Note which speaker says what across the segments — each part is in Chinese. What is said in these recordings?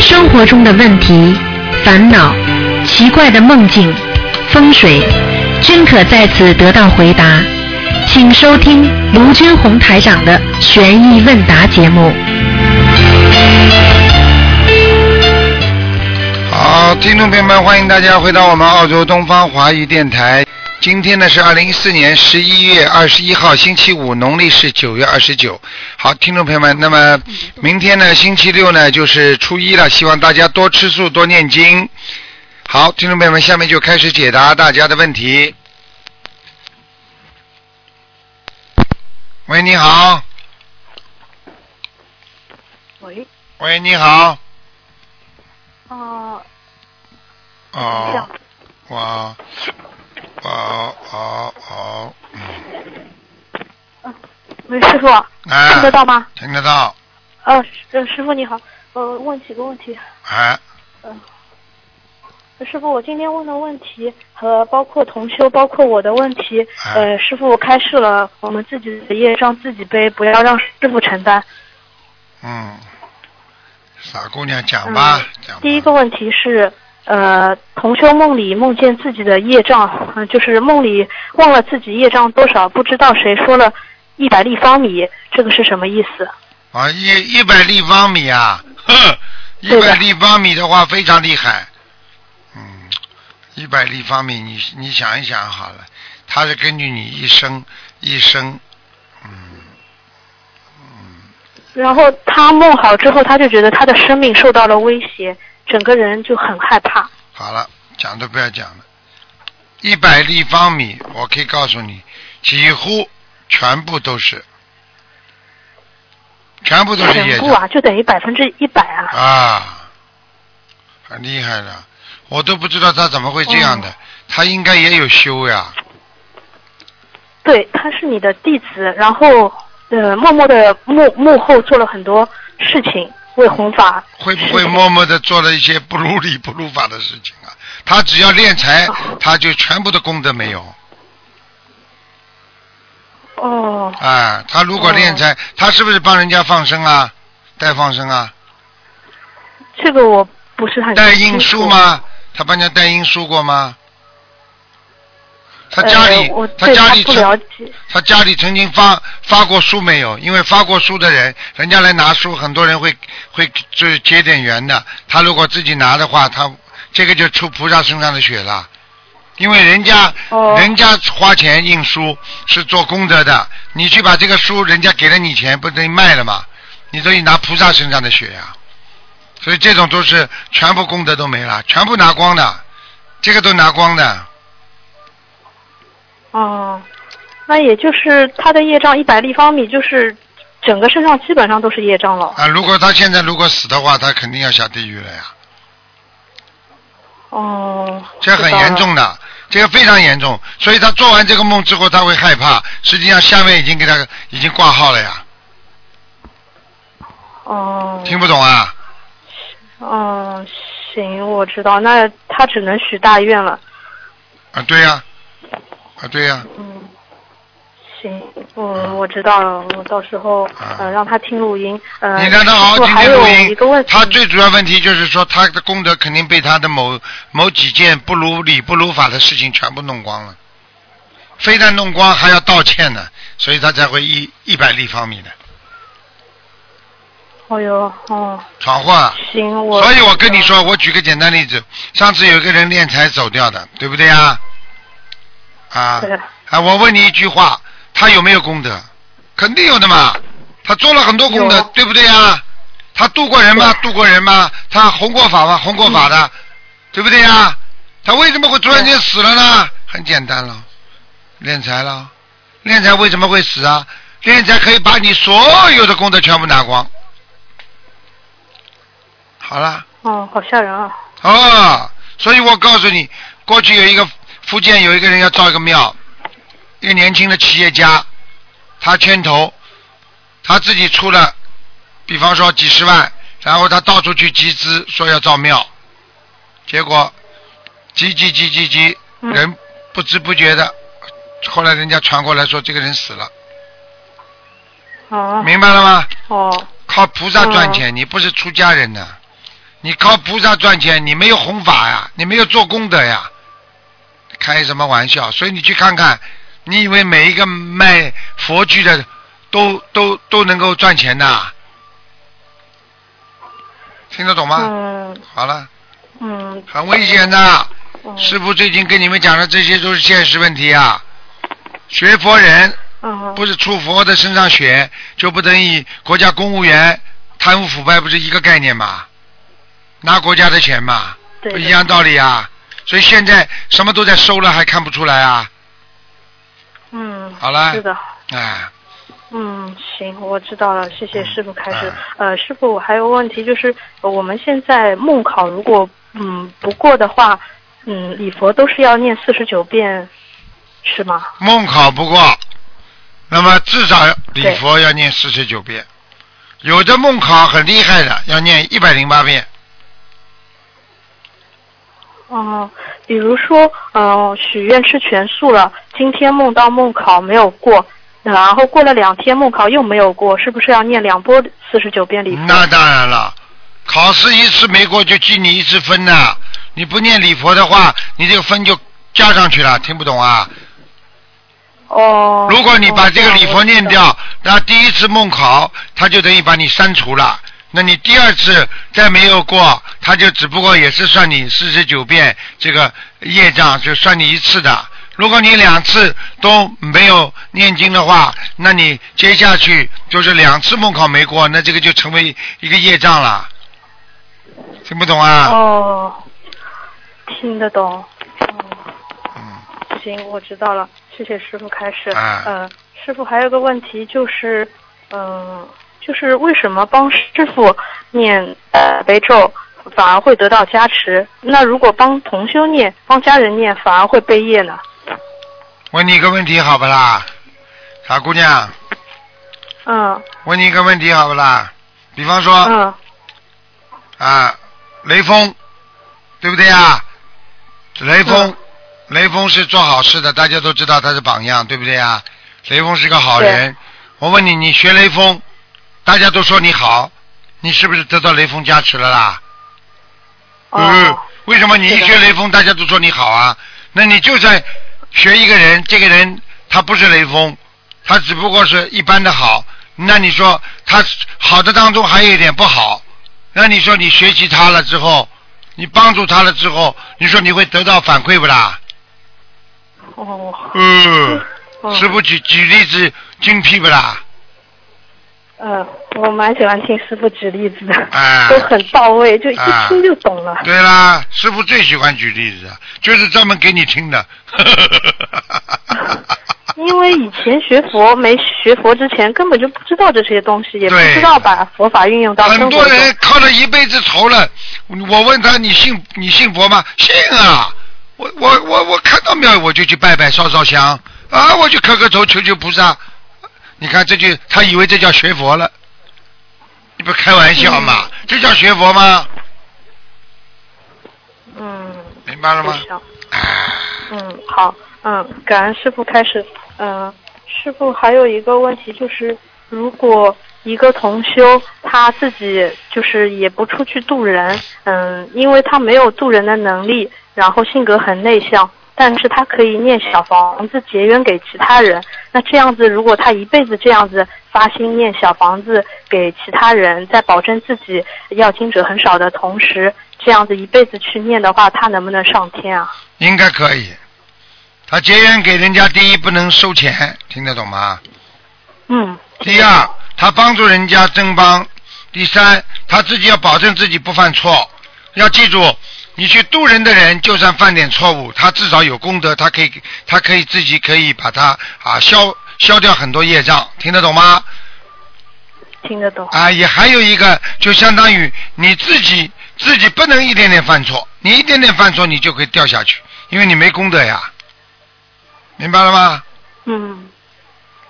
Speaker 1: 生活中的问题、烦恼、奇怪的梦境、风水，均可在此得到回答。请收听卢军红台长的《悬疑问答》节目。
Speaker 2: 好，听众朋友们，欢迎大家回到我们澳洲东方华语电台。今天呢是二零一四年十一月二十一号，星期五，农历是九月二十九。好，听众朋友们，那么明天呢，星期六呢就是初一了，希望大家多吃素，多念经。好，听众朋友们，下面就开始解答大家的问题。喂，你好。
Speaker 3: 喂，
Speaker 2: 喂，你好。
Speaker 4: 啊
Speaker 3: 哦、
Speaker 2: 哦，哇，哦哦哦，嗯，
Speaker 3: 喂，师傅，听得
Speaker 2: 哎，
Speaker 3: 到吗？
Speaker 2: 听得到，
Speaker 3: 呃，师呃师傅你好，呃，问几个问题。
Speaker 2: 哎，
Speaker 3: 师傅，我今天问的问题和包括同修，包括我的问题，
Speaker 2: 哎
Speaker 3: 呃，师傅开示了我们自己的业障自己背，不要让师傅承担。
Speaker 2: 嗯，傻姑娘讲吧，
Speaker 3: 嗯
Speaker 2: 讲吧。
Speaker 3: 第一个问题是，呃，同修梦里梦见自己的业障，嗯、就是梦里忘了自己业障多少，不知道谁说了一百立方米，这个是什么意思？
Speaker 2: 啊，一一百立方米啊，呵，一
Speaker 3: 对
Speaker 2: 百
Speaker 3: 的
Speaker 2: 立方米的话非常厉害，嗯，一百立方米，你你想一想好了，它是根据你一生一生，嗯
Speaker 3: 然后他梦好之后，他就觉得他的生命受到了威胁，整个人就很害怕。
Speaker 2: 好了，讲都不要讲了。一百立方米，我可以告诉你，几乎全部都是，全部都是业
Speaker 3: 全部
Speaker 2: 障
Speaker 3: 啊，就等于百分之一百啊。
Speaker 2: 啊，很厉害的，我都不知道他怎么会这样的，
Speaker 3: 哦
Speaker 2: 他应该也有修呀，
Speaker 3: 对，他是你的弟子，然后呃，默默的幕幕后做了很多事情，为弘法。
Speaker 2: 会不会默默的做了一些不如理不如法的事情啊？他只要练财，他就全部的功德没有。
Speaker 3: 哦，
Speaker 2: 啊，他如果练财，他是不是帮人家放生啊？带放生啊？
Speaker 3: 这个我不是很
Speaker 2: 带
Speaker 3: 清
Speaker 2: 罂
Speaker 3: 楚
Speaker 2: 粟？吗？他帮人家带罂粟过吗？他
Speaker 3: 呃
Speaker 2: 家里，
Speaker 3: 我
Speaker 2: 他
Speaker 3: 对
Speaker 2: 家里
Speaker 3: 不
Speaker 2: 曾
Speaker 3: 了解。
Speaker 2: 他家里曾经发发过书没有？因为发过书的人，人家来拿书，很多人会会就是结点缘的。他如果自己拿的话，他这个就出菩萨身上的血了。因为人家、
Speaker 3: 哦
Speaker 2: 人家花钱印书是做功德的，你去把这个书人家给了你钱，不等于卖了吗？你等于拿菩萨身上的血呀、所以这种都是全部功德都没了，全部拿光的，这个都拿光的。
Speaker 3: 哦，那也就是他的业障一百立方米，就是整个身上基本上都是业障了。
Speaker 2: 啊，如果他现在如果死的话，他肯定要下地狱了呀，
Speaker 3: 哦，
Speaker 2: 这很
Speaker 3: 知道了
Speaker 2: 严。重的，这个非常严重。所以他做完这个梦之后，他会害怕，实际上下面已经给他已经挂号了呀，
Speaker 3: 哦，
Speaker 2: 听不懂啊？
Speaker 3: 嗯，行，我知道，那他只能许大愿了。
Speaker 2: 啊，对呀、啊，对呀、
Speaker 3: 嗯，行，我我知道了，我到时候
Speaker 2: 啊
Speaker 3: 呃让他听录音。呃，
Speaker 2: 你让他好好
Speaker 3: 我
Speaker 2: 听
Speaker 3: 还
Speaker 2: 听
Speaker 3: 有
Speaker 2: 录
Speaker 3: 一个问
Speaker 2: 音。
Speaker 3: 题，
Speaker 2: 他最主要问题就是说，他的功德肯定被他的某某几件不如理不如法的事情全部弄光了，非但弄光，还要道歉呢，所以他才会一一百立方米的
Speaker 3: 哦哟，哦，
Speaker 2: 闯祸啊了。
Speaker 3: 行，我
Speaker 2: 所以我跟你，说，我举个简单例子，上次有一个人练财走掉的，对不对呀？啊
Speaker 3: 对
Speaker 2: 啊！我问你一句话，他有没有功德？肯定有的嘛，他做了很多功德
Speaker 3: 有，
Speaker 2: 对不对呀？他度过人吗？度过人吗？他弘过法吗？弘过法的，
Speaker 3: 嗯
Speaker 2: 对不对呀？他为什么会突然间死了呢？很简单了，练财了，练财为什么会死啊？练财可以把你所有的功德全部拿光。好了。
Speaker 3: 哦，好吓人啊，
Speaker 2: 啊，所以我告诉你，过去有一个福建有一个人要造一个庙，一个年轻的企业家，他牵头，他自己出了，比方说几十万，然后他到处去集资，说要造庙，结果集集集集集，
Speaker 3: 嗯
Speaker 2: 人不知不觉的，后来人家传过来说这个人死了，
Speaker 3: 哦
Speaker 2: 明白了吗？
Speaker 3: 哦
Speaker 2: 靠菩萨赚钱，你不是出家人呐，你靠菩萨赚钱，你没有弘法呀，你没有做功德呀，开什么玩笑？所以你去看看，你以为每一个卖佛具的都都都能够赚钱的？听得懂吗？
Speaker 3: 嗯
Speaker 2: 好了，
Speaker 3: 嗯
Speaker 2: 很危险的。
Speaker 3: 嗯
Speaker 2: 师傅最近跟你们讲的这些都是现实问题啊。学佛人
Speaker 3: 嗯
Speaker 2: 不是出佛的身上学，就不等于国家公务员贪污腐败不是一个概念吗？拿国家的钱嘛，
Speaker 3: 对
Speaker 2: 不
Speaker 3: 的
Speaker 2: 一样道理啊。所以现在什么都在收了，还看不出来啊？
Speaker 3: 嗯
Speaker 2: 好了
Speaker 3: 是的。
Speaker 2: 哎，
Speaker 3: 嗯，行，我知道了，谢谢师傅开始
Speaker 2: 嗯。
Speaker 3: 呃，师傅，我还有个问题，就是呃我们现在梦考如果嗯不过的话，嗯，礼佛都是要念四十九遍，是吗？
Speaker 2: 梦考不过，那么至少礼佛要念四十九遍。有的梦考很厉害的，要念一百零八遍。
Speaker 3: 嗯，比如说，嗯、许愿吃全素了，今天梦到梦考没有过，然后过了两天梦考又没有过，是不是要念两波四十九遍礼佛？
Speaker 2: 那当然了，考试一次没过就记你一次分呐、你不念礼佛的话，你这个分就加上去了，听不懂啊？
Speaker 3: 哦，
Speaker 2: 如果你把
Speaker 3: 哦
Speaker 2: 这个礼佛念，
Speaker 3: 样
Speaker 2: 掉，那第一次梦考，他就等于把你删除了。那你第二次再没有过，他就只不过也是算你四十九遍这个业障，就算你一次的。如果你两次都没有念经的话，那你接下去就是两次梦考没过，那这个就成为一个业障了。听不懂
Speaker 3: 我
Speaker 2: 啊？
Speaker 3: 知道哦，听得懂。哦
Speaker 2: 嗯。
Speaker 3: 行，我知道了，谢谢师傅开始。
Speaker 2: 啊
Speaker 3: 呃，师傅还有个问题就是，嗯、就是为什么帮师傅念呃悲咒反而会得到加持？那如果帮同修念、帮家人念，反而会背业呢？
Speaker 2: 问你一个问题好不啦，傻姑娘？
Speaker 3: 嗯
Speaker 2: 问你一个问题好不啦？比方说，
Speaker 3: 嗯
Speaker 2: 啊，雷锋，对不对啊？雷锋，
Speaker 3: 嗯
Speaker 2: 雷锋是做好事的，大家都知道他是榜样，对不对啊？雷锋是个好人。我问你，你学雷锋，大家都说你好，你是不是得到雷锋加持了啦？
Speaker 3: 哦、
Speaker 2: 嗯，为什么你一
Speaker 3: 是的
Speaker 2: 学雷锋，大家都说你好啊？那你就在学一个人，这个人他不是雷锋，他只不过是一般的好。那你说他好的当中还有一点不好，那你说你学习他了之后，你帮助他了之后，你说你会得到反馈不啦？
Speaker 3: 哦，
Speaker 2: 嗯，
Speaker 3: 嗯
Speaker 2: 师傅举举例子精辟不啦？
Speaker 3: 嗯，我蛮喜欢听师傅举例子的，
Speaker 2: 啊
Speaker 3: 都很到位，就一
Speaker 2: 啊
Speaker 3: 听就懂了。
Speaker 2: 对啦，师傅最喜欢举例子，啊就是专门给你听的。
Speaker 3: 因为以前学佛没学佛之前，根本就不知道这些东西，也不
Speaker 2: 对
Speaker 3: 知道把佛法运用到生
Speaker 2: 很
Speaker 3: 活中。
Speaker 2: 多人靠了一辈子仇了，我问他你信你信佛吗？信啊！我我我我看到庙我就去拜拜烧烧香啊，我去磕磕头求求菩萨。你看这就他以为这叫学佛了，你不开玩笑嘛？这叫学佛吗？
Speaker 3: 嗯，
Speaker 2: 明白了
Speaker 3: 不
Speaker 2: 吗？
Speaker 3: 行。
Speaker 2: 啊，
Speaker 3: 嗯，好，嗯，感恩师傅开始。嗯，师傅还有一个问题就是，如果一个同修他自己就是也不出去渡人，嗯，因为他没有渡人的能力，然后性格很内向，但是他可以念小房子结缘给其他人。那这样子，如果他一辈子这样子发心念小房子给其他人，在保证自己要经者很少的同时，这样子一辈子去念的话，他能不能上天啊？
Speaker 2: 应该可以。他结缘给人家，第一不能收钱，听得懂吗？
Speaker 3: 嗯，
Speaker 2: 第二，他帮助人家争帮；第三，他自己要保证自己不犯错。要记住，你去渡人的人，就算犯点错误，他至少有功德，他可以，他可以自己可以把它啊消消掉很多业障，听得懂吗？
Speaker 3: 听得懂。
Speaker 2: 啊，也还有一个，就相当于你自己自己不能一点点犯错，你一点点犯错，你就会掉下去，因为你没功德呀，明白了吗？
Speaker 3: 嗯，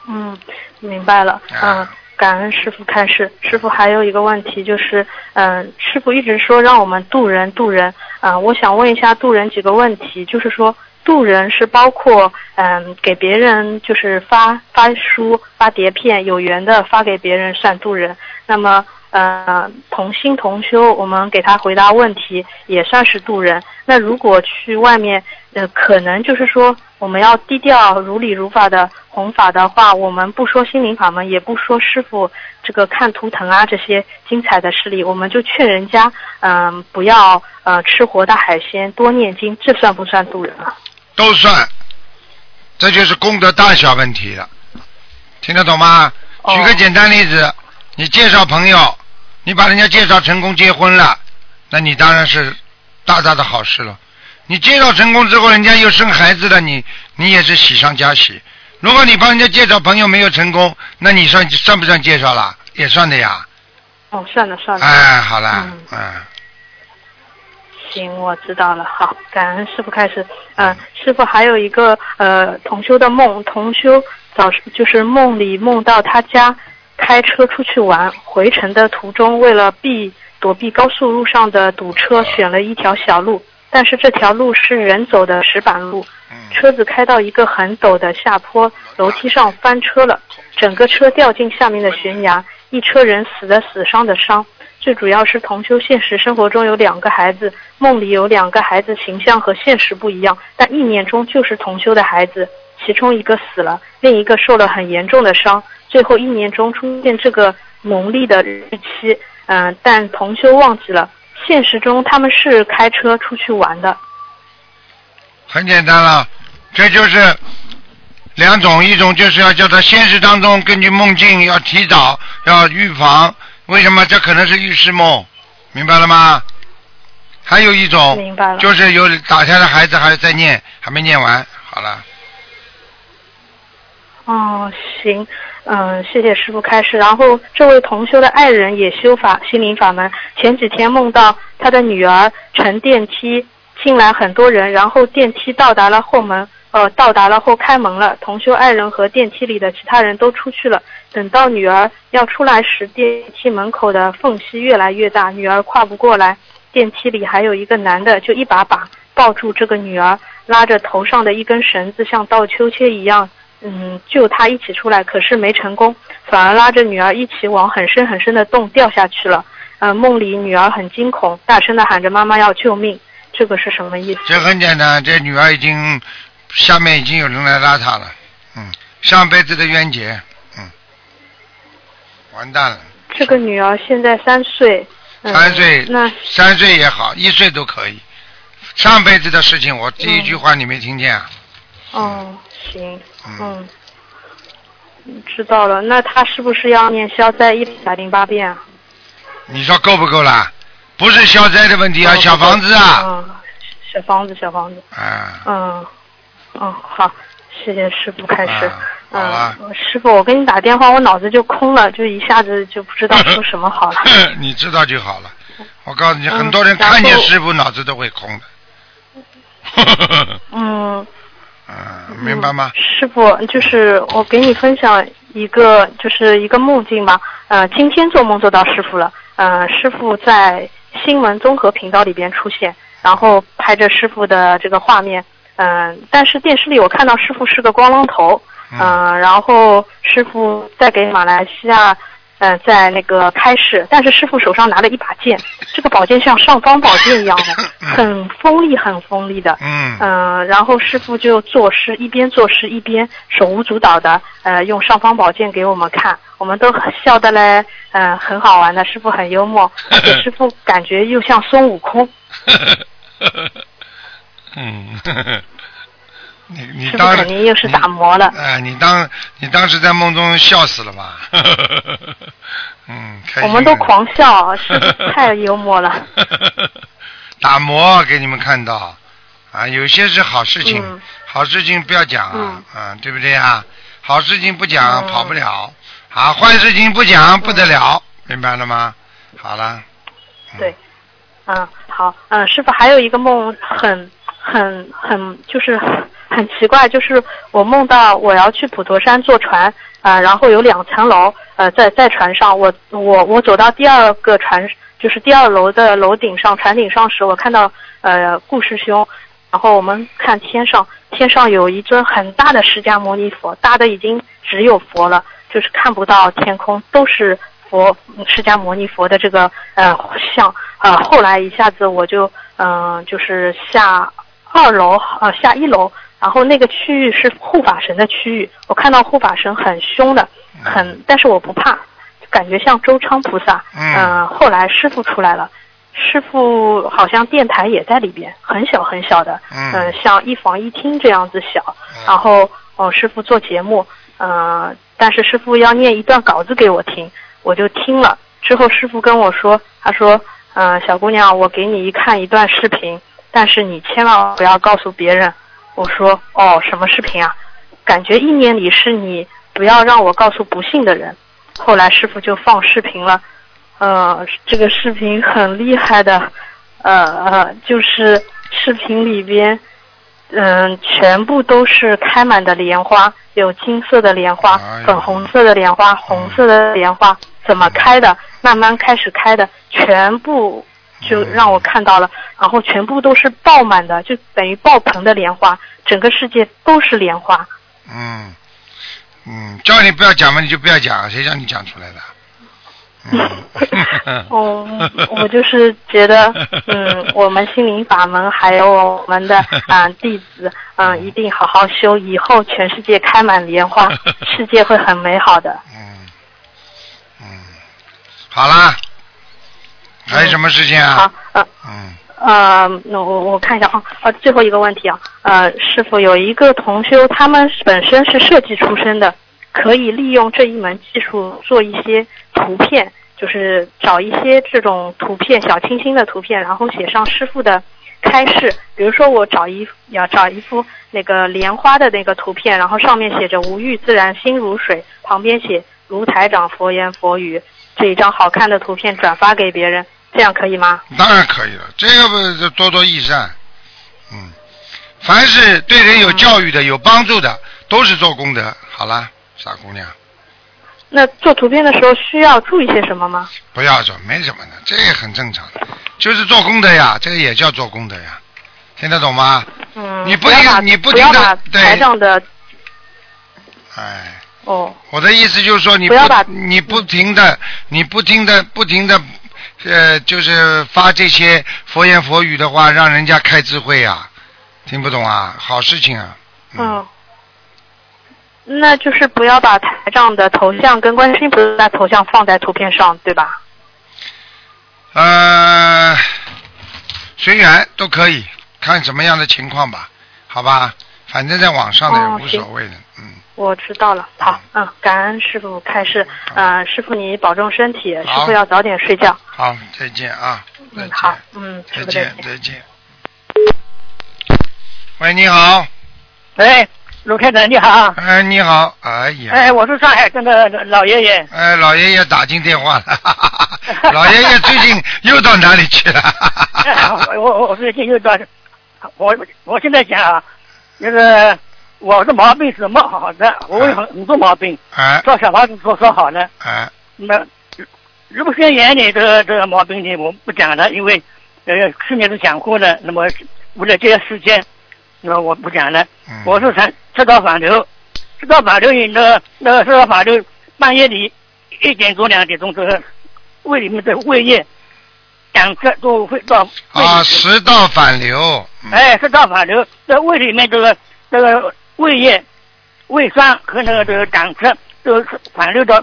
Speaker 3: 嗯，明白了。
Speaker 2: 啊
Speaker 3: 嗯，感恩师傅开示。师傅还有一个问题就是，嗯、师傅一直说让我们渡人渡人。嗯、我想问一下渡人几个问题，就是说渡人是包括嗯、给别人就是发发书发碟片，有缘的发给别人算渡人。那么呃同心同修，我们给他回答问题也算是渡人。那如果去外面，呃，可能就是说我们要低调、如理如法的弘法的话，我们不说心灵法门，也不说师傅这个看图腾啊这些精彩的事例，我们就劝人家，嗯、不要呃吃活的海鲜，多念经，这算不算渡人啊？
Speaker 2: 都算，这就是功德大小问题了，听得懂吗？
Speaker 3: 哦
Speaker 2: 举个简单例子，你介绍朋友，你把人家介绍成功结婚了，那你当然是大大的好事了。你介绍成功之后，人家又生孩子了，你你也是喜上加喜。如果你帮人家介绍朋友没有成功，那你算算不算介绍了？也算的呀。
Speaker 3: 哦，算了算了。
Speaker 2: 哎，好啦，
Speaker 3: 嗯
Speaker 2: 嗯
Speaker 3: 行，我知道了。好，感恩师傅开始。嗯、师傅还有一个呃同修的梦，同修早就是梦里梦到他家开车出去玩，回程的途中为了避躲避高速路上的堵车，选了一条小路，但是这条路是人走的石板路，
Speaker 2: 嗯，
Speaker 3: 车子开到一个很陡的下坡，楼梯上翻车了，整个车掉进下面的悬崖，一车人死的死，伤的伤。最主要是同修现实生活中有两个孩子，梦里有两个孩子形象和现实不一样，但意念中就是同修的孩子，其中一个死了，另一个受了很严重的伤。最后一年中出现这个农历的日期，嗯、但同修忘记了，现实中他们是开车出去玩的。
Speaker 2: 很简单了，这就是两种，一种就是要叫他现实当中根据梦境要提早要预防，为什么？这可能是预示梦，明白了吗？还有一种
Speaker 3: 明白了。
Speaker 2: 就是有打胎的孩子还在念，还没念完，好了，
Speaker 3: 哦，行，嗯，谢谢师傅开示。然后这位同修的爱人也修法心灵法门，前几天梦到他的女儿乘电梯进来很多人，然后电梯到达了后门，呃，到达了后开门了，同修爱人和电梯里的其他人都出去了。等到女儿要出来时，电梯门口的缝隙越来越大，女儿跨不过来，电梯里还有一个男的，就一把把抱住这个女儿，拉着头上的一根绳子，像荡秋千一样，嗯，救她一起出来，可是没成功，反而拉着女儿一起往很深很深的洞掉下去了。呃，梦里女儿很惊恐，大声的喊着妈妈要救命，这个是什么意思？
Speaker 2: 这很简单，这女儿已经下面已经有人来拉她了，嗯，上辈子的冤结，嗯，完蛋了，
Speaker 3: 这个女儿现在三岁，嗯、
Speaker 2: 三岁
Speaker 3: 那
Speaker 2: 三岁也好，一岁都可以。上辈子的事情，我第一
Speaker 3: 嗯
Speaker 2: 句话你没听见啊？
Speaker 3: 哦，行，
Speaker 2: 嗯，
Speaker 3: 嗯，知道了。那她是不是要念消灾一百零八遍啊？
Speaker 2: 你说够不够啦？不是消灾的问题啊，小房子啊，
Speaker 3: 嗯，小房子，小房子。
Speaker 2: 啊，
Speaker 3: 嗯，嗯，好，谢谢师傅开始。
Speaker 2: 啊好
Speaker 3: 嗯
Speaker 2: 了，
Speaker 3: 师傅，我给你打电话，我脑子就空了，就一下子就不知道说什 么好了。
Speaker 2: 你知道就好了。我告诉你，
Speaker 3: 嗯
Speaker 2: 很多人
Speaker 3: 然后
Speaker 2: 看见师傅脑子都会空 的。
Speaker 3: 嗯，
Speaker 2: 嗯，明白吗？
Speaker 3: 师傅，就是我给你分享一个，就是一个梦境吧。呃，今天做梦做到师傅了。呃，师傅在新闻综合频道里边出现，然后拍着师傅的这个画面。嗯、但是电视里我看到师傅是个光浪头。
Speaker 2: 嗯
Speaker 3: 嗯，然后师傅在给马来西亚，嗯、在那个开始，但是师傅手上拿了一把剑，这个宝剑像尚方宝剑一样的，很锋利，很锋利的。
Speaker 2: 嗯，
Speaker 3: 嗯、然后师傅就作诗，一边作诗一边手舞足蹈的，呃，用尚方宝剑给我们看，我们都很笑的嘞，嗯、很好玩的，师傅很幽默，而且师傅感觉又像孙悟 空，
Speaker 2: 嗯，你你
Speaker 3: 师傅
Speaker 2: 当
Speaker 3: 肯定又是打磨了。
Speaker 2: 哎，你当你当时在梦中笑死了吧？ 嗯，开心
Speaker 3: 我们都狂笑，师傅太幽默了。
Speaker 2: 打磨给你们看到啊，有些是好事情，
Speaker 3: 嗯
Speaker 2: 好事情不要讲 啊
Speaker 3: 嗯，
Speaker 2: 啊，对不对啊？好事情不讲、
Speaker 3: 嗯
Speaker 2: 跑不了，啊，坏事情不讲不得了，明白了吗？好了，
Speaker 3: 对，嗯，好，嗯，师傅还有一个梦很很很就是很奇怪，就是我梦到我要去普陀山坐船，呃，然后有两层楼，呃，在在船上，我我我走到第二个船，就是第二楼的楼顶上，船顶上时，我看到呃顾师兄，然后我们看天上，天上有一尊很大的释迦牟尼佛，大的已经只有佛了，就是看不到天空，都是佛嗯释迦牟尼佛的这个呃像，呃后来一下子我就嗯、呃就是下二楼呃下一楼，然后那个区域是护法神的区域，我看到护法神很凶的，很但是我不怕，就感觉像周昌菩萨，
Speaker 2: 嗯
Speaker 5: 啊
Speaker 3: 呃后来师傅出来了。师傅好像电台也在里边，很小很小的，
Speaker 2: 嗯
Speaker 3: 呃像一房一厅这样子小，然后哦，师傅做节目，呃，但是师傅要念一段稿子给我听，我就听了。之后师傅跟我说，他说，呃，小姑娘，我给你一看一段视频，但是你千万不要告诉别人。我说，哦，什么视频啊？感觉意念里是你不要让我告诉不信的人。后来师傅就放视频了，呃，这个视频很厉害的，呃呃，就是视频里边，嗯、全部都是开满的莲花，有金色的莲花
Speaker 2: 哎呦、
Speaker 3: 粉红色的莲花、红色的莲花，怎么开的？慢慢开始开的，全部就让我看到了，然后全部都是爆满的，就等于爆棚的莲花，整个世界都是莲花。，
Speaker 2: 嗯，嗯，叫你不要讲嘛，你就不要讲，谁叫你讲出来的？嗯
Speaker 3: 哦，我就是觉得，嗯，我们心灵法门还有我们的啊、弟子，嗯、一定好好修，以后全世界开满莲花，世界会很美好的。
Speaker 2: 嗯，嗯， 好啦，还有什么事情
Speaker 3: 好
Speaker 2: 啊？，
Speaker 3: 呃
Speaker 2: 嗯，
Speaker 3: 呃，那我我看一下啊，啊，最后一个问题啊，呃，师傅有一个同修，他们本身是设计出身的，可以利用这一门技术做一些图片，就是找一些这种图片小清新的图片，然后写上师傅的开示，比如说我找一要找一幅那个莲花的那个图片，然后上面写着“无欲自然心如水”，旁边写“如台长佛言佛语”，这一张好看的图片转发给别人，这样可以吗？
Speaker 2: 当然可以了，这个不是多多益善。嗯，凡是对人有教育的、有帮助的，都是做功德。好啦，傻姑娘，
Speaker 3: 那做图片的时候需要注意些什么吗？
Speaker 2: 不要做，没什么的，这也很正常，就是做功德呀，这个也叫做功德呀，听得懂吗？
Speaker 3: 嗯，
Speaker 2: 你不
Speaker 3: 要把
Speaker 2: 听你不
Speaker 3: 不要
Speaker 2: 听他
Speaker 3: 把
Speaker 2: 对
Speaker 3: 台上的
Speaker 2: 哎。
Speaker 3: 哦，
Speaker 2: 我的意思就是说，你
Speaker 3: 不要把
Speaker 2: 你不停的，你不停的，不停的，呃，就是发这些佛言佛语的话，让人家开智慧啊，听不懂啊，好事情啊。
Speaker 3: 嗯，那就是不要把台上的头像跟观世音菩萨头像放在图片上，对吧？
Speaker 2: 呃，随缘都可以，看什么样的情况吧，好吧，反正在网上的
Speaker 3: 哦
Speaker 2: 也无
Speaker 3: 行
Speaker 2: 所谓的，嗯。
Speaker 3: 我知道了，好，嗯，感恩师傅开示，呃，师傅你保重身体，师
Speaker 2: 好
Speaker 3: 傅要早点睡觉，
Speaker 2: 好，再见啊，再
Speaker 3: 嗯，
Speaker 2: 见，
Speaker 3: 好，嗯，师
Speaker 2: 再
Speaker 3: 傅
Speaker 2: 见
Speaker 3: 再见，。
Speaker 2: 再见。喂，你好，
Speaker 4: 哎，卢台长你
Speaker 3: 啊
Speaker 4: 好，
Speaker 2: 哎，你好，哎呀，
Speaker 4: 哎，我是上海镇的老爷爷，
Speaker 2: 哎，老爷爷打进电话了， 哈哈哈老爷爷最近又到哪里去 了？哈哈哈
Speaker 4: 哎我我我最近又到，我我现在讲啊，就是我的毛病是蛮好的，我有很很多毛病，
Speaker 2: 哎
Speaker 4: 照小房子说说好了，
Speaker 2: 哎，
Speaker 4: 那如果宣言里的这个毛病呢，我不讲了，因为呃去年都讲过了，那么为了这些时间，那么我不讲了。
Speaker 2: 嗯
Speaker 4: 我是才吃到反流，吃到反流以呢，那吃到反流，半夜里一点钟两点钟这个胃里面的胃液，两个都会到胃里
Speaker 2: 啊，
Speaker 4: 去
Speaker 2: 食道反流，嗯，
Speaker 4: 哎，吃到反流，在胃里面这个这个胃液、胃酸和那个这个胆汁都是反流到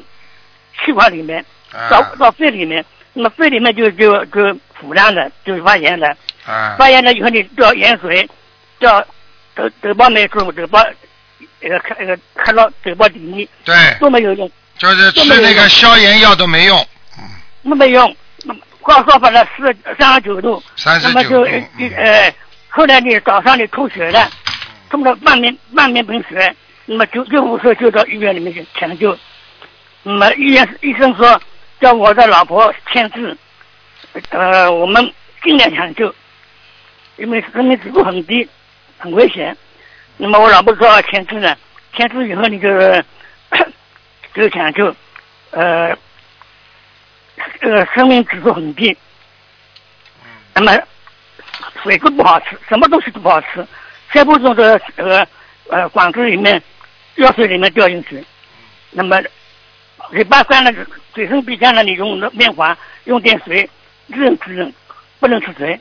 Speaker 4: 气管里面，到
Speaker 2: 啊
Speaker 4: 到肺里面，那么肺里面就就就腐烂了，就发炎了。
Speaker 2: 啊
Speaker 4: 发炎了以后，你吊盐水，吊头头孢没用，头孢呃开呃开到头孢里面
Speaker 2: 对，
Speaker 4: 都没有用，
Speaker 2: 就是吃那个消炎药都没用，嗯，
Speaker 4: 那没用。那么高烧发了四三十九度，
Speaker 2: 39
Speaker 4: 那么就
Speaker 2: 度
Speaker 4: 呃
Speaker 2: 嗯
Speaker 4: 呃，后来你早上你吐血了，吐了半面半面盆血，那么救救护车就到医院里面去抢救，那么医院医生说叫我的老婆签字，呃，我们尽量抢救，因为生命指数很低，很危险。那么我老婆说要签字呢，签字以后你就是呃就抢救，呃，呃，生命指数很低。那么水果不好吃，什么东西都不好吃。全部从这个呃呃管子里面、药水里面掉进去，那么嘴巴干了，嘴唇鼻腔那里用那面黄，用点水润滋润，不能吃水。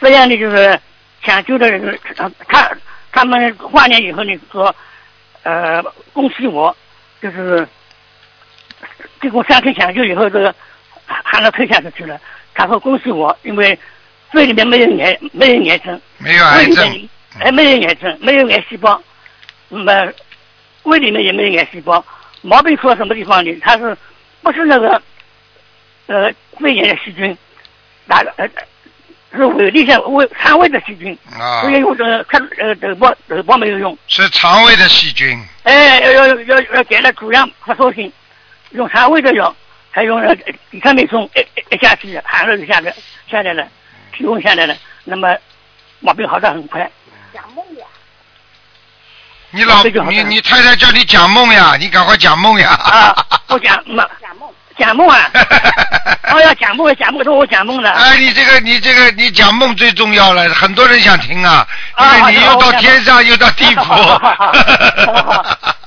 Speaker 4: 这样呢，就是抢救的人，他他他们化验以后呢说，呃，恭喜我，就是经过三次抢救以后，这个含了推下去了。他说恭喜我，因为肺里面没有癌，没有癌症，
Speaker 2: 没有癌
Speaker 4: 胃里
Speaker 2: 症
Speaker 4: 面，哎，没有癌症，没有癌细胞，那么胃里面也没有癌细胞。毛病出在什么地方呢？它是不是那个呃肺炎的细菌打的呃是胃里向胃肠胃的细菌，
Speaker 2: 啊
Speaker 4: 所，
Speaker 3: 哎
Speaker 4: 以我的它呃头孢头孢没有用，
Speaker 2: 是肠胃的细菌，
Speaker 4: 哎要要要要给了主要发烧性，用肠胃的药，还用了地塞美松一一哎下去寒热就下来下来了，体温下来了，那么毛病好的很快。
Speaker 2: 你老
Speaker 4: 啊这个好
Speaker 2: 你
Speaker 4: 像
Speaker 2: 你太太叫你讲梦呀，你赶快讲梦呀。
Speaker 4: 啊，我讲梦，讲梦 啊，哦要讲梦讲梦，说我讲梦了。
Speaker 2: 哎，你这个你这个你讲梦最重要了，很多人想听啊，因
Speaker 4: 啊
Speaker 2: 为你又到天上又到 地府。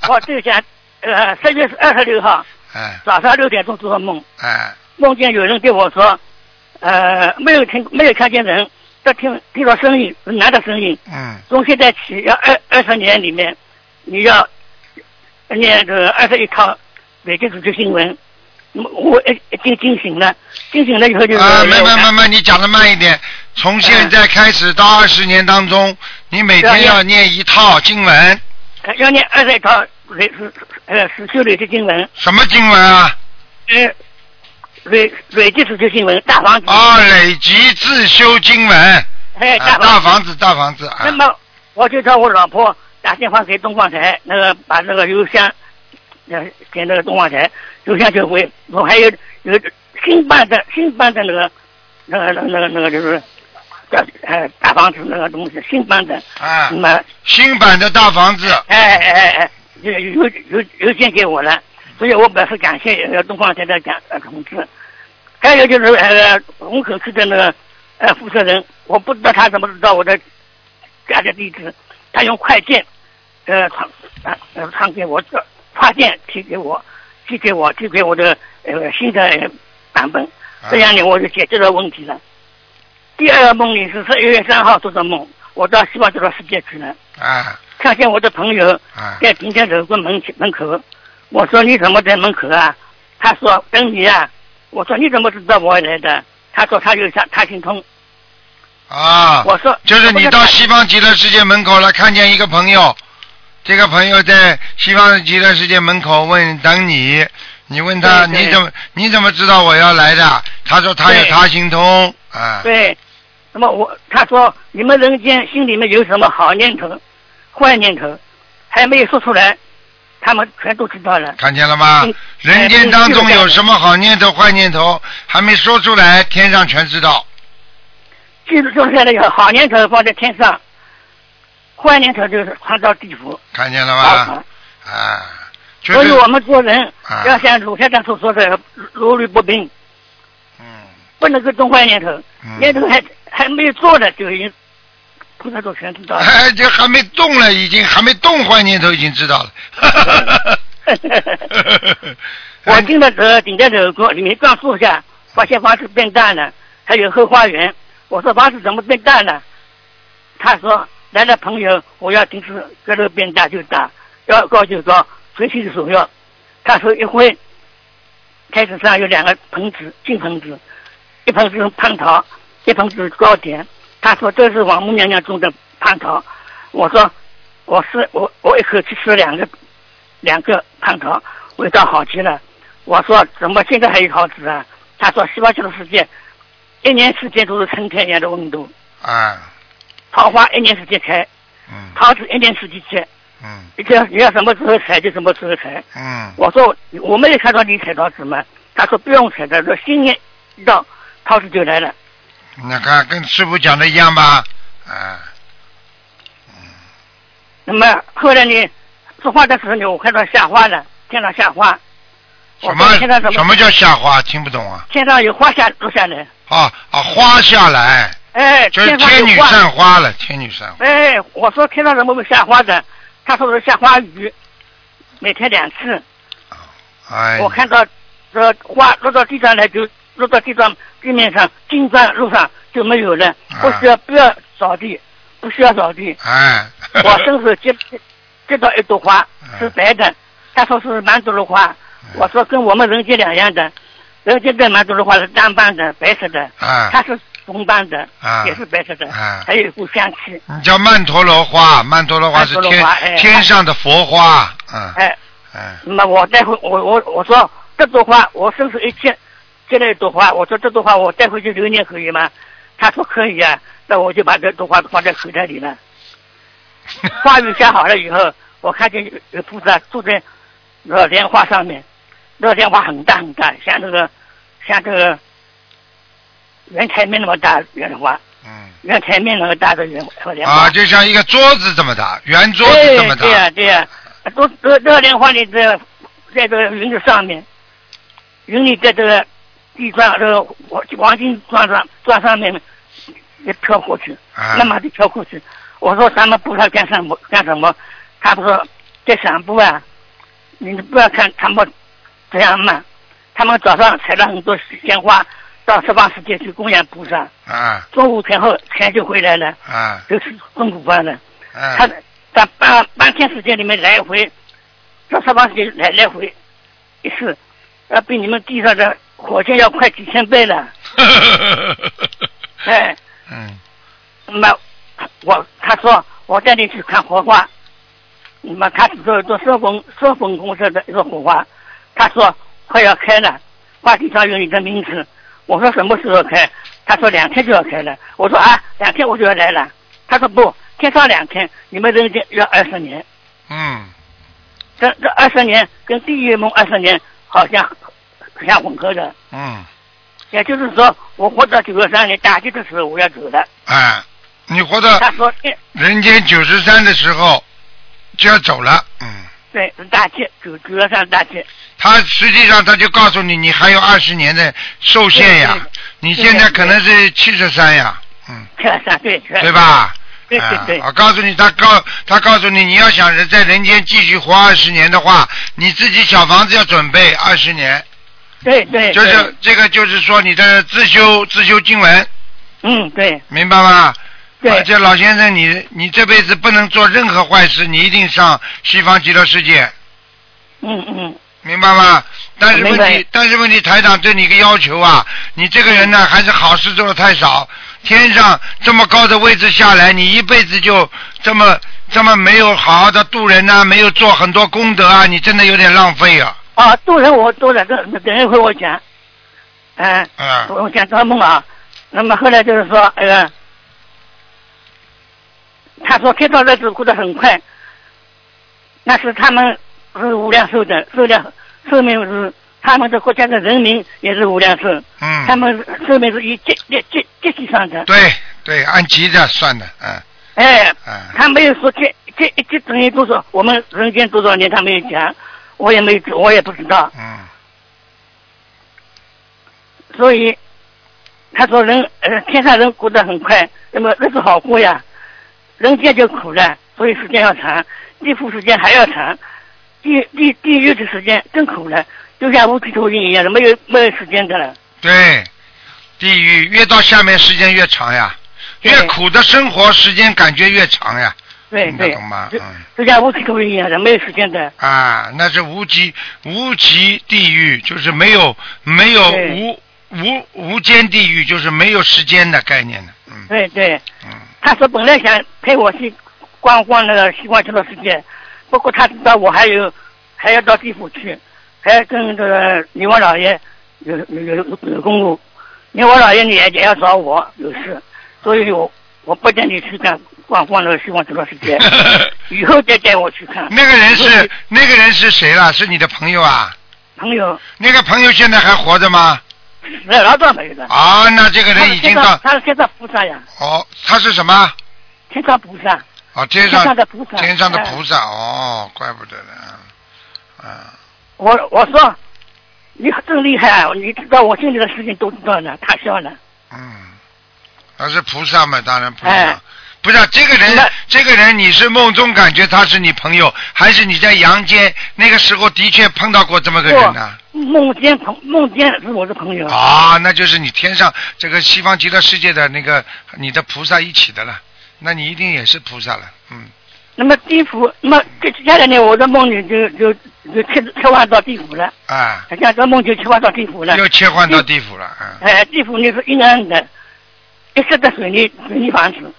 Speaker 4: 我就想，呃，三月二十六号
Speaker 2: 哎
Speaker 4: 早上六点钟做个梦，
Speaker 2: 哎
Speaker 4: 梦见有人对我说，呃，没有听没有看见人，但听听到声音，是男的声音。
Speaker 6: 啊
Speaker 2: 嗯
Speaker 4: 从现在起，要二二十年里面，你要念这二十一套北京主持新闻。我已已经惊醒了，惊醒了以后就是
Speaker 2: 啊，慢慢慢慢，你讲的慢一点。从现在开始到二十年当中，你每
Speaker 4: 啊
Speaker 2: 天要念一套经文，
Speaker 4: 呃要念二十一套雷是呃是修累的经文，
Speaker 2: 什么经文啊？
Speaker 4: 呃，累累计主持新闻大房子
Speaker 2: 啊，累积自修经文，
Speaker 4: 哎，
Speaker 2: 啊
Speaker 4: 大
Speaker 2: 大
Speaker 4: 房
Speaker 2: 房子大房子啊
Speaker 4: 那。么我就叫我老婆打电话给东方台，那个把那个邮箱，呃，给那个东方台邮箱就回。我还有有新办的新办的那个那个那个那个那个就是叫呃大房子那个东西新办的，
Speaker 2: 啊
Speaker 4: 那，么
Speaker 2: 新版的大房子，
Speaker 4: 哎哎哎哎，有有有邮件给我了，所以我表示感谢呃东方台的讲呃同志。还有就是呃虹口区的那个呃负责人，我不知道他怎么知道我的家的地址，他用快件呃传啊呃传给我，这发件寄给我，寄给我寄给我的呃新的呃版本，这样呢我就解决了问题了。第二个梦里是十一月三号做的梦，我到希望这个世界去了，
Speaker 2: 啊
Speaker 4: 看见我的朋友。
Speaker 2: 啊
Speaker 4: 在平天楼跟门前门口，我说你怎么在门口啊？他说等你啊。我说你怎么知道我来的？他说他有他他行通。
Speaker 2: 啊！
Speaker 4: 我说
Speaker 2: 就是你到
Speaker 4: 我说
Speaker 2: 西方极乐世界门口了，看见一个朋友，这个朋友在西方极乐世界门口问等你，你问他
Speaker 4: 对对
Speaker 2: 你怎么你怎么知道我要来的？他说他有
Speaker 4: 对
Speaker 2: 他行通啊，
Speaker 4: 对，那么我他说你们人间心里面有什么好念头、坏念头，还没有说出来，他们全都知道了。
Speaker 2: 看见了吗
Speaker 4: 嗯？
Speaker 2: 人间
Speaker 4: 嗯
Speaker 2: 当中
Speaker 4: 就是这样
Speaker 2: 有
Speaker 4: 的
Speaker 2: 什么好念头、坏念头，还没说出来，天上全知道。
Speaker 4: 记住就是那个好念头放在天上，坏念头就是传到地府。
Speaker 2: 看见了
Speaker 4: 啊
Speaker 2: 吗？啊，就
Speaker 4: 所以
Speaker 2: 是
Speaker 4: 我们做人
Speaker 2: 啊
Speaker 4: 要像鲁先生所说的如履不冰，
Speaker 2: 嗯
Speaker 4: 不能够动坏念头。念
Speaker 2: 嗯，
Speaker 4: 头还还没有做呢，就已经菩萨都全知道了。
Speaker 2: 哎，这还没动了，已经还没动，坏念头已经知道了。
Speaker 4: 我进了这顶在这过里面转树下，发现房子变大了，还有后花园。我说房子怎么变大了？他说来了朋友，我要停止这个变大就大，要高就高，随心所欲。他说一挥，开始上有两个盆子，金盆子，一盆是蟠桃，一盆是糕点。他说这是王母娘娘种的蟠桃。我说我是我我一口气吃了两个两个蟠桃，味道好极了。我说怎么现在还有桃子啊？他说西方极乐世界一年时间都是春天一样的温度，
Speaker 2: 啊，
Speaker 4: 桃花一年时间开，
Speaker 2: 嗯
Speaker 4: 桃子一年四季结，
Speaker 2: 嗯
Speaker 4: 你要你要什么时候采就什么时候采。
Speaker 2: 嗯
Speaker 4: 我说我没有看到你采桃子嘛，他说不用采的，说新年一到桃子就来了。
Speaker 2: 那看跟师傅讲的一样吧？啊，
Speaker 4: 那么后来呢，说话的时候呢，我看到夏花了，天上夏花，我
Speaker 2: 什
Speaker 4: 说
Speaker 2: 么
Speaker 4: 现在怎
Speaker 2: 什么叫下花？听不懂啊？
Speaker 4: 天上有花下落下来，
Speaker 2: 啊啊，花下来
Speaker 4: 哎，
Speaker 2: 就是
Speaker 4: 天上有
Speaker 2: 天女
Speaker 4: 花。
Speaker 2: 散花了，天女散花。
Speaker 4: 哎，我说天上怎么会下花的？他说是下花雨，每天两次。
Speaker 2: 哎，
Speaker 4: 我看到这花落到地上来就落到地上地面上，进站路上就没有了，
Speaker 2: 啊
Speaker 4: 不需要不要扫地，不需要 扫地。
Speaker 2: 哎，
Speaker 4: 我伸手接接到一朵花
Speaker 2: 嗯，
Speaker 4: 是白的，他说是满朵的花，我说跟我们人间两样的，人间的满朵的花是单瓣的，白色的，
Speaker 2: 啊
Speaker 4: 它是哎红瓣的
Speaker 2: 啊，
Speaker 4: 也是白色的，
Speaker 2: 啊
Speaker 4: 还有一股香气。
Speaker 2: 你叫曼陀罗花，曼陀罗花是
Speaker 4: 曼陀罗
Speaker 2: 天
Speaker 4: 花哎
Speaker 2: 天上的佛花，嗯
Speaker 4: 哎，
Speaker 2: 嗯
Speaker 4: 那么我带回我我我说这朵花，我伸手一接，接了一朵花，我说这朵花我带回去留念可以吗？他说可以啊，那我就把这朵花放在口袋里 了。花语下好了以后，我看见有有菩萨坐在那莲花上面，那莲花很大很大，像这个像这个圆台面那么大圆花，
Speaker 2: 嗯，
Speaker 4: 圆台面那么大的圆莲花。
Speaker 2: 啊，就像一个桌子这么大，圆桌子
Speaker 4: 对
Speaker 2: 这么大
Speaker 4: 哎对，呀、对呀、都都都莲花里在在这个云的上面，云里在这个地砖这个黄黄金砖上砖上面也飘过去，
Speaker 2: 啊
Speaker 4: 那么就飘过去。我说咱们菩萨干什么干什么？他不说在散步啊，你不要看他们这样慢，他们早上采了很多鲜花到十八世界去供养菩萨，
Speaker 2: 啊
Speaker 4: 中午前后钱就回来了，
Speaker 2: 啊
Speaker 4: 就吃中午饭了。他
Speaker 2: 啊
Speaker 4: 在半半天时间里面来回，这十八天来来回一次，要比你们地上的火箭要快几千倍了。哎，
Speaker 2: 嗯
Speaker 4: 那我他说我带你去看火花，那么他只说做社工社工公社的一个火花，他说快要开了，话题上有你的名字。我说什么时候开？他说两天就要开了。我说啊，两天我就要来了。他说不，天上两天，你们人间要二十年。
Speaker 2: 嗯，
Speaker 4: 这这二十年跟地狱梦二十年好像很像混合的，
Speaker 2: 嗯，
Speaker 4: 也就是说，我活到九十三年大吉的时候我要走了。
Speaker 2: 哎，你活到
Speaker 4: 他说，哎
Speaker 2: 人间九十三的时候就要走了，嗯，
Speaker 4: 对，大吉九九十三大吉，
Speaker 2: 他实际上他就告诉你，你还有二十年的受限
Speaker 4: 对
Speaker 2: 呀
Speaker 4: 对，
Speaker 2: 你现在可能是七十三呀，嗯，
Speaker 4: 七十三对，对
Speaker 2: 对？吧？
Speaker 4: 对对对
Speaker 2: 啊我告诉你，他告他告诉你，你要想着在人间继续活二十年的话，你自己小房子要准备二十年，
Speaker 4: 对对，
Speaker 2: 就
Speaker 4: 对
Speaker 2: 是这个就是说你的自修自修经文，
Speaker 4: 嗯对
Speaker 2: 明白吗？而
Speaker 4: 对
Speaker 2: 且老先生你，你这辈子不能做任何坏事，你一定上西方极乐世界，
Speaker 4: 嗯嗯
Speaker 2: 明白吗？但是问
Speaker 4: 明
Speaker 2: 题
Speaker 4: 白，
Speaker 2: 但是问题，台长对你一个要求啊，你这个人呢，还是好事做的太少。天上这么高的位置下来，你一辈子就这么这么没有好好的度人呐、没有做很多功德啊，你真的有点浪费啊。
Speaker 4: 啊，多人我多了，等等一会儿我讲，嗯、
Speaker 2: 嗯
Speaker 4: 我讲做梦啊，那么后来就是说，呃，他说天道日子过得很快，那是他们是无量寿的，寿量寿命是他们的国家的人民也是无量寿，他
Speaker 2: 嗯，
Speaker 4: 们寿命是以阶阶阶阶级上的，
Speaker 2: 对对，按级的算的，嗯
Speaker 4: 哎，
Speaker 2: 嗯
Speaker 4: 他没有说这这一阶等于多少，我们人间多少年他没有讲，我也没我也不知道，
Speaker 2: 嗯
Speaker 4: 所以他说人呃天上人过得很快，那么日子好过呀，人间就苦了，所以时间要长，地府时间还要长，地地地狱的时间更苦了，就像无期徒刑一样的，没有没有时间的了。
Speaker 2: 对，地狱越到下面时间越长呀，
Speaker 4: 对
Speaker 2: 越苦的生活时间感觉越长呀。
Speaker 4: 对
Speaker 2: 听得
Speaker 4: 对
Speaker 2: 懂吗，
Speaker 4: 就
Speaker 2: 嗯
Speaker 4: 就像无期徒刑一样的，没有时间的。
Speaker 2: 啊，那是无极无极地狱，就是没有没有
Speaker 4: 对
Speaker 2: 无无无间地狱，就是没有时间的概念的。嗯
Speaker 4: 对对，
Speaker 2: 嗯
Speaker 4: 他说本来想陪我去逛逛那个西方极乐世界，不过他知道我还有还要到地府去，还要跟这个牛王老爷有有有有有公务，牛王老爷也也要找我有 事，所以我我不带你去看逛逛那个西方极乐世 界，以后再带我去看。
Speaker 2: 那个人
Speaker 4: 我
Speaker 2: 是那个人是谁啦？是你的朋友啊？
Speaker 4: 朋友，
Speaker 2: 那个朋友现在还活着吗？
Speaker 4: 那老早没有了。
Speaker 2: 啊，那这个
Speaker 4: 他
Speaker 2: 人
Speaker 4: 是
Speaker 2: 已经
Speaker 4: 天
Speaker 2: 到
Speaker 4: 上，他是天上菩萨呀，
Speaker 2: 哦，他是什么？
Speaker 4: 天上菩萨，
Speaker 2: 哦，天
Speaker 4: 天
Speaker 2: 上
Speaker 4: 上的菩萨，
Speaker 2: 天上的
Speaker 4: 哎
Speaker 2: 菩萨哦，怪不得呢。啊，
Speaker 4: 我我说，你真厉害啊，你知道我心里
Speaker 2: 啊
Speaker 4: 的事情都知道了。他笑了，
Speaker 2: 嗯，他是菩萨嘛，当然菩萨。
Speaker 4: 哎
Speaker 2: 不是这个人
Speaker 4: 那，
Speaker 2: 这个人你是梦中感觉他是你朋友，还是你在阳间那个时候的确碰到过这么个人呢、
Speaker 4: 不，梦见朋梦见是我的朋友，
Speaker 2: 啊，那就是你天上这个西方极乐世界的那个你的菩萨一起的了，那你一定也是菩萨了，嗯，
Speaker 4: 那么地府，那么这接下来呢，我的梦里就就就切切换到地府了，
Speaker 2: 啊，
Speaker 4: 这样这梦就切换到地府了。
Speaker 2: 又切换到地府了，啊
Speaker 4: 哎，地府呢是阴暗的，一直的水泥水泥房子，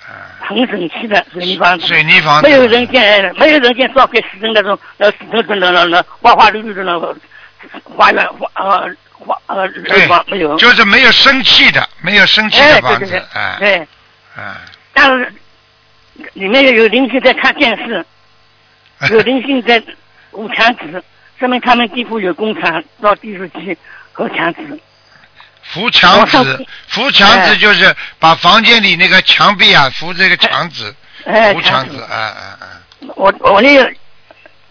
Speaker 2: 啊，
Speaker 4: 很整齐的水泥房子，
Speaker 2: 水泥房子，
Speaker 4: 没有人见，没有人见照片，石头那种，那石头的那那那花花绿绿的那个花园花呃花呃
Speaker 2: 对
Speaker 4: 绿房没有。
Speaker 2: 就是没有生气的，没有生气的
Speaker 4: 哎，对
Speaker 2: 房
Speaker 4: 对
Speaker 2: 子
Speaker 4: 对，，
Speaker 2: 啊
Speaker 4: 对，
Speaker 2: 啊，
Speaker 4: 但是里面有灵性在看电 视，有灵性在舞墙纸，说明他们地府有工厂造地府机和墙纸。
Speaker 2: 扶墙
Speaker 4: 我上
Speaker 2: 纸
Speaker 4: 次，
Speaker 2: 扶墙纸
Speaker 4: 哎
Speaker 2: 就是把房间里那个墙壁啊扶这个墙纸，
Speaker 4: 哎，
Speaker 2: 扶
Speaker 4: 墙
Speaker 2: 墙纸，啊啊
Speaker 4: 我我那个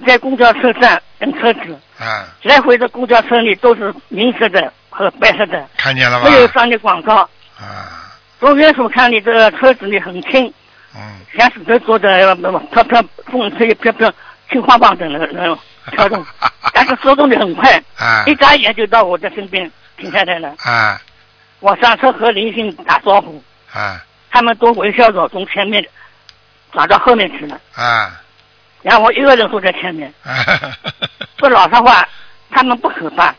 Speaker 4: 在公交车站等车子，
Speaker 2: 啊啊，
Speaker 4: 来回的公交车里都是银色的和白色的，
Speaker 2: 看见了
Speaker 4: 没有
Speaker 2: 吧？
Speaker 4: 商业广告。
Speaker 2: 啊，
Speaker 4: 从远处看，你这个车子里很轻，
Speaker 2: 嗯，
Speaker 4: 像石头做的，那么飘飘风吹飘飘，轻晃晃的那那种 飘动，但是速度也很快，
Speaker 2: 啊
Speaker 4: 一眨眼就到我的身边停下来了。
Speaker 2: 啊
Speaker 4: 我上车和林星打招呼，
Speaker 2: 啊
Speaker 4: 他们都微笑着从前面转到后面去了，
Speaker 2: 啊
Speaker 4: 然后我一个人坐在前面。
Speaker 2: 啊，
Speaker 4: 说老实话，他们不可怕，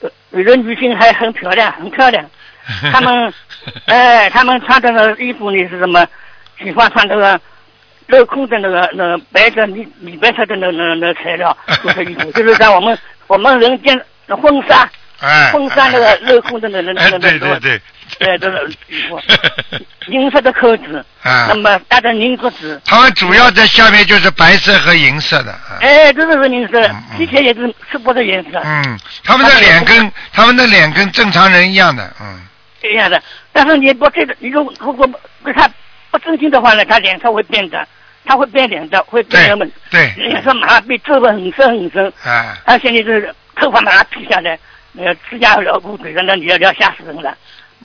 Speaker 4: 呃有有的女性还很漂亮，很漂亮。他们，哎，他们穿的那个衣服呢是什么？喜欢穿那个镂空的那个那个白的米米白色的那那那材 料做的衣服，就是像我们我们人间的婚纱，
Speaker 2: 哎，
Speaker 4: 婚纱那个镂空的那那那
Speaker 2: 哎
Speaker 4: 那
Speaker 2: 对
Speaker 4: 那
Speaker 2: 对
Speaker 4: 那
Speaker 2: 对，
Speaker 4: 哎这个衣服银色的扣子，
Speaker 2: 啊
Speaker 4: 那，么搭着银镯 子，
Speaker 2: 他们主要在下面就是白色和银色的，啊
Speaker 4: 哎，这都是银色
Speaker 2: 嗯，嗯
Speaker 4: 皮鞋也是赤膊的颜色，
Speaker 2: 嗯，他们的脸
Speaker 4: 哎
Speaker 2: 跟 他们的脸跟正常人一样的，嗯，
Speaker 4: 这样的。但是你不这个，你如如果对他不尊敬的话呢，他脸色会变的，他会变脸的，会变
Speaker 2: 对
Speaker 4: 人们。脸
Speaker 2: 对，
Speaker 4: 上马上被皱纹很深很深，
Speaker 2: 啊，
Speaker 4: 而且你这个头发马上披下来，呃，指甲要捂嘴，那你要要吓死人了。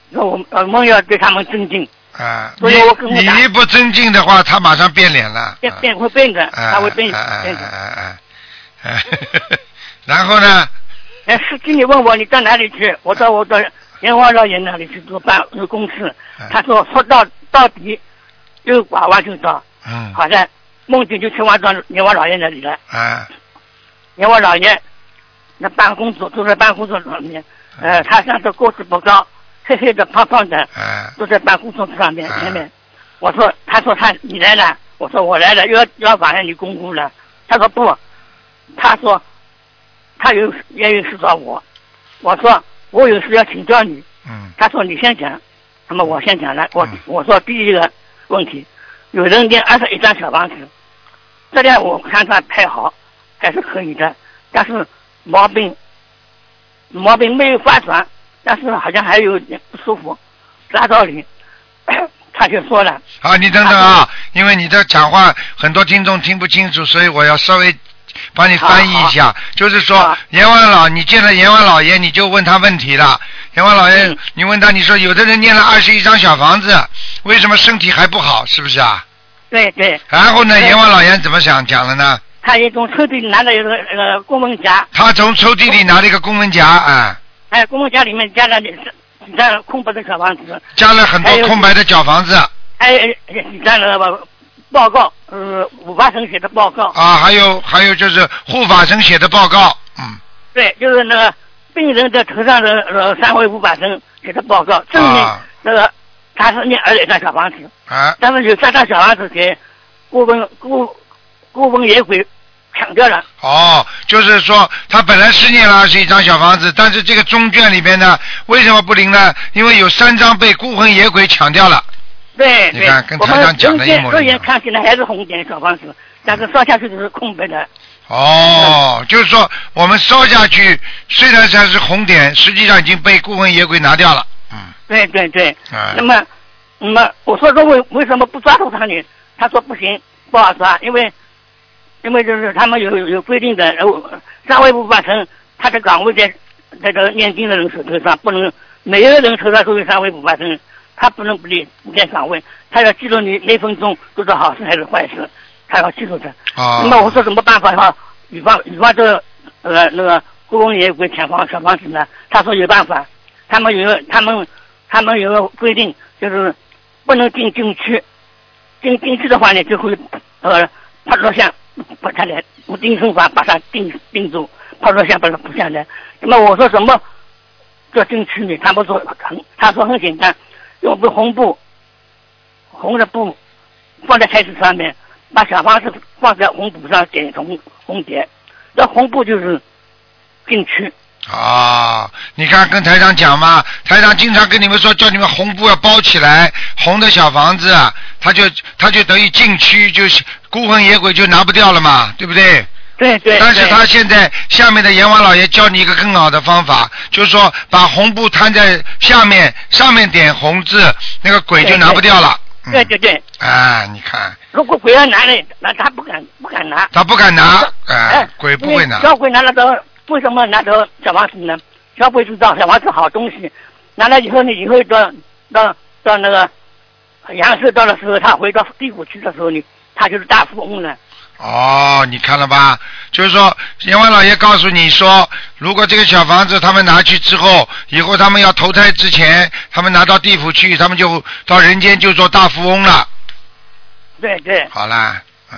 Speaker 4: 那我们我们要对他们尊敬，
Speaker 2: 啊，
Speaker 4: 所以我跟
Speaker 2: 你
Speaker 4: 我
Speaker 2: 你
Speaker 4: 打
Speaker 2: 一不尊敬的话，他马上变脸了，
Speaker 4: 变
Speaker 2: 啊
Speaker 4: 变会变的，
Speaker 2: 啊
Speaker 4: 他会变
Speaker 2: 啊啊
Speaker 4: 变
Speaker 2: 啊
Speaker 4: 的。
Speaker 2: 啊啊啊！然后呢？
Speaker 4: 哎，司机你问我你到哪里去？我到我到阎王老爷那里去做办做公事
Speaker 2: 嗯。
Speaker 4: 他说说到到底，有拐弯就到。
Speaker 2: 嗯
Speaker 4: 好的，梦境就切换到阎王老爷那里了。
Speaker 2: 啊
Speaker 4: 阎王老爷那办公桌坐在办公桌上面，
Speaker 2: 嗯
Speaker 4: 呃，他像这个子不高，黑黑的胖胖的，
Speaker 2: 啊
Speaker 4: 坐在办公桌上面
Speaker 2: 啊
Speaker 4: 前面。我说，他说他你来了，我说我来了，又要又要妨碍你公务了。他说不，他说他有也有事找我，我说我有事要请教你。
Speaker 2: 嗯
Speaker 4: 他说你先讲，那么我先讲了。我
Speaker 2: 嗯
Speaker 4: 我说第一个问题，有人念二十一张小房子，这辆我看他还好，还是可以的，但是毛病毛病没有发展，但是好像还有点不舒服。按道理，他就说了，
Speaker 2: 好，你等等啊，因为你的讲话很多听众听不清楚，所以我要稍微帮你翻译一下。就是说
Speaker 4: 好，
Speaker 2: 阎王老，你见了阎王老爷，你就问他问题了。阎王老爷，
Speaker 4: 嗯
Speaker 2: 你问他，你说有的人念了二十一张小房子，为什么身体还不好？是不是啊？
Speaker 4: 对对，
Speaker 2: 然后呢，
Speaker 4: 对
Speaker 2: 阎王老爷怎么想讲了呢？
Speaker 4: 他也从抽屉里拿了一个呃公文夹，
Speaker 2: 他从抽屉
Speaker 4: 哦
Speaker 2: 里拿了一个公文夹啊，
Speaker 4: 哎，公文夹里面加了几几张空白的小房子，
Speaker 2: 加了很
Speaker 4: 还
Speaker 2: 多
Speaker 4: 有
Speaker 2: 空白的小房子。
Speaker 4: 还有几张那个报告，呃，五八省写的报告。
Speaker 2: 啊，还有还有就是护法神写的报告，嗯，
Speaker 4: 对，就是那个病人的头上的呃三回五百针给他报告，证明
Speaker 2: 啊
Speaker 4: 那个他是念二十张小房子，
Speaker 2: 啊
Speaker 4: 但是有三张小房子给顾问顾顾问也给抢掉了。
Speaker 2: 哦，就是说他本来是念了二十一张小房子，但是这个中卷里边呢，为什么不灵呢？因为有三张被孤魂野鬼抢掉了。
Speaker 4: 对
Speaker 2: 你
Speaker 4: 对
Speaker 2: 看跟，
Speaker 4: 我
Speaker 2: 台
Speaker 4: 们
Speaker 2: 长讲的
Speaker 4: 人间
Speaker 2: 一模一样
Speaker 4: 虽然看起来还是红点小房子，但是烧下去就是空白的。
Speaker 2: 哦，就是说我们烧下去，虽然它是红点，实际上已经被孤魂野鬼拿掉了。嗯，
Speaker 4: 对对对，
Speaker 2: 哎
Speaker 4: 那么那么我说这为为什么不抓住他呢？他说不行，不好抓，因为因为就是他们有有有规定的，然后上位部法成他的岗位在在这个念经的人手头上，不能每一个人手上都有上位部法成，他不能不理你在岗位，他要记住你每分钟做的好事还是坏事，他要记住的。
Speaker 2: 啊
Speaker 4: 那，么我说什么办法的话，女方女方这个呃那个故宫也给抢房小房子呢？他说有办法，他们有个他们他们有个规定，就是不能进禁区，进禁区的话呢就会呃拍照相把他来不定身法把他定定住，拍照相把他捕下来。那么我说什么这禁区里他们说很他说很简单，用不红布红的布放在台子上面，把小房子放在红布上点红红点，这红布就是禁区。
Speaker 2: 啊，你看跟台长讲嘛，台长经常跟你们说，叫你们红布要包起来，红的小房子，啊他就他就等于禁区，就是孤魂野鬼就拿不掉了嘛，对不对？
Speaker 4: 对对。
Speaker 2: 但是
Speaker 4: 对
Speaker 2: 他现在下面的阎王老爷教你一个更好的方法，就是说把红布摊在下面，上面点红字，那个鬼就
Speaker 4: 对
Speaker 2: 拿不掉了。
Speaker 4: 对
Speaker 2: 嗯
Speaker 4: 对对，
Speaker 2: 啊，你看，
Speaker 4: 如果鬼要拿呢，那他不敢不敢拿。
Speaker 2: 他不敢拿，
Speaker 4: 嗯
Speaker 2: 哎，鬼不会拿
Speaker 4: 因为。小鬼拿了之后，为什么拿走小房子呢？小鬼知道小房子好东西，拿了以后呢，以后到到到那个阳世到的时候，他回到地府去的时候呢，他就是大富翁了。
Speaker 2: 哦，你看了吧？就是说，阎王老爷告诉你说，如果这个小房子他们拿去之后，以后他们要投胎之前，他们拿到地府去，他们就到人间就做大富翁了。
Speaker 4: 对对，
Speaker 2: 好啦，嗯，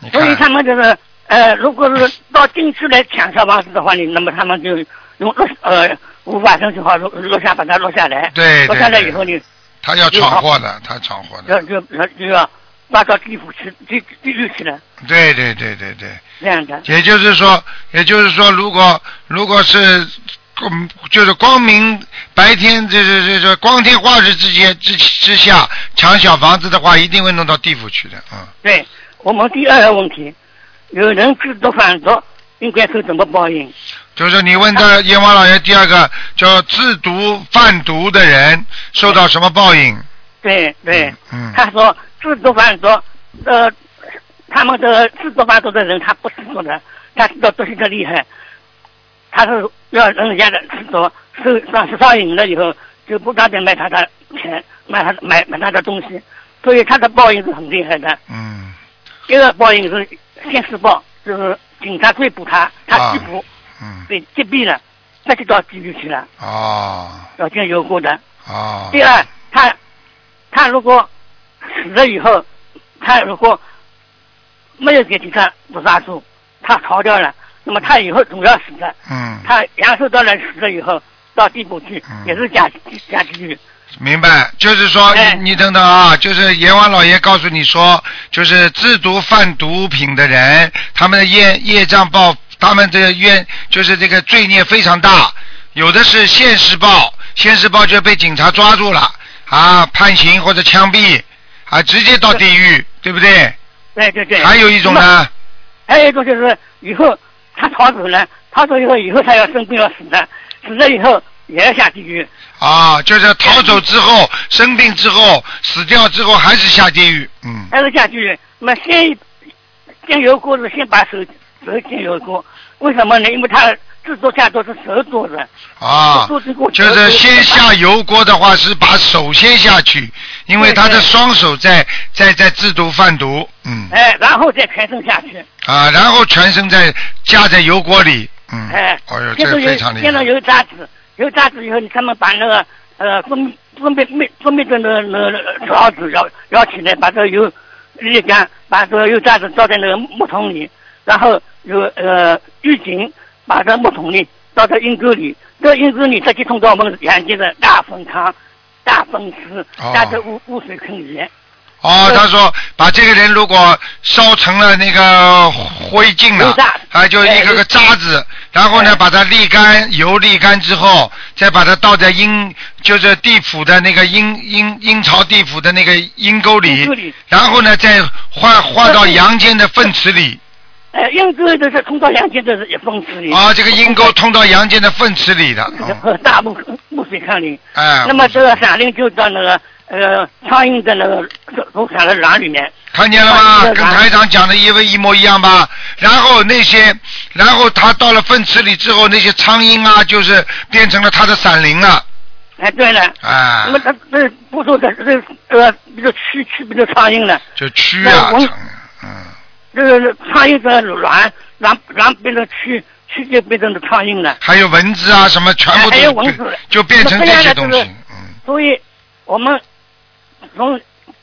Speaker 2: 你
Speaker 4: 所以他
Speaker 2: 看，
Speaker 4: 们就是呃，如果是到禁区来抢小房子的话呢，那么他们就用落呃无法生就好落落下把它落下来，
Speaker 2: 对
Speaker 4: 落下来以
Speaker 2: 对
Speaker 4: 后
Speaker 2: 对，
Speaker 4: 呢，
Speaker 2: 他要闯祸的，他闯祸
Speaker 4: 就
Speaker 2: 的，
Speaker 4: 就就就要抓到地府去地地狱去了，
Speaker 2: 对对对对对。
Speaker 4: 这样的。
Speaker 2: 也就是说，也就是说，如果如果是嗯，就是光明白天，这这这这光天化日之间之之下抢小房子的话，一定会弄到地府去的，嗯。
Speaker 4: 对我们第二个问题，有人制作犯错，应该受怎么报应？
Speaker 2: 就是你问的阎王老爷第二个叫制毒贩毒的人受到什么报应？
Speaker 4: 对对，
Speaker 2: 嗯，嗯
Speaker 4: 他说制作犯错，呃，他们的制作犯错的人他不制作的，他知道东西的厉害，他是要人家的制作受上上瘾了以后，就不断的卖他的钱，卖他买买他的东西，所以他的报应是很厉害的。
Speaker 2: 嗯，
Speaker 4: 第二个报应是现世报，就是警察追捕他，他
Speaker 2: 啊
Speaker 4: 缉捕
Speaker 2: 嗯，
Speaker 4: 被击毙了，那就到地狱去了。
Speaker 2: 哦，
Speaker 4: 要经有过的。
Speaker 2: 哦，
Speaker 4: 第二，他他如果死了以后，他如果没有给警察捕杀住，他逃掉了，那么他以后总要死的。
Speaker 2: 嗯，
Speaker 4: 他阳寿到了死了以后，到地府去
Speaker 2: 嗯
Speaker 4: 也是假假地狱。
Speaker 2: 明白，就是说
Speaker 4: 哎
Speaker 2: 你你等等啊，就是阎王老爷告诉你说，就是制毒贩毒品的人，他们的业业障报，他们的冤就是这个罪孽非常大，有的是现世报，现世报就被警察抓住了啊，判刑或者枪毙啊，直接到地狱，对不对？
Speaker 4: 对哎对对。
Speaker 2: 还有一种
Speaker 4: 那么？
Speaker 2: 呢，
Speaker 4: 还有一种就是以后他逃走了，逃走以后以后他要生病要死的，死了以后也要下地狱。
Speaker 2: 啊，就是逃走之后、生病之后、死掉之后还是下地狱，嗯，
Speaker 4: 还是下去，那么先先油锅是先把手手先油锅，为什么呢？因为他制作下都是手做的，
Speaker 2: 啊，
Speaker 4: 做这个
Speaker 2: 就是先下油锅的话，是把手先下去，因为他的
Speaker 4: 对对
Speaker 2: 双手在在在制毒贩毒，嗯
Speaker 4: 哎，然后再全身下去，
Speaker 2: 啊，然后全身在夹在油锅里，嗯，
Speaker 4: 哎，
Speaker 2: 哦呦，这
Speaker 4: 先
Speaker 2: 个
Speaker 4: 弄油
Speaker 2: 非常厉
Speaker 4: 先弄
Speaker 2: 害，
Speaker 4: 油渣子，油渣子以后，他们把那个呃分泌分泌泌分泌的那那那草纸摇摇起来，把这个油沥干，把这个油渣子倒在那个木桶里，然后有呃预警把这木桶里倒到阴沟里，这个阴沟里再去冲到我们阳间的大粪坑、大粪池、
Speaker 2: 哦
Speaker 4: 大的污污水坑里。
Speaker 2: 哦，他说把这个人如果烧成了那个灰烬了
Speaker 4: 油渣，
Speaker 2: 啊，就一
Speaker 4: 哎
Speaker 2: 个个渣子，然后呢，
Speaker 4: 哎
Speaker 2: 把它沥干，油沥干之后，再把它倒在阴，就是地府的那个阴阴阴曹地府的那个阴沟
Speaker 4: 阴沟里
Speaker 2: 然后呢，再换换到阳间的粪池里
Speaker 4: 哎，阴沟就是冲到阳间的粪池里。
Speaker 2: 啊，这个阴沟通到阳间的粪池里的，嗯
Speaker 4: 和大木木水坑里。
Speaker 2: 哎，
Speaker 4: 那么这个闪灵就到那个呃苍蝇的那个农场的卵里面。
Speaker 2: 看见了吗？跟台长讲的一为一模一样吧。然后那些，然后他到了粪池里之后，那些苍蝇啊，就是变成了他的闪灵了。
Speaker 4: 哎，对了，
Speaker 2: 啊
Speaker 4: 那，么他这不说这这呃，这个蛆蛆不就苍蝇了？
Speaker 2: 就蛆啊，
Speaker 4: 那我
Speaker 2: 成嗯，
Speaker 4: 这个苍蝇的卵卵卵变成蛆，蛆就变成了苍蝇了。
Speaker 2: 还有蚊子啊什么，全部
Speaker 4: 哎还有
Speaker 2: 都
Speaker 4: 蚊
Speaker 2: 就
Speaker 4: 子
Speaker 2: 就变成这些东
Speaker 4: 那这
Speaker 2: 西
Speaker 4: 样的，
Speaker 2: 嗯，
Speaker 4: 所以我们从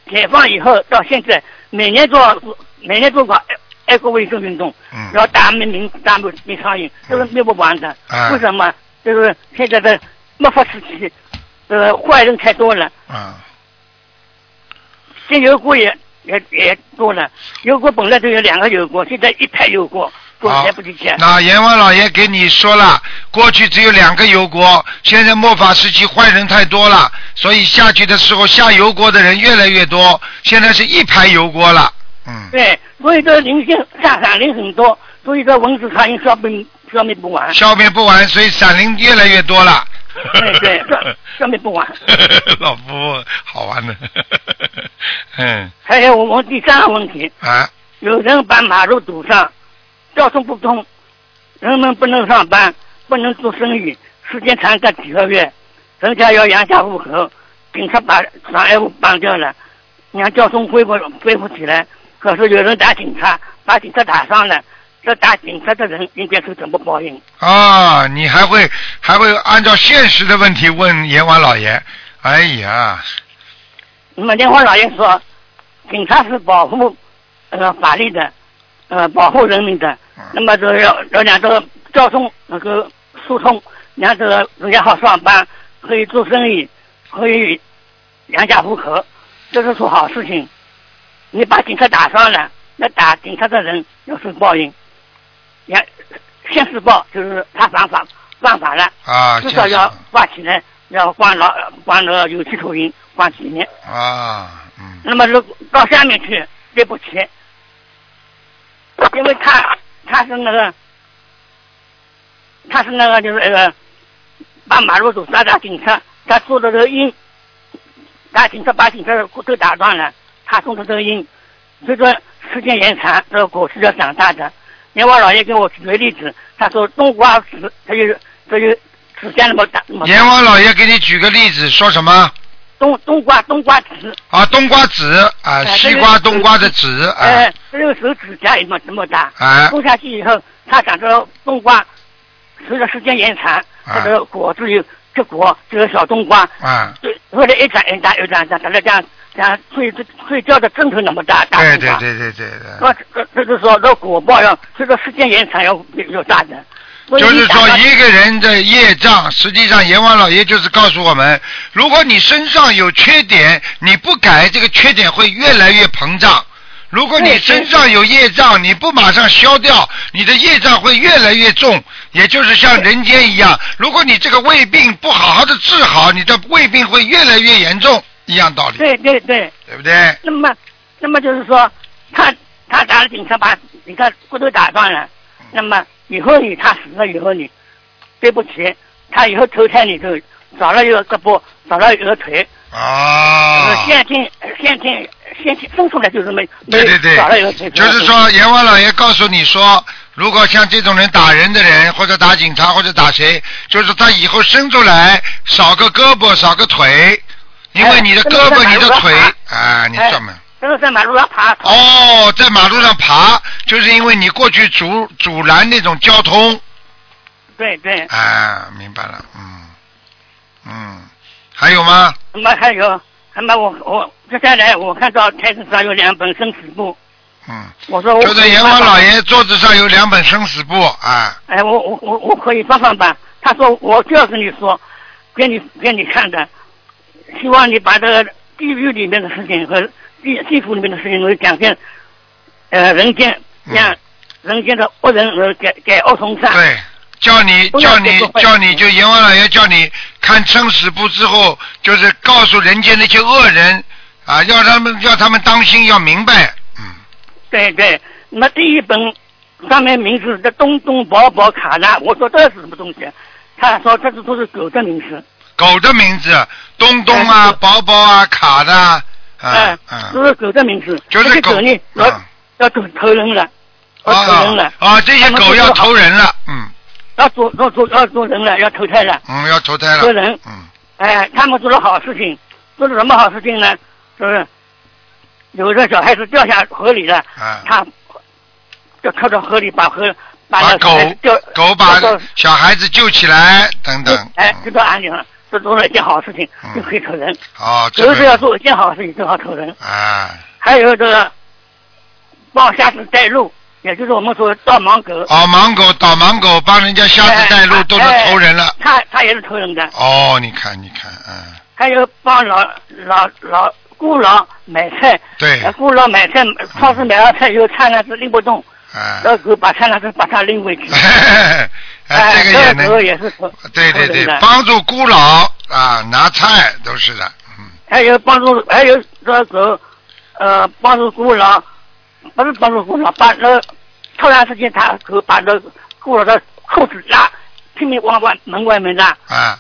Speaker 4: 解放以后到现在，每年做每年做个爱爱国卫生运动，
Speaker 2: 嗯
Speaker 4: 然后打灭民打灭灭苍蝇，这个灭不完的。
Speaker 2: 啊
Speaker 4: 为什么？就是现在的末法时期，呃，坏人太多了，
Speaker 2: 啊，
Speaker 4: 这油锅也也也多了。油锅本来就有两个油锅，现在一排油锅，都
Speaker 2: 好
Speaker 4: 来不及钱。
Speaker 2: 那阎王老爷给你说了，过去只有两个油锅，现在末法时期坏人太多了，所以下去的时候下油锅的人越来越多，现在是一排油锅了，嗯，
Speaker 4: 对，所以说灵性下闪灵很多，所以说蚊子苍蝇消灭消灭不完。
Speaker 2: 消灭不完，所以闪灵越来越多了。
Speaker 4: 对 对，消消灭不完。
Speaker 2: 老夫妇好玩的， 嗯
Speaker 4: 还有我们第三个问题，
Speaker 2: 啊，
Speaker 4: 有人把马路堵上，交通不通，人们不能上班，不能做生意，时间长达几个月，人家要养家糊口，警察把障碍物绑掉了，让交通恢复恢复起来。可是有人打警察，把警察打伤了，这打警察的人应该是怎么报应？
Speaker 2: 啊，你还会还会按照现实的问题问阎王老爷？哎呀，
Speaker 4: 那么莲花老爷说，警察是保护呃法律的，呃保护人民的
Speaker 2: 嗯。
Speaker 4: 那么这要要两个交通能够疏通，两个人家好上班，可以做生意，可以养家糊口，这是做好事情。你把警察打伤了，那打警察的人要受报应，也现世报就是他犯法犯法了，
Speaker 2: 啊，
Speaker 4: 至
Speaker 2: 这
Speaker 4: 少要
Speaker 2: 样
Speaker 4: 关起来，要关牢关了有期徒刑，关几年。
Speaker 2: 啊，嗯，
Speaker 4: 那么如果到下面去，对不起，因为他他是那个，他是那个就是那个，把马路堵塞打警察，他做的这个因，打警察把警察的都打断了，他做的这个因，所以说时间延长，这个果实要长大的。阎王老爷给我举个例子，他说冬瓜子，他就是他就指甲那么大，那么大
Speaker 2: 阎王老爷给你举个例子，说什么？
Speaker 4: 冬冬瓜冬瓜子，
Speaker 2: 啊，冬瓜籽啊，
Speaker 4: 哎
Speaker 2: 西
Speaker 4: 这个
Speaker 2: 瓜冬瓜的籽
Speaker 4: 哎、
Speaker 2: 啊，
Speaker 4: 这个手指甲也没这么大。
Speaker 2: 啊
Speaker 4: 种下去以后，它长着冬瓜，随着时间延长，它的果子有结果，这个小冬瓜，
Speaker 2: 啊，
Speaker 4: 对，后来一长一长一长，长长到这样，长睡睡觉的枕头那么大，大
Speaker 2: 对
Speaker 4: 冬
Speaker 2: 对
Speaker 4: 瓜。
Speaker 2: 对对对
Speaker 4: 那
Speaker 2: 对，
Speaker 4: 这这就是说，这果报要随着时间延长要要大的。所以
Speaker 2: 就是
Speaker 4: 你打
Speaker 2: 说
Speaker 4: 到
Speaker 2: 一个人的业障，实际上阎王老爷就是告诉我们，如果你身上有缺点，你不改，这个缺点会越来越膨胀。如果你
Speaker 4: 对对
Speaker 2: 身上有业障，你不马上消掉，你的业障会越来越重，也就是像人间一样。如果你这个胃病不好好的治好，你的胃病会越来越严重，一样道理，
Speaker 4: 对对对。
Speaker 2: 对不对？
Speaker 4: 那么，那么就是说，他他打了警察，把警察骨头打断了。那么以后你他死了以后你，对不起，他以后投胎你就少了一个胳膊，少了一个腿，
Speaker 2: 啊
Speaker 4: 呃，先天先天先天生出来就是没没
Speaker 2: 对对
Speaker 4: 少了一个
Speaker 2: 对
Speaker 4: 腿，，
Speaker 2: 就是说阎王老爷告诉你说，如果像这种人打人的人，或者打警察，或者打谁，就是他以后生出来少个胳膊少个腿，因为
Speaker 4: 哎
Speaker 2: 你的
Speaker 4: 这
Speaker 2: 胳
Speaker 4: 么
Speaker 2: 膊
Speaker 4: 在
Speaker 2: 你的
Speaker 4: 马路上
Speaker 2: 腿
Speaker 4: 爬
Speaker 2: 啊，你
Speaker 4: 哎
Speaker 2: 专门。
Speaker 4: 这个在马路上爬，
Speaker 2: 哦，在马路上爬，就是因为你过去阻阻拦那种交通
Speaker 4: 对对。
Speaker 2: 啊，明白了，嗯嗯，还有吗？
Speaker 4: 那么还有，那么我我接下来我看到台子上有两本生死簿，
Speaker 2: 嗯，
Speaker 4: 我说我
Speaker 2: 就在阎王老爷桌子上有两本生死簿啊，
Speaker 4: 哎，我我我我可以帮帮吧。他说我就要跟你说，给你给你看的，希望你把这个地狱里面的事情和地地府里面的事情能讲给，呃，人间
Speaker 2: 嗯
Speaker 4: 让人间的恶人能给给恶从善。
Speaker 2: 对，叫你
Speaker 4: 不
Speaker 2: 叫
Speaker 4: 要
Speaker 2: 你
Speaker 4: 做坏事
Speaker 2: 叫你就阎王老爷叫你看生死簿之后，就是告诉人间那些恶人啊，要他们要他们当心，要明白，嗯，
Speaker 4: 对对，那么第一本上面名字的东东宝宝卡拉，我说这是什么东西？他说这是都是狗的名字，
Speaker 2: 狗的名字东东啊、
Speaker 4: 嗯
Speaker 2: 宝宝啊、卡的啊，
Speaker 4: 哎
Speaker 2: 啊，
Speaker 4: 都是狗的名字。
Speaker 2: 就
Speaker 4: 这
Speaker 2: 是
Speaker 4: 些
Speaker 2: 狗
Speaker 4: 狗呢，要
Speaker 2: 嗯
Speaker 4: 要投投人了，要投人
Speaker 2: 啊
Speaker 4: 了。
Speaker 2: 啊，这些
Speaker 4: 他们
Speaker 2: 狗
Speaker 4: 都
Speaker 2: 要
Speaker 4: 说好哦
Speaker 2: 投人了，嗯
Speaker 4: 要做要做要做人了，要投胎了。
Speaker 2: 嗯，要投胎
Speaker 4: 做
Speaker 2: 了，
Speaker 4: 人
Speaker 2: 嗯
Speaker 4: 哎，他们做了好事情，做了什么好事情呢？就是有的小孩子掉下河里了，
Speaker 2: 啊，
Speaker 4: 他就跳到河里把河把
Speaker 2: 把
Speaker 4: 那
Speaker 2: 狗
Speaker 4: 掉
Speaker 2: 狗把
Speaker 4: 掉到
Speaker 2: 小孩子救起来，等等。
Speaker 4: 哎，
Speaker 2: 嗯
Speaker 4: 这到安里了，这做了一件好事情
Speaker 2: 嗯
Speaker 4: 就可以投人。
Speaker 2: 哦，这
Speaker 4: 有的时候要
Speaker 2: 个
Speaker 4: 做一件好事情正好投人，
Speaker 2: 啊，
Speaker 4: 还有这个帮瞎子带路，也就是我们说导盲狗，
Speaker 2: 哦，盲狗导盲狗帮人家瞎子带路
Speaker 4: 哎
Speaker 2: 都是
Speaker 4: 哎
Speaker 2: 投人了。
Speaker 4: 他他也是投人的。
Speaker 2: 哦，你看，你看，嗯，
Speaker 4: 还有帮老老老孤老买菜，
Speaker 2: 对，
Speaker 4: 呃孤老买菜，超市买了菜以后，菜篮子拎不动，
Speaker 2: 啊，。
Speaker 4: 老狗把菜篮子把它拎回去
Speaker 2: 哎，这个也
Speaker 4: 时候
Speaker 2: 能，
Speaker 4: 也是投
Speaker 2: 对对
Speaker 4: 投人
Speaker 2: 对
Speaker 4: 的，
Speaker 2: 帮助孤老啊，拿菜都是的，嗯，
Speaker 4: 还有帮助，还有这狗，呃，帮助孤老，不是帮助孤老，把那呃突然之间他狗把那孤老的裤子拉，拼命往外门外面拉，
Speaker 2: 啊，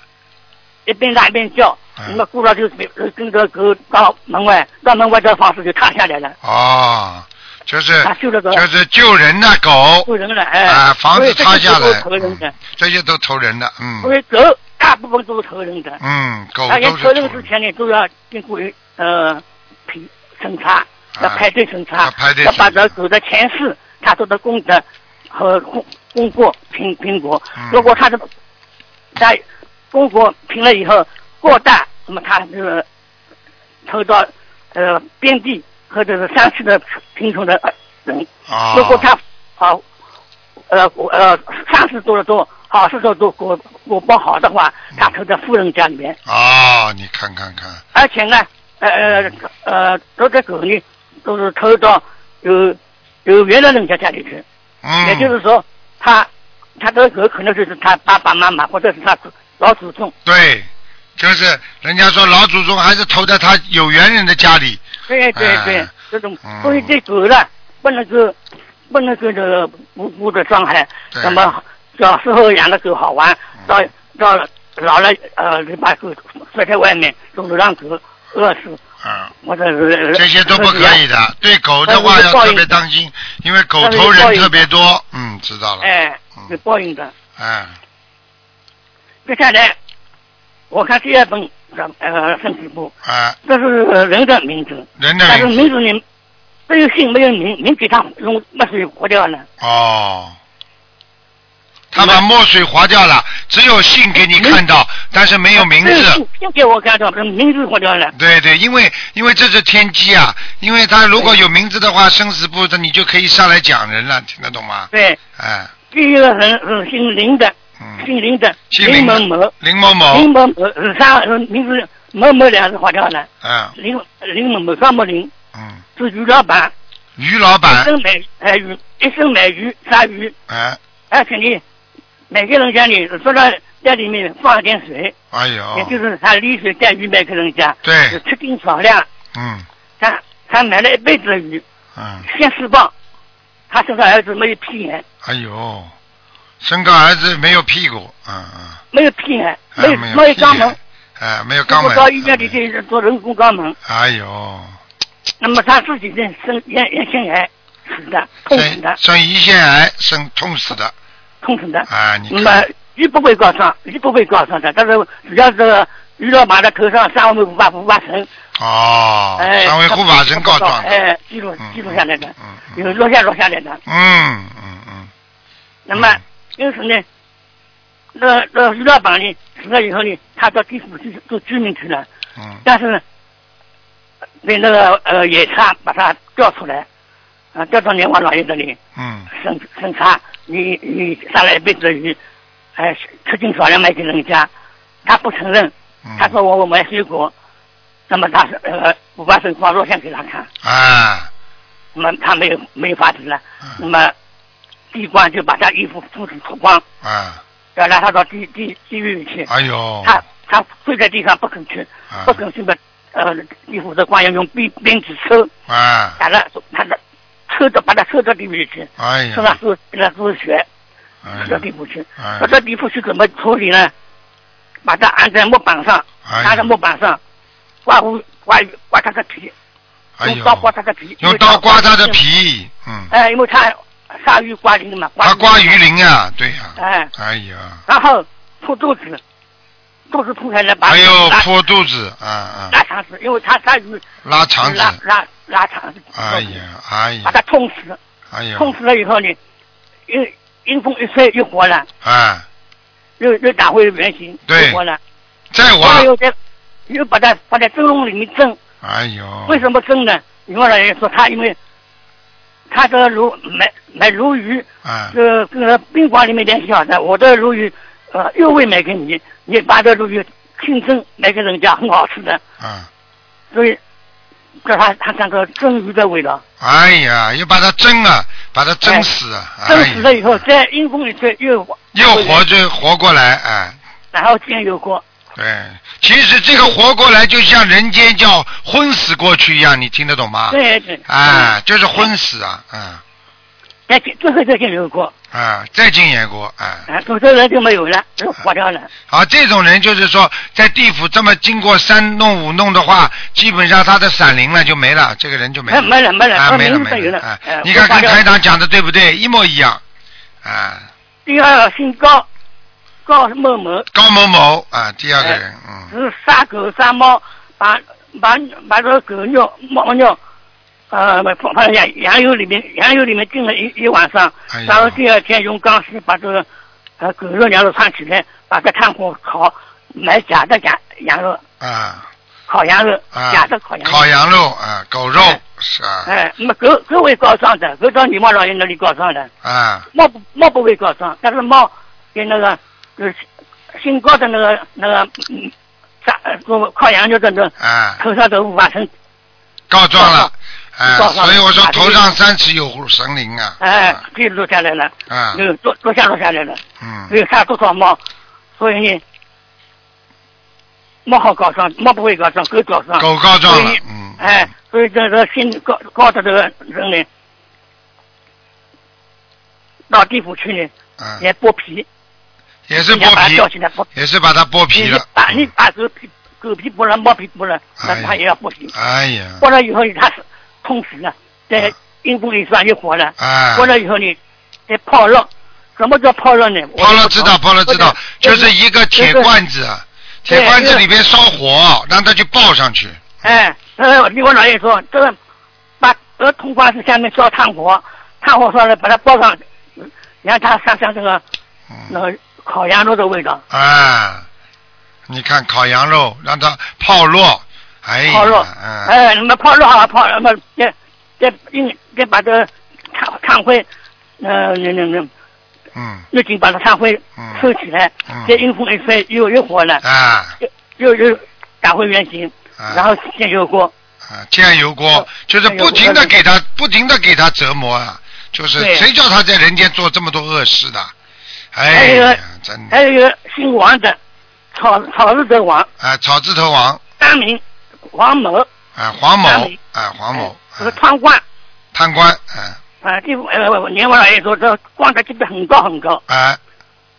Speaker 4: 一边拉一边叫，
Speaker 2: 嗯
Speaker 4: 那么孤老就呃跟着狗到门外，到门外的方式就躺下来了，
Speaker 2: 哦，就是
Speaker 4: 他救了啊个
Speaker 2: 就是救人的狗
Speaker 4: 救人了，哎，
Speaker 2: 啊，房
Speaker 4: 所
Speaker 2: 子
Speaker 4: 以这
Speaker 2: 塌
Speaker 4: 个
Speaker 2: 下
Speaker 4: 狗
Speaker 2: 来，
Speaker 4: 投人的
Speaker 2: 嗯，这些都投人的，嗯
Speaker 4: 所以狗大部分都是投人的，
Speaker 2: 嗯，狗
Speaker 4: 而且
Speaker 2: 都是
Speaker 4: 投人
Speaker 2: 投
Speaker 4: 之
Speaker 2: 人
Speaker 4: 前呢都要经过呃评审查。要
Speaker 2: 啊
Speaker 4: 排队审查，
Speaker 2: 要排队
Speaker 4: 要把
Speaker 2: 审查
Speaker 4: 这狗的前世、它做的功德和功功过评评估
Speaker 2: 嗯。
Speaker 4: 如果它的在功过评了以后过大，那么它就是投到呃边地或者是山区的贫穷的人。
Speaker 2: 哦，
Speaker 4: 如果它好呃呃善事做的多，好事做得多，果果报好的话，它
Speaker 2: 嗯
Speaker 4: 投到富人家里面。
Speaker 2: 哦，你看看看，
Speaker 4: 而且呢，呃呃呃，这只狗呢，都是投到有有缘的人家家里去，
Speaker 2: 嗯，
Speaker 4: 也就是说，他他这个狗可能就是他爸爸妈妈或者是他祖老祖宗，
Speaker 2: 对，就是人家说老祖宗还是投在他有缘人的家里，
Speaker 4: 对对
Speaker 2: 哎
Speaker 4: 对，这种
Speaker 2: 嗯，
Speaker 4: 所以对狗呢，不能够不能够这个无辜的伤害。
Speaker 2: 对嗯
Speaker 4: 那么小时候养的狗好玩，到到了老了呃，就把狗甩在外面，种流浪狗饿死，
Speaker 2: 嗯，
Speaker 4: 或者是
Speaker 2: 这些都不可以的。对狗的话要特别当心，因为狗头人特别多。嗯，知道了。
Speaker 4: 哎，有报应的。
Speaker 2: 哎，
Speaker 4: 接下来，我看第二本呃圣旨部，
Speaker 2: 哎，
Speaker 4: 这是人的名字，
Speaker 2: 人的
Speaker 4: 但是
Speaker 2: 名字
Speaker 4: 名字呢，没有姓没有名，名给他用墨水划掉了，
Speaker 2: 哦。他把墨水划掉了，只有姓
Speaker 4: 哎
Speaker 2: 给你看到，但是没有名
Speaker 4: 只
Speaker 2: 字
Speaker 4: 姓。姓给我看到，这名字划掉了。
Speaker 2: 对对，因为因为这是天机啊，因为他如果有名字的话，生死簿的你就可以上来讲人了，听得懂吗？
Speaker 4: 对，
Speaker 2: 哎，
Speaker 4: 第一个人是姓林的，
Speaker 2: 嗯，
Speaker 4: 姓林的，
Speaker 2: 姓
Speaker 4: 林
Speaker 2: 林
Speaker 4: 某
Speaker 2: 的
Speaker 4: 某，
Speaker 2: 林某
Speaker 4: 林
Speaker 2: 某，
Speaker 4: 某某，呃三呃名字某某两个字划掉了，
Speaker 2: 嗯
Speaker 4: 林林某某张某林
Speaker 2: 嗯，
Speaker 4: 是鱼老板，
Speaker 2: 于老
Speaker 4: 一
Speaker 2: 板，
Speaker 4: 生买哎鱼，一生买鱼杀鱼。
Speaker 2: 哎，
Speaker 4: 而且呢，每个人家里说到在里面放一点水，
Speaker 2: 哎
Speaker 4: 也就
Speaker 2: 呦，
Speaker 4: 是他沥水带鱼每个人家，
Speaker 2: 对，
Speaker 4: 吃定少量，
Speaker 2: 嗯
Speaker 4: 他他买了一辈子的鱼，
Speaker 2: 嗯，
Speaker 4: 先四磅，他生个儿子没有屁眼，
Speaker 2: 哎呦，生个儿子没有屁股，嗯嗯，
Speaker 4: 没有屁眼，
Speaker 2: 哎
Speaker 4: 没有
Speaker 2: 没
Speaker 4: 没有
Speaker 2: 有屁
Speaker 4: 肛门
Speaker 2: 眼，，哎，没有
Speaker 4: 结
Speaker 2: 肛
Speaker 4: 果
Speaker 2: 门，
Speaker 4: 到医院里去做人工肛门，
Speaker 2: 哎呦，
Speaker 4: 啊那么他自己呢生咽咽腺癌死的，痛死
Speaker 2: 生
Speaker 4: 的，
Speaker 2: 生胰腺癌，生痛死的，
Speaker 4: 痛死的。
Speaker 2: 啊，你
Speaker 4: 那么
Speaker 2: 看，
Speaker 4: 鱼不会告上，鱼不会告上的，但是只要是鱼老马的头上三位五八五八绳。
Speaker 2: 哦，
Speaker 4: 哎，
Speaker 2: 三维护法神告状的，
Speaker 4: 哎，记录
Speaker 2: 嗯
Speaker 4: 记录下来的，
Speaker 2: 嗯嗯
Speaker 4: 有落下落下来的。
Speaker 2: 嗯嗯嗯，
Speaker 4: 那么因此呢，那那于老板呢死了以后呢，他到地府去做居民去了，
Speaker 2: 嗯，
Speaker 4: 但是呢，被那个呃野差把他调出来，啊，调到阎王老爷这里
Speaker 2: 嗯
Speaker 4: 审审查，你你杀了一辈子的鱼，哎，吃尽少量卖给人家，他不承认，
Speaker 2: 嗯，
Speaker 4: 他说我我买水果，那么他是呃我把手放录像给他看。
Speaker 2: 啊，
Speaker 4: 那么他没有没有法子了，那
Speaker 2: 嗯
Speaker 4: 么地官就把他衣服裤子脱光，
Speaker 2: 啊，
Speaker 4: 要让他到地地地狱里去。
Speaker 2: 哎呦，
Speaker 4: 他他跪在地上不肯去，
Speaker 2: 啊
Speaker 4: 不肯去嘛，呃，地府的官员用鞭鞭子抽，
Speaker 2: 啊，
Speaker 4: 打了他的抽到把他抽到地狱里去，
Speaker 2: 哎
Speaker 4: 抽到
Speaker 2: 呀，
Speaker 4: 抽给他抽血，
Speaker 2: 哎
Speaker 4: 抽到
Speaker 2: 呀，
Speaker 4: 地府去，
Speaker 2: 哎
Speaker 4: 抽
Speaker 2: 呀，
Speaker 4: 到地府去怎么处理呢？把他按在木板上，
Speaker 2: 哎
Speaker 4: 按在木板上，刮胡刮刮他的皮，
Speaker 2: 哎
Speaker 4: 用
Speaker 2: 呦
Speaker 4: 刀刮他的皮，
Speaker 2: 用刀刮他的。皮，嗯，
Speaker 4: 哎，因为他杀鱼刮鳞的嘛，
Speaker 2: 他刮啊
Speaker 4: 鳞
Speaker 2: 鱼鳞啊，对呀、
Speaker 4: 哎，
Speaker 2: 哎呀，
Speaker 4: 然后吐肚子，都是通台来把
Speaker 2: 还有
Speaker 4: 拉
Speaker 2: 破肚子，啊啊，
Speaker 4: 拉肠子，因为他他鱼
Speaker 2: 拉肠子
Speaker 4: 拉，拉拉肠子，
Speaker 2: 哎呀，哎呀，
Speaker 4: 把他痛死，
Speaker 2: 哎呀，
Speaker 4: 痛死了以后呢，又阴风一吹又活了，
Speaker 2: 啊，
Speaker 4: 又又打回原形，
Speaker 2: 对
Speaker 4: 又活了，
Speaker 2: 再
Speaker 4: 活了
Speaker 2: 挖，
Speaker 4: 又再又把他把他蒸笼里面蒸，
Speaker 2: 哎呦，
Speaker 4: 为什么蒸呢？你后来人说他因为他这个鲈买买鲈鱼，
Speaker 2: 啊，
Speaker 4: 这个跟宾馆里面联系好的，我的鲈鱼呃又会买给你，你把这鲈鱼清蒸买给人家，很好吃的，
Speaker 2: 啊，
Speaker 4: 所以这他他讲个蒸鱼的味道，
Speaker 2: 哎呀，又把它蒸啊，把它蒸死啊，
Speaker 4: 蒸
Speaker 2: 哎呀
Speaker 4: 死了以后再阴风一吹又活
Speaker 2: 又活，着活过来，哎，
Speaker 4: 然后煎油锅，
Speaker 2: 对，其实这个活过来就像人间叫昏死过去一样，你听得懂吗？
Speaker 4: 对对，
Speaker 2: 啊，就是昏死啊，啊
Speaker 4: 再煎最后再煎油锅，
Speaker 2: 啊，再进也过啊。
Speaker 4: 啊，否则人就没有了，
Speaker 2: 哎
Speaker 4: 人活掉了，
Speaker 2: 好，这种人就是说，在地府这么经过三弄五弄的话，基本上他的闪灵了就没了，这个人就没了，
Speaker 4: 哎没了没了
Speaker 2: 啊
Speaker 4: 他
Speaker 2: 没了
Speaker 4: 名字
Speaker 2: 没
Speaker 4: 有
Speaker 2: 了，
Speaker 4: 了
Speaker 2: 啊
Speaker 4: 哎
Speaker 2: 你看
Speaker 4: 我发
Speaker 2: 跟
Speaker 4: 现
Speaker 2: 台长讲的对不对？一模一样，啊，
Speaker 4: 第二姓高，高某某。
Speaker 2: 高某某啊，第二个人，嗯，
Speaker 4: 是杀狗杀猫，把把把这个狗尿猫尿，呃，把放到羊羊油里面，羊油里面浸了一一晚上，
Speaker 2: 哎呦
Speaker 4: 然后第二天用钢丝把这个呃狗肉羊肉串起来，把这炭火烤，买假的假羊肉，
Speaker 2: 啊
Speaker 4: 烤羊肉，
Speaker 2: 啊，
Speaker 4: 假的烤羊肉。
Speaker 2: 烤羊肉啊，狗肉
Speaker 4: 哎
Speaker 2: 是啊
Speaker 4: 哎，那么狗狗会高尚的，狗到你猫老爷那里高尚的，
Speaker 2: 啊，
Speaker 4: 猫不猫不会高尚，但是猫跟那个就是姓高的那个那个嗯，炸呃烤羊肉的那个
Speaker 2: 啊，
Speaker 4: 头上都发生
Speaker 2: 告状了
Speaker 4: 告，
Speaker 2: 啊，
Speaker 4: 告状
Speaker 2: 所以我说
Speaker 4: 打这个
Speaker 2: 头上三尺有神灵啊，
Speaker 4: 哎，就落下来了，
Speaker 2: 啊，
Speaker 4: 就落落下落下来了，没
Speaker 2: 嗯，
Speaker 4: 有杀多少猫，所以呢，猫好搞上，猫不会搞上，狗搞上，
Speaker 2: 狗告状了
Speaker 4: 所以，
Speaker 2: 嗯，
Speaker 4: 哎，所以这个心高高的这个人呢，到地府去呢，
Speaker 2: 嗯，
Speaker 4: 也剥皮，
Speaker 2: 也是
Speaker 4: 人家把
Speaker 2: 剥
Speaker 4: 它
Speaker 2: 皮
Speaker 4: 叫，起来剥，
Speaker 2: 也是把它剥皮
Speaker 4: 你
Speaker 2: 了，
Speaker 4: 把你把狗皮狗皮剥了，猫皮剥了，那
Speaker 2: 哎呀
Speaker 4: 它也要剥皮，
Speaker 2: 哎呀，
Speaker 4: 剥了以后呢，它是痛死了，在
Speaker 2: 啊
Speaker 4: 阴部里算又活了。
Speaker 2: 哎，
Speaker 4: 过了以后呢，再泡肉。什么叫泡肉呢？
Speaker 2: 抛了知道，抛
Speaker 4: 泡
Speaker 2: 了知道，就是一个铁罐子，啊
Speaker 4: 对
Speaker 2: 铁罐子
Speaker 4: 对
Speaker 2: 里边烧火，让它去爆上去。
Speaker 4: 哎，呃，另外老爷说，这个把这个铜罐子下面烧炭火，炭火烧了，把它包上，让它上上这个那
Speaker 2: 嗯，
Speaker 4: 个烤羊肉的味道。
Speaker 2: 啊，你看烤羊肉，让它泡落，哎呀，
Speaker 4: 泡肉
Speaker 2: 嗯，
Speaker 4: 哎，那么泡肉好了，泡那么再再用再把这个炭炭灰，呃，那那那
Speaker 2: 嗯
Speaker 4: 热紧把这炭灰
Speaker 2: 嗯
Speaker 4: 收起来，再
Speaker 2: 嗯，
Speaker 4: 阴风一吹，又又火了，
Speaker 2: 啊
Speaker 4: 又又打回原形，
Speaker 2: 啊
Speaker 4: 然后煎油锅。
Speaker 2: 啊，酱油锅就是不停的给他，不停的给他折磨啊，就是
Speaker 4: 对
Speaker 2: 谁叫他在人间做这么多恶事的？
Speaker 4: 还
Speaker 2: 哎
Speaker 4: 有一
Speaker 2: 呀
Speaker 4: 个，
Speaker 2: 真的
Speaker 4: 还有一个姓王的，草草字头王，
Speaker 2: 啊，草字头王
Speaker 4: 单名王某，
Speaker 2: 啊，黄
Speaker 4: 张
Speaker 2: 某
Speaker 4: 伟
Speaker 2: 啊，黄某
Speaker 4: 这个
Speaker 2: 啊
Speaker 4: 贪官，
Speaker 2: 贪官啊
Speaker 4: 啊，地方呃，年王老爷说这官的级别很高很高，
Speaker 2: 啊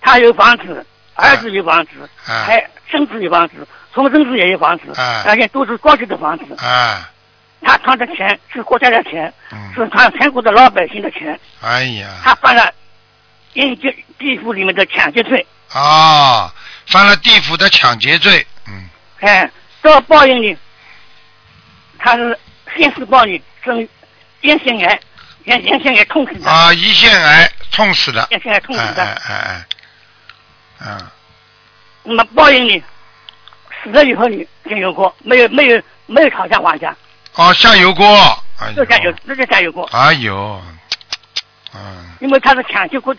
Speaker 4: 他有房子，儿子有房子，
Speaker 2: 啊
Speaker 4: 还孙子有房子，重孙子也有房子，
Speaker 2: 啊
Speaker 4: 而且都是高级的房子，
Speaker 2: 啊，
Speaker 4: 他贪的钱是国家的钱，
Speaker 2: 嗯。
Speaker 4: 是贪全国的老百姓的钱，
Speaker 2: 哎呀，
Speaker 4: 他犯了应届地府里面的抢劫罪，
Speaker 2: 啊、犯了地府的抢劫罪，嗯，
Speaker 4: 哎，这个报应呢，他是先是报应生咽腺癌，咽咽腺癌痛死的，
Speaker 2: 啊，胰腺癌痛死的，
Speaker 4: 咽嗯腺癌痛
Speaker 2: 哎
Speaker 4: 死的。
Speaker 2: 哎哎哎，啊，
Speaker 4: 那么报应呢，死了以后呢，酱油锅没有没有没有炒下还价，
Speaker 2: 哦，下油锅，哎
Speaker 4: 就
Speaker 2: 呦，
Speaker 4: 酱油，那就酱油锅，
Speaker 2: 哎呦，嗯，
Speaker 4: 因为他是抢劫国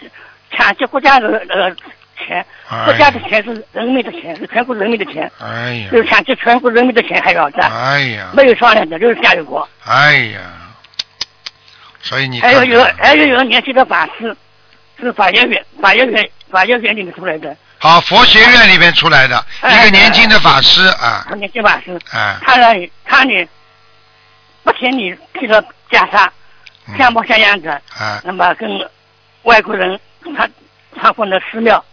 Speaker 4: 抢劫国家的呃钱，
Speaker 2: 哎
Speaker 4: 国家的钱是人民的钱，是全国人民的钱，
Speaker 2: 哎呀
Speaker 4: 就，是抢劫全国人民的钱还要的，
Speaker 2: 哎呀，
Speaker 4: 没有商量的，就是酱油锅。
Speaker 2: 哎呀，所以你
Speaker 4: 还
Speaker 2: 看
Speaker 4: 有
Speaker 2: 看
Speaker 4: 哎有还有有个年轻的法师，是法学院法学院法学院里面出来的，
Speaker 2: 好佛学院里边出来的
Speaker 4: 哎嗯
Speaker 2: 一个年轻的法师啊
Speaker 4: 年轻法师，
Speaker 2: 啊，
Speaker 4: 他呢他呢不嫌你披着袈裟，
Speaker 2: 嗯
Speaker 4: 像模像样子，
Speaker 2: 啊
Speaker 4: 那么跟外国人他他混的寺庙，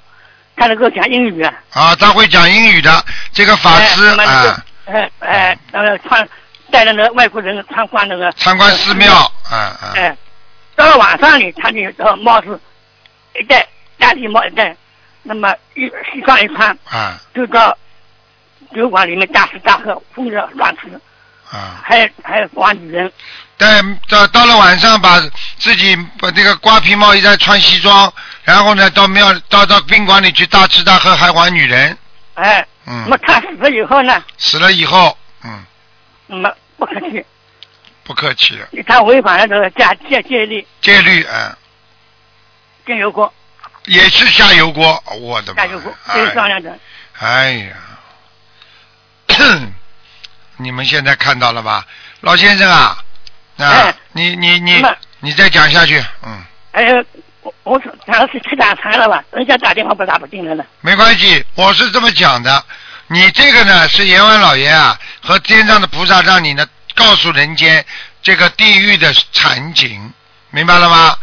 Speaker 4: 他能够讲英语啊，
Speaker 2: 啊，他会讲英语的这个法师
Speaker 4: 哎那么那个
Speaker 2: 啊，
Speaker 4: 哎哎，那个穿带着那个外国人参观那个
Speaker 2: 参观寺庙，啊啊，
Speaker 4: 哎，到了晚上呢，他就呃帽子一戴，大礼帽一戴，那么一西装一穿，
Speaker 2: 啊
Speaker 4: 就到酒馆里面大吃大喝，疯着乱吃，
Speaker 2: 啊，
Speaker 4: 还有还有管女人，
Speaker 2: 但到到了晚上，把自己把这个瓜皮帽一戴，穿西装，然后呢，到庙到到宾馆里去大吃大喝，还玩女人，
Speaker 4: 哎，那么
Speaker 2: 嗯，
Speaker 4: 他死了以后呢，
Speaker 2: 死了以后，嗯，
Speaker 4: 那么不可气，
Speaker 2: 不客气了，
Speaker 4: 他违反了这个家戒戒律，
Speaker 2: 戒律，嗯，
Speaker 4: 跟油锅
Speaker 2: 也是下油锅，我的妈
Speaker 4: 下
Speaker 2: 呀，
Speaker 4: 油锅，
Speaker 2: 哎
Speaker 4: 这是商量的，
Speaker 2: 哎呀， 你们现在看到了吧，老先生啊，啊
Speaker 4: 哎，
Speaker 2: 你你你
Speaker 4: 那
Speaker 2: 你再讲下去，嗯，
Speaker 4: 还有哎我我他是吃大餐了吧，人家打电话不打不进来了，
Speaker 2: 没关系，我是这么讲的，你这个呢是阎王老爷啊和天上的菩萨让你呢告诉人间这个地狱的惨景，明白了吗？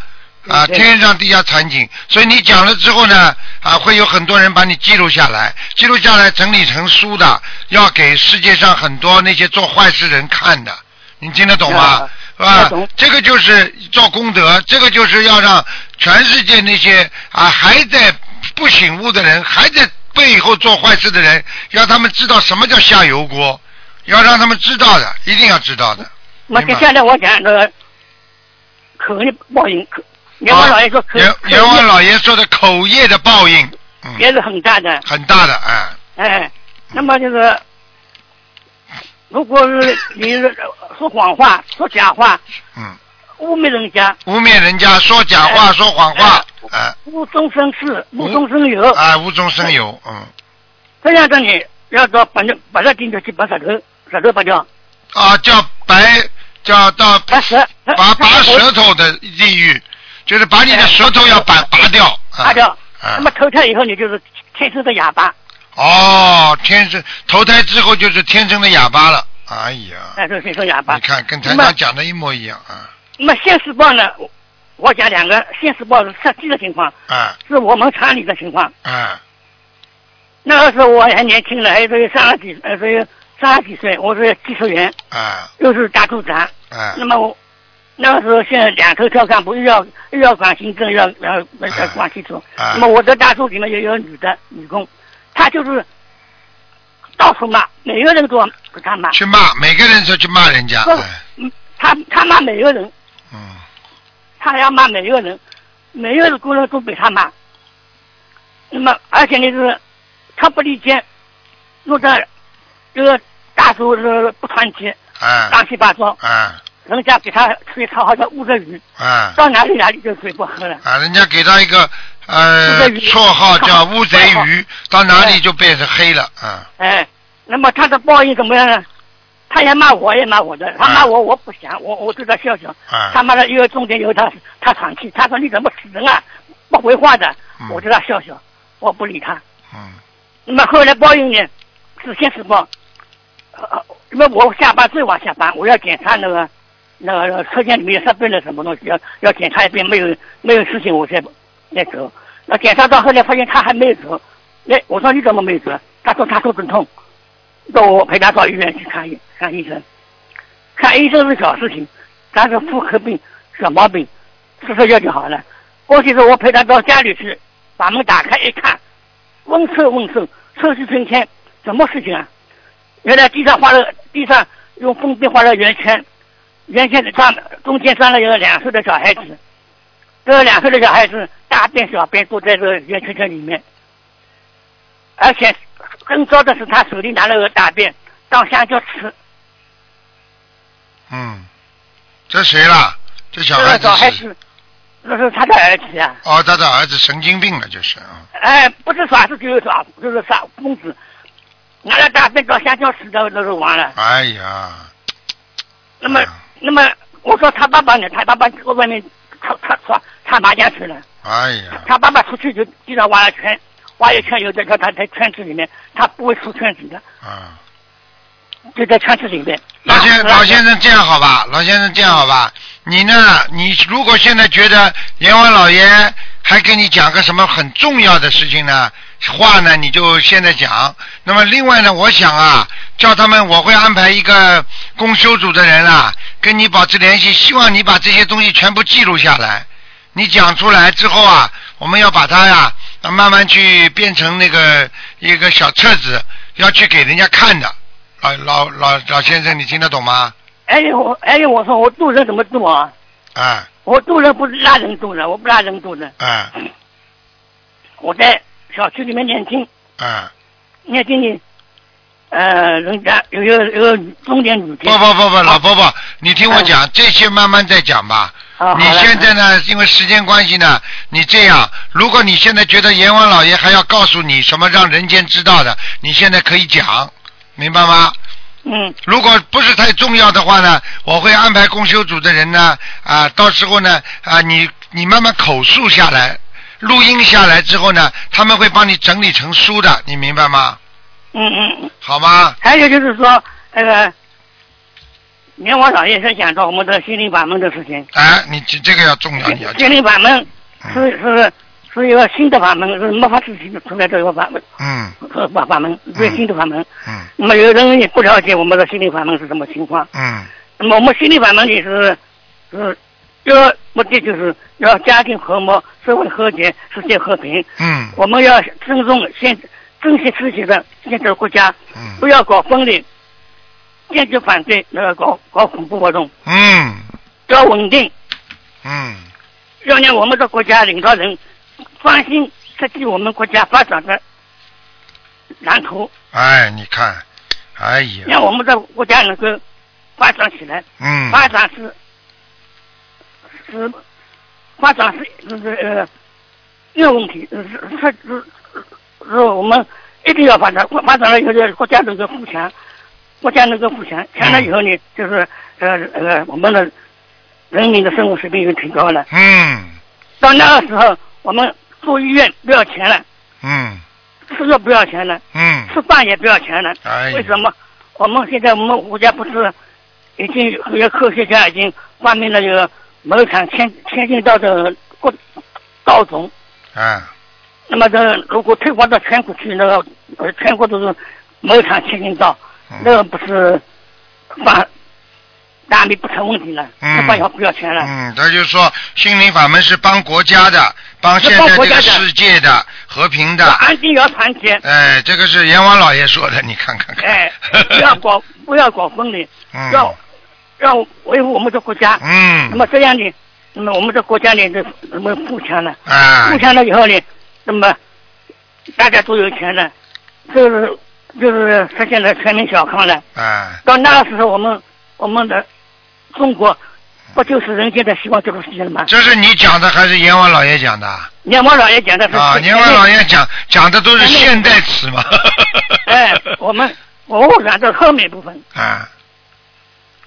Speaker 2: 啊，
Speaker 4: 嗯对
Speaker 2: 天上地下惨景，所以你讲了之后呢，啊，会有很多人把你记录下来，记录下来整理成书的，要给世界上很多那些做坏事人看的，你听得懂吗？
Speaker 4: 啊
Speaker 2: 啊
Speaker 4: 懂，
Speaker 2: 这个就是做功德，这个就是要让全世界那些啊还在不醒悟的人，还在背后做坏事的人，要他们知道什么叫下油锅，要让他们知道的，一定要知道的。
Speaker 4: 那
Speaker 2: 明
Speaker 4: 接
Speaker 2: 白
Speaker 4: 下来我讲那个口的报应，口阎王老爷说
Speaker 2: 啊
Speaker 4: 口
Speaker 2: 阎
Speaker 4: 口
Speaker 2: 阎王老爷说的口业的报应，嗯，
Speaker 4: 也是很大的，
Speaker 2: 很大的，哎，
Speaker 4: 哎，那么就是，如果是你是说谎话、说假话、
Speaker 2: 嗯，
Speaker 4: 污蔑人家、
Speaker 2: 污蔑人家，说假话，
Speaker 4: 哎
Speaker 2: 说谎话，哎，
Speaker 4: 无中生智、无
Speaker 2: 嗯
Speaker 4: 中生有，
Speaker 2: 哎，无中生有，嗯，
Speaker 4: 这样的你要到把那把他钉头去，把舌头舌头拔掉，
Speaker 2: 啊，叫白，
Speaker 4: 哎
Speaker 2: 叫到啊
Speaker 4: 把舌
Speaker 2: 拔拔舌
Speaker 4: 头
Speaker 2: 头的地狱，就是把你的舌头要拔拔掉，啊
Speaker 4: 哎拔掉。
Speaker 2: 啊
Speaker 4: 那么投胎以后，你就是天生的哑巴，
Speaker 2: 哦，天生投胎之后就是天生的哑巴了。哎呀，
Speaker 4: 哎，就是天生哑巴
Speaker 2: 你。看跟台
Speaker 4: 那
Speaker 2: 长讲的一模一样啊！
Speaker 4: 那么现世报呢？我我讲两个现世报是实际的情况，
Speaker 2: 啊
Speaker 4: 是我们厂里的情况。
Speaker 2: 啊
Speaker 4: 那个时候我还年轻了，还是三十几，呃，是三十几岁，我是技术员，
Speaker 2: 啊
Speaker 4: 又是大肚腩。
Speaker 2: 啊
Speaker 4: 那！么我那个时候现在两头跳干部，又要又要管行政，又要然后要管技术。
Speaker 2: 啊
Speaker 4: 那么我的大肚里面也有女的女工，她就是到处骂，每个人都给她骂，
Speaker 2: 去骂每个人都去骂人家，
Speaker 4: 说
Speaker 2: 哎
Speaker 4: 嗯她她骂每个人，
Speaker 2: 嗯，
Speaker 4: 她要骂每个人，每个人工人都被她骂。那么而且呢是，她不理解，弄得这个大叔是不团结，
Speaker 2: 啊
Speaker 4: 乱七八糟，
Speaker 2: 啊
Speaker 4: 人家给她吹他好像捂着雨。
Speaker 2: 啊
Speaker 4: 到哪里哪里就水不喝了。
Speaker 2: 啊！人家给他一个
Speaker 4: 乌
Speaker 2: 呃
Speaker 4: 贼鱼
Speaker 2: 绰号 叫乌贼鱼，到哪里
Speaker 4: 哎
Speaker 2: 就变成黑了啊！
Speaker 4: 哎，那么他的报应怎么样呢？他也骂我，也骂我的。他骂我，我不想，我我对他笑笑。
Speaker 2: 啊
Speaker 4: 他骂了一个钟点以后，他他喘气，他说你怎么死人啊？不回话的
Speaker 2: 嗯，
Speaker 4: 我对他笑笑，我不理他。
Speaker 2: 嗯
Speaker 4: 那么后来报应呢，是先是报，呃，因为我下班最晚下班，我要检查那个那个车间里面设备了什么东西，要要检查一遍，没有没有事情我才再走。那检查到后来发现他还没有走，那我说你怎么没有走？他说他肚子痛，那我陪他到医院去看医看医生，看医生是小事情，他是妇科病小毛病，吃吃药就好了。过去是我陪他到家里去，把门打开一看，问臭问臭，臭气熏天，什么事情啊？原来地上画了地上用封笔画了圆圈，圆圈上中间站了一个两岁的小孩子，这个两岁的小孩子大便小便都在这个圆圈圈里面，而且更糟的是他手里拿了个大便当香蕉吃，
Speaker 2: 嗯，这谁啦？这小
Speaker 4: 这
Speaker 2: 孩
Speaker 4: 个小孩
Speaker 2: 子是
Speaker 4: 子，那是他的儿子呀、
Speaker 2: 哦，他的儿子神经病了，就是啊。
Speaker 4: 哎，不是耍是就是耍，就是耍公子，拿了大便当香蕉吃的那是完了。
Speaker 2: 哎呀，
Speaker 4: 那么，那么我说他爸爸呢？他爸爸在外面他他他他麻将去了。
Speaker 2: 哎呀，
Speaker 4: 他爸爸出去就地上挖了圈，挖一圈以后再说他在圈子里面，他不会出圈子的，
Speaker 2: 啊。
Speaker 4: 就在圈子里面。
Speaker 2: 老先
Speaker 4: 然后
Speaker 2: 老先生这样好吧，老先生这样好吧，你呢？你如果现在觉得阎王老爷还跟你讲个什么很重要的事情呢，话呢你就现在讲。那么另外呢，我想啊，叫他们我会安排一个公修组的人啊，跟你保持联系，希望你把这些东西全部记录下来。你讲出来之后啊，我们要把它呀、啊慢慢去变成那个一个小册子，要去给人家看的。老老老老先生，你听得懂吗？
Speaker 4: 哎呦我哎呦我说我渡人怎么渡啊？
Speaker 2: 啊
Speaker 4: 我渡人不是拉人渡人，我不拉人渡人。
Speaker 2: 啊
Speaker 4: 我在小区里面念经，
Speaker 2: 啊！
Speaker 4: 念经里，呃，人家有一个有个中年女
Speaker 2: 不
Speaker 4: 的，
Speaker 2: 不不不，老婆婆，你听我讲，这些慢慢再讲吧。
Speaker 4: 啊，
Speaker 2: 你
Speaker 4: 嗯好了
Speaker 2: 现在呢，因为时间关系呢，你这样，如果你现在觉得阎王老爷还要告诉你什么让人间知道的，你现在可以讲，明白吗？
Speaker 4: 嗯
Speaker 2: 如果不是太重要的话呢，我会安排公修组的人呢，啊，到时候呢，啊，你你慢慢口述下来，录音下来之后呢，他们会帮你整理成书的，你明白吗？
Speaker 4: 嗯嗯，嗯
Speaker 2: 好吗？
Speaker 4: 还有就是说那个，阎王老爷是讲到我们的心灵法门的事情，
Speaker 2: 哎，你这这个要重要，你要
Speaker 4: 心
Speaker 2: 讲，
Speaker 4: 灵法门
Speaker 2: 嗯
Speaker 4: 是是是一个新的法门，是没法自己出来这个法门，
Speaker 2: 嗯
Speaker 4: 呃法法门，最新的法门。
Speaker 2: 嗯
Speaker 4: 那么有人也不了解我们的心灵法门是什么情况，
Speaker 2: 嗯
Speaker 4: 那么我们心灵法门也是是要目的就是要家庭和睦、社会和谐、世界和平。
Speaker 2: 嗯
Speaker 4: 我们要尊重现珍惜自己的现在国家，
Speaker 2: 嗯
Speaker 4: 不要搞分裂，坚决反对那个搞搞恐怖活动，
Speaker 2: 嗯
Speaker 4: 要稳定，
Speaker 2: 嗯
Speaker 4: 要让我们的国家领导人专心设计我们国家发展的蓝图，
Speaker 2: 哎，你看，哎呀，
Speaker 4: 让我们的国家能够发展起来。
Speaker 2: 嗯，
Speaker 4: 发展是是发展是是是呃没有问题，是是是是我们一定要发展，发展了以后就是国家能够富强，国家能够富强，强了以后呢，就是呃呃我们的人民的生活水平又提高了。
Speaker 2: 嗯
Speaker 4: 到那个时候，我们住医院不要钱了，
Speaker 2: 嗯
Speaker 4: 吃药不要钱了，
Speaker 2: 嗯，
Speaker 4: 吃饭也不要钱了。
Speaker 2: 哎呀，
Speaker 4: 为什么我们现在我们国家不是已经有些科学家已经发明了这个某一款千千金稻的国稻种？
Speaker 2: 啊，
Speaker 4: 那么这如果推广到全国去，那个呃全国都是某一款千金稻，
Speaker 2: 嗯
Speaker 4: 那个不是把大米不成问题了，
Speaker 2: 嗯
Speaker 4: 吃饭要不要钱了？
Speaker 2: 嗯，他就说心灵法门是帮国家的，帮现在这个世界的和平
Speaker 4: 要
Speaker 2: 的。
Speaker 4: 安定，要团结，
Speaker 2: 哎，这个是阎王老爷说的，你看看看。
Speaker 4: 哎，不要搞不要搞分裂，
Speaker 2: 嗯
Speaker 4: 要要维护我们的国家。那
Speaker 2: 嗯
Speaker 4: 么这样呢，那么我们的国家呢，就那么富强了。
Speaker 2: 啊
Speaker 4: 互，相了以后呢，那么大家都有钱了，就是就是实现了全民小康了。
Speaker 2: 啊，
Speaker 4: 到那个时候，我们我们的中国不就是人间的希望这个事情了吗？
Speaker 2: 这是你讲的还是阎王老爷讲的？啊，
Speaker 4: 阎王老爷讲的是
Speaker 2: 阎啊王老爷讲讲的都是现代词嘛。
Speaker 4: 哎，我们我讲到后面部分，
Speaker 2: 啊，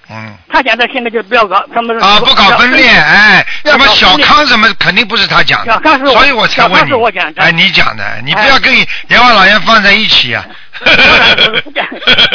Speaker 2: 嗯。
Speaker 4: 他讲的现在就不要搞他们
Speaker 2: 啊，不搞分裂，哎，
Speaker 4: 要
Speaker 2: 什么
Speaker 4: 搞
Speaker 2: 小
Speaker 4: 分裂
Speaker 2: 康什么，肯定不是他讲的
Speaker 4: 小康是，我
Speaker 2: 所以我才
Speaker 4: 小
Speaker 2: 问
Speaker 4: 康
Speaker 2: 你
Speaker 4: 是我讲，的
Speaker 2: 哎，你讲的，你不
Speaker 4: 哎
Speaker 2: 要跟阎王老爷放在一起啊
Speaker 4: 不讲，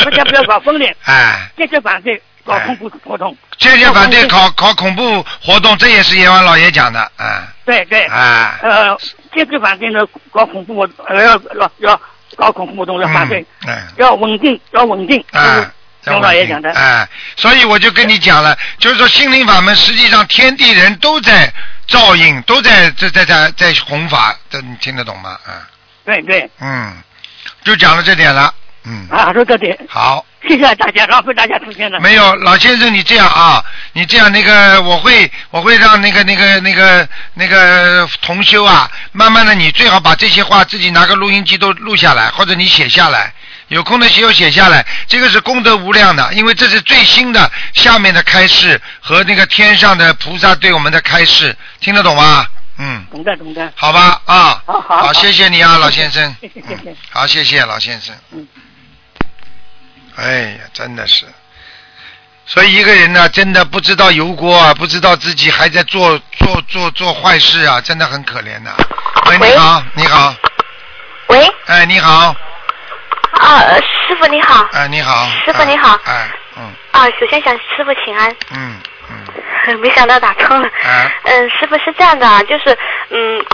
Speaker 4: 不讲不要搞分裂，
Speaker 2: 哎，
Speaker 4: 坚决反对搞恐怖活动。
Speaker 2: 坚决哎反对
Speaker 4: 搞
Speaker 2: 搞搞恐怖活动，这也是阎王老爷讲的，哎
Speaker 4: 对对。
Speaker 2: 哎，
Speaker 4: 呃，坚决反对呢搞恐怖活动，呃要要要搞恐怖活动，要反对，
Speaker 2: 嗯哎
Speaker 4: 要稳定，要稳定。
Speaker 2: 哎。
Speaker 4: 就是钟老爷讲的。
Speaker 2: 哎，所以我就跟你讲了，就是说心灵法门实际上天地人都在照应，都在在在在在弘法，这你听得懂吗？啊，
Speaker 4: 对对，
Speaker 2: 嗯，就讲了这点了，嗯，
Speaker 4: 啊，说这点，
Speaker 2: 好。
Speaker 4: 谢谢大家，浪费大家时间了。
Speaker 2: 没有，老先生，你这样啊，你这样那个，我会我会让那个那个那个那个同修啊，慢慢的，你最好把这些话自己拿个录音机都录下来，或者你写下来。有空的时候写下来，这个是功德无量的，因为这是最新的下面的开示和那个天上的菩萨对我们的开示，听得懂吗？嗯，
Speaker 4: 懂的懂的，
Speaker 2: 好吧，啊，
Speaker 4: 好哦好好
Speaker 2: 谢谢你啊，老先生，
Speaker 4: 谢谢谢谢
Speaker 2: 嗯，好，谢谢老先生，
Speaker 4: 嗯，
Speaker 2: 哎呀，真的是，所以一个人呢、真的不知道油锅啊，不知道自己还在做做做做坏事啊，真的很可怜呐、喂，你好，你好，
Speaker 7: 喂，
Speaker 2: 哎，你好，
Speaker 7: 啊，呃师傅你好。
Speaker 2: 哎，你好，
Speaker 7: 师傅
Speaker 2: 哎
Speaker 7: 你好
Speaker 2: 哎，嗯
Speaker 7: 啊，首先向师傅请安，
Speaker 2: 嗯嗯，
Speaker 7: 没想到打通了。
Speaker 2: 哎
Speaker 7: 嗯，师傅是这样的啊，就是嗯，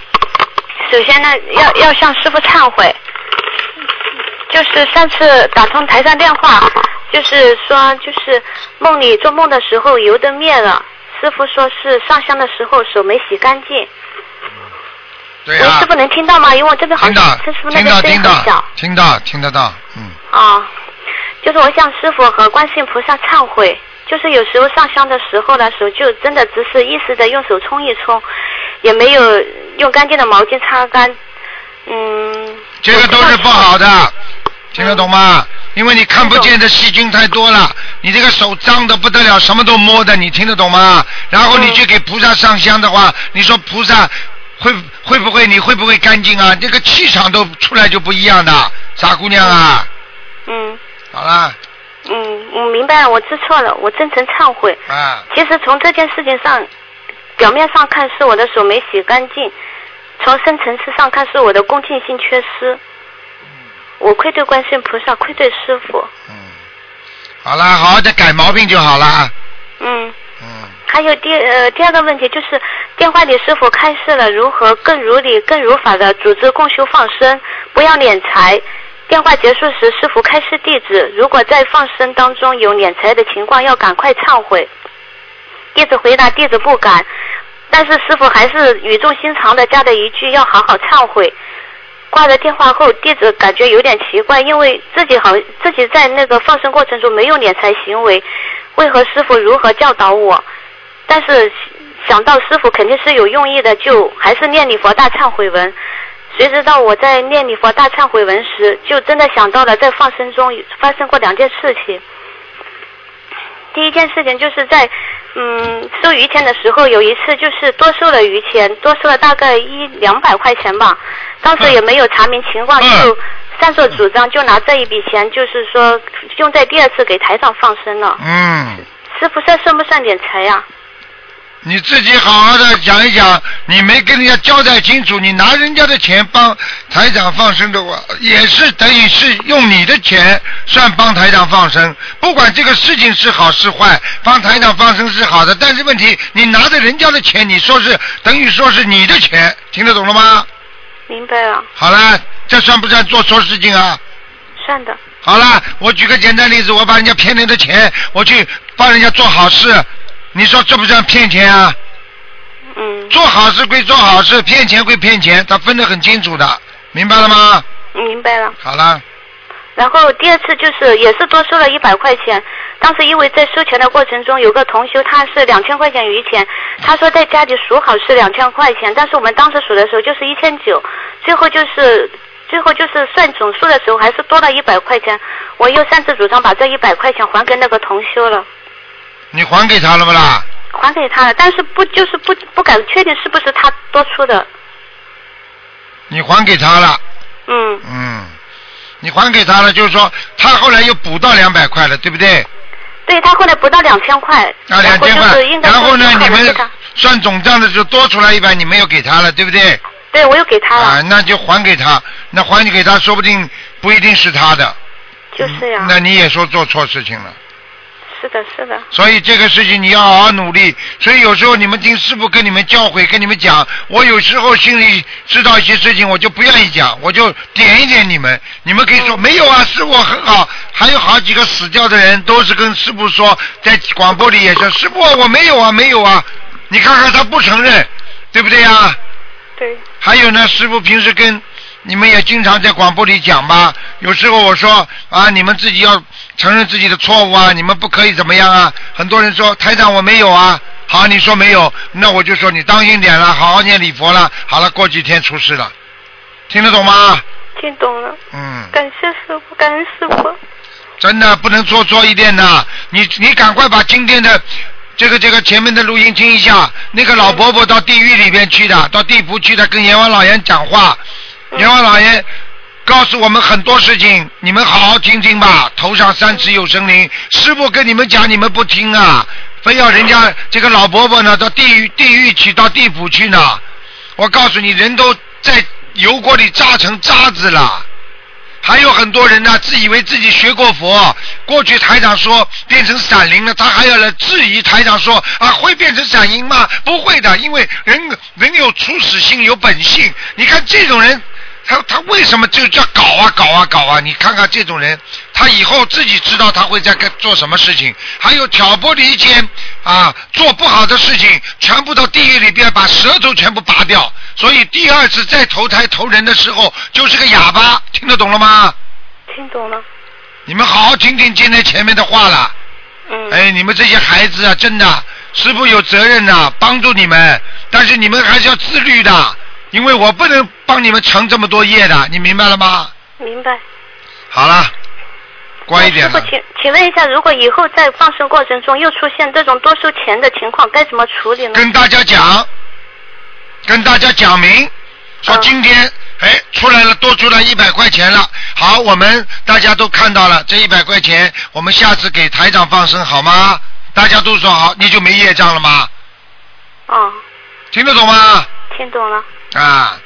Speaker 7: 首先呢，要要向师傅忏悔，就是上次打通台上电话，就是说就是梦里做梦的时候油灯灭了，师傅说是上香的时候手没洗干净。
Speaker 2: 对
Speaker 7: 喂，
Speaker 2: 呀
Speaker 7: 师、傅能听到吗？因为我这边好
Speaker 2: 听到
Speaker 7: 像师傅那
Speaker 2: 听
Speaker 7: 边
Speaker 2: 到
Speaker 7: 声音
Speaker 2: 听
Speaker 7: 很小。
Speaker 2: 到听到听得到，嗯，
Speaker 7: 啊，就是我向师傅和观世音菩萨忏悔，就是有时候上香的时候呢，手就真的只是意识的用手冲一冲，也没有用干净的毛巾擦干。嗯，
Speaker 2: 这个都是不好的，听得懂吗？因为你看不见的细菌太多了，你这个手脏的不得了，什么都摸的，你听得懂吗？然后你去给菩萨上香的话，你说菩萨会会不会你会不会干净啊？这个气场都出来就不一样的，傻姑娘啊，
Speaker 7: 嗯
Speaker 2: 好啦，
Speaker 7: 嗯，我明白了，我知错了，我真诚忏悔。
Speaker 2: 啊，
Speaker 7: 其实从这件事情上，表面上看是我的手没洗干净，从深层次上看是我的恭敬心缺失。我愧对观世音菩萨，愧对师傅。
Speaker 2: 嗯，好啦，好好的改毛病就好啦，
Speaker 7: 嗯。
Speaker 2: 嗯。
Speaker 7: 还有第呃第二个问题就是，电话里师傅开示了如何更如理、更如法的组织共修放生，不要敛财。电话结束时，师傅开示弟子，如果在放生当中有敛财的情况，要赶快忏悔。弟子回答弟子不敢，但是师傅还是语重心长的加了一句要好好忏悔。挂了电话后，弟子感觉有点奇怪，因为自己好自己在那个放生过程中没有敛财行为，为何师傅如何教导我？但是想到师傅肯定是有用意的，就还是念礼佛大忏悔文。谁知道我在念礼佛大忏悔文时，就真的想到了在放生中发生过两件事情。第一件事情就是在嗯收鱼钱的时候，有一次就是多收了鱼钱，多收了大概一两百块钱吧。当时也没有查明情况，就擅作主张，就拿这一笔钱，就是说用在第二次给台长放生了。
Speaker 2: 嗯，
Speaker 7: 师傅，这算不算敛财呀、
Speaker 2: 你自己好好的讲一讲，你没跟人家交代清楚，你拿人家的钱帮台长放生的话，也是等于是用你的钱算帮台长放生。不管这个事情是好是坏，帮台长放生是好的，但是问题你拿着人家的钱，你说是等于说是你的钱，听得懂了吗？
Speaker 7: 明白了，
Speaker 2: 好了，这算不算做错事情啊？
Speaker 7: 算的。
Speaker 2: 好了，我举个简单例子，我把人家骗来的钱，我去帮人家做好事，你说这不算骗钱啊？
Speaker 7: 嗯
Speaker 2: 做好事归做好事，骗钱归骗钱，他分得很清楚的，明白了吗？
Speaker 7: 嗯明白了。
Speaker 2: 好了，
Speaker 7: 然后第二次就是也是多收了一百块钱，当时因为在收钱的过程中，有个同修他是两千块钱余钱，他说在家里数好是两千块钱，但是我们当时数的时候就是一千九，最后就是。最后就是算总数的时候，还是多了一百块钱。我又擅自主张把这一百块钱还给那个同修了，
Speaker 2: 你还给他了不啦？
Speaker 7: 还给他了。但是不就是不不敢确定是不是他多出的。
Speaker 2: 你还给他了，
Speaker 7: 嗯，
Speaker 2: 嗯，你还给他了，就是说他后来又补到两百块了，对不对？
Speaker 7: 对他后来不到两千块，
Speaker 2: 啊，
Speaker 7: 然
Speaker 2: 两
Speaker 7: 后
Speaker 2: 千
Speaker 7: 就
Speaker 2: 块
Speaker 7: 是应，该
Speaker 2: 然后呢
Speaker 7: 是，
Speaker 2: 你
Speaker 7: 考虑
Speaker 2: 们
Speaker 7: 他
Speaker 2: 算总账的时候多出来一百，你没有给他了，对不对？
Speaker 7: 对我又给他了。
Speaker 2: 啊，那就还给他，那还你给他，说不定不一定是他的，嗯
Speaker 7: 就是呀、
Speaker 2: 那你也说做错事情了。
Speaker 7: 是的，是的，
Speaker 2: 所以这个事情你要好好努力。所以有时候你们听师傅跟你们教诲，跟你们讲，我有时候心里知道一些事情，我就不愿意讲，我就点一点你们。你们可以说没有啊，师傅很好。还有好几个死掉的人都是跟师傅说，在广播里也说，师傅我没有啊，没有啊。你看看他不承认，对不对呀、
Speaker 7: 对，
Speaker 2: 还有呢，师傅平时跟你们也经常在广播里讲吧，有时候我说啊，你们自己要承认自己的错误啊，你们不可以怎么样啊。很多人说台长我没有啊，好，你说没有，那我就说你当心点了，好好念礼佛了。好了，过几天出事了，听得懂吗？
Speaker 7: 听懂了，
Speaker 2: 嗯，
Speaker 7: 感谢师傅，感恩师傅。
Speaker 2: 真的不能做错一点的，你你赶快把今天的。这个这个前面的录音听一下，那个老伯伯到地狱里边去的，到地府去的，跟阎王老爷讲话，阎王老爷告诉我们很多事情，你们好好听听吧。头上三尺有神灵，师傅跟你们讲，你们不听啊，非要人家这个老伯伯呢到地狱地狱去，到地府去呢。我告诉你，人都在油锅里炸成渣子了。还有很多人呢，自以为自己学过佛，过去台长说变成闪灵了，他还要来质疑台长说啊，会变成闪灵吗？不会的，因为人人有初始性，有本性。你看这种人，他他为什么就叫搞啊搞啊搞啊？你看看这种人，他以后自己知道他会在干做什么事情，还有挑拨离间啊，做不好的事情，全部到地狱里边把舌头全部拔掉。所以第二次再投胎投人的时候，就是个哑巴，听得懂了吗？
Speaker 7: 听懂了，
Speaker 2: 你们好好听听今天前面的话了。
Speaker 7: 嗯，
Speaker 2: 哎，你们这些孩子啊，真的，师傅有责任呐、帮助你们，但是你们还是要自律的，因为我不能帮你们承这么多业的，你明白了吗？
Speaker 7: 明白。
Speaker 2: 好了，乖一
Speaker 7: 师
Speaker 2: 点
Speaker 7: 傅
Speaker 2: 了，。
Speaker 7: 请请问一下，如果以后在放生过程中又出现这种多收钱的情况，该怎么处理呢？
Speaker 2: 跟大家讲，跟大家讲明，说
Speaker 7: 嗯
Speaker 2: 今天、哎出来了，多出来一百块钱了。好，我们大家都看到了这一百块钱，我们下次给台长放生好吗？大家都说好，你就没业障了吗？
Speaker 7: 哦，
Speaker 2: 听得懂吗？
Speaker 7: 听懂了。
Speaker 2: 啊，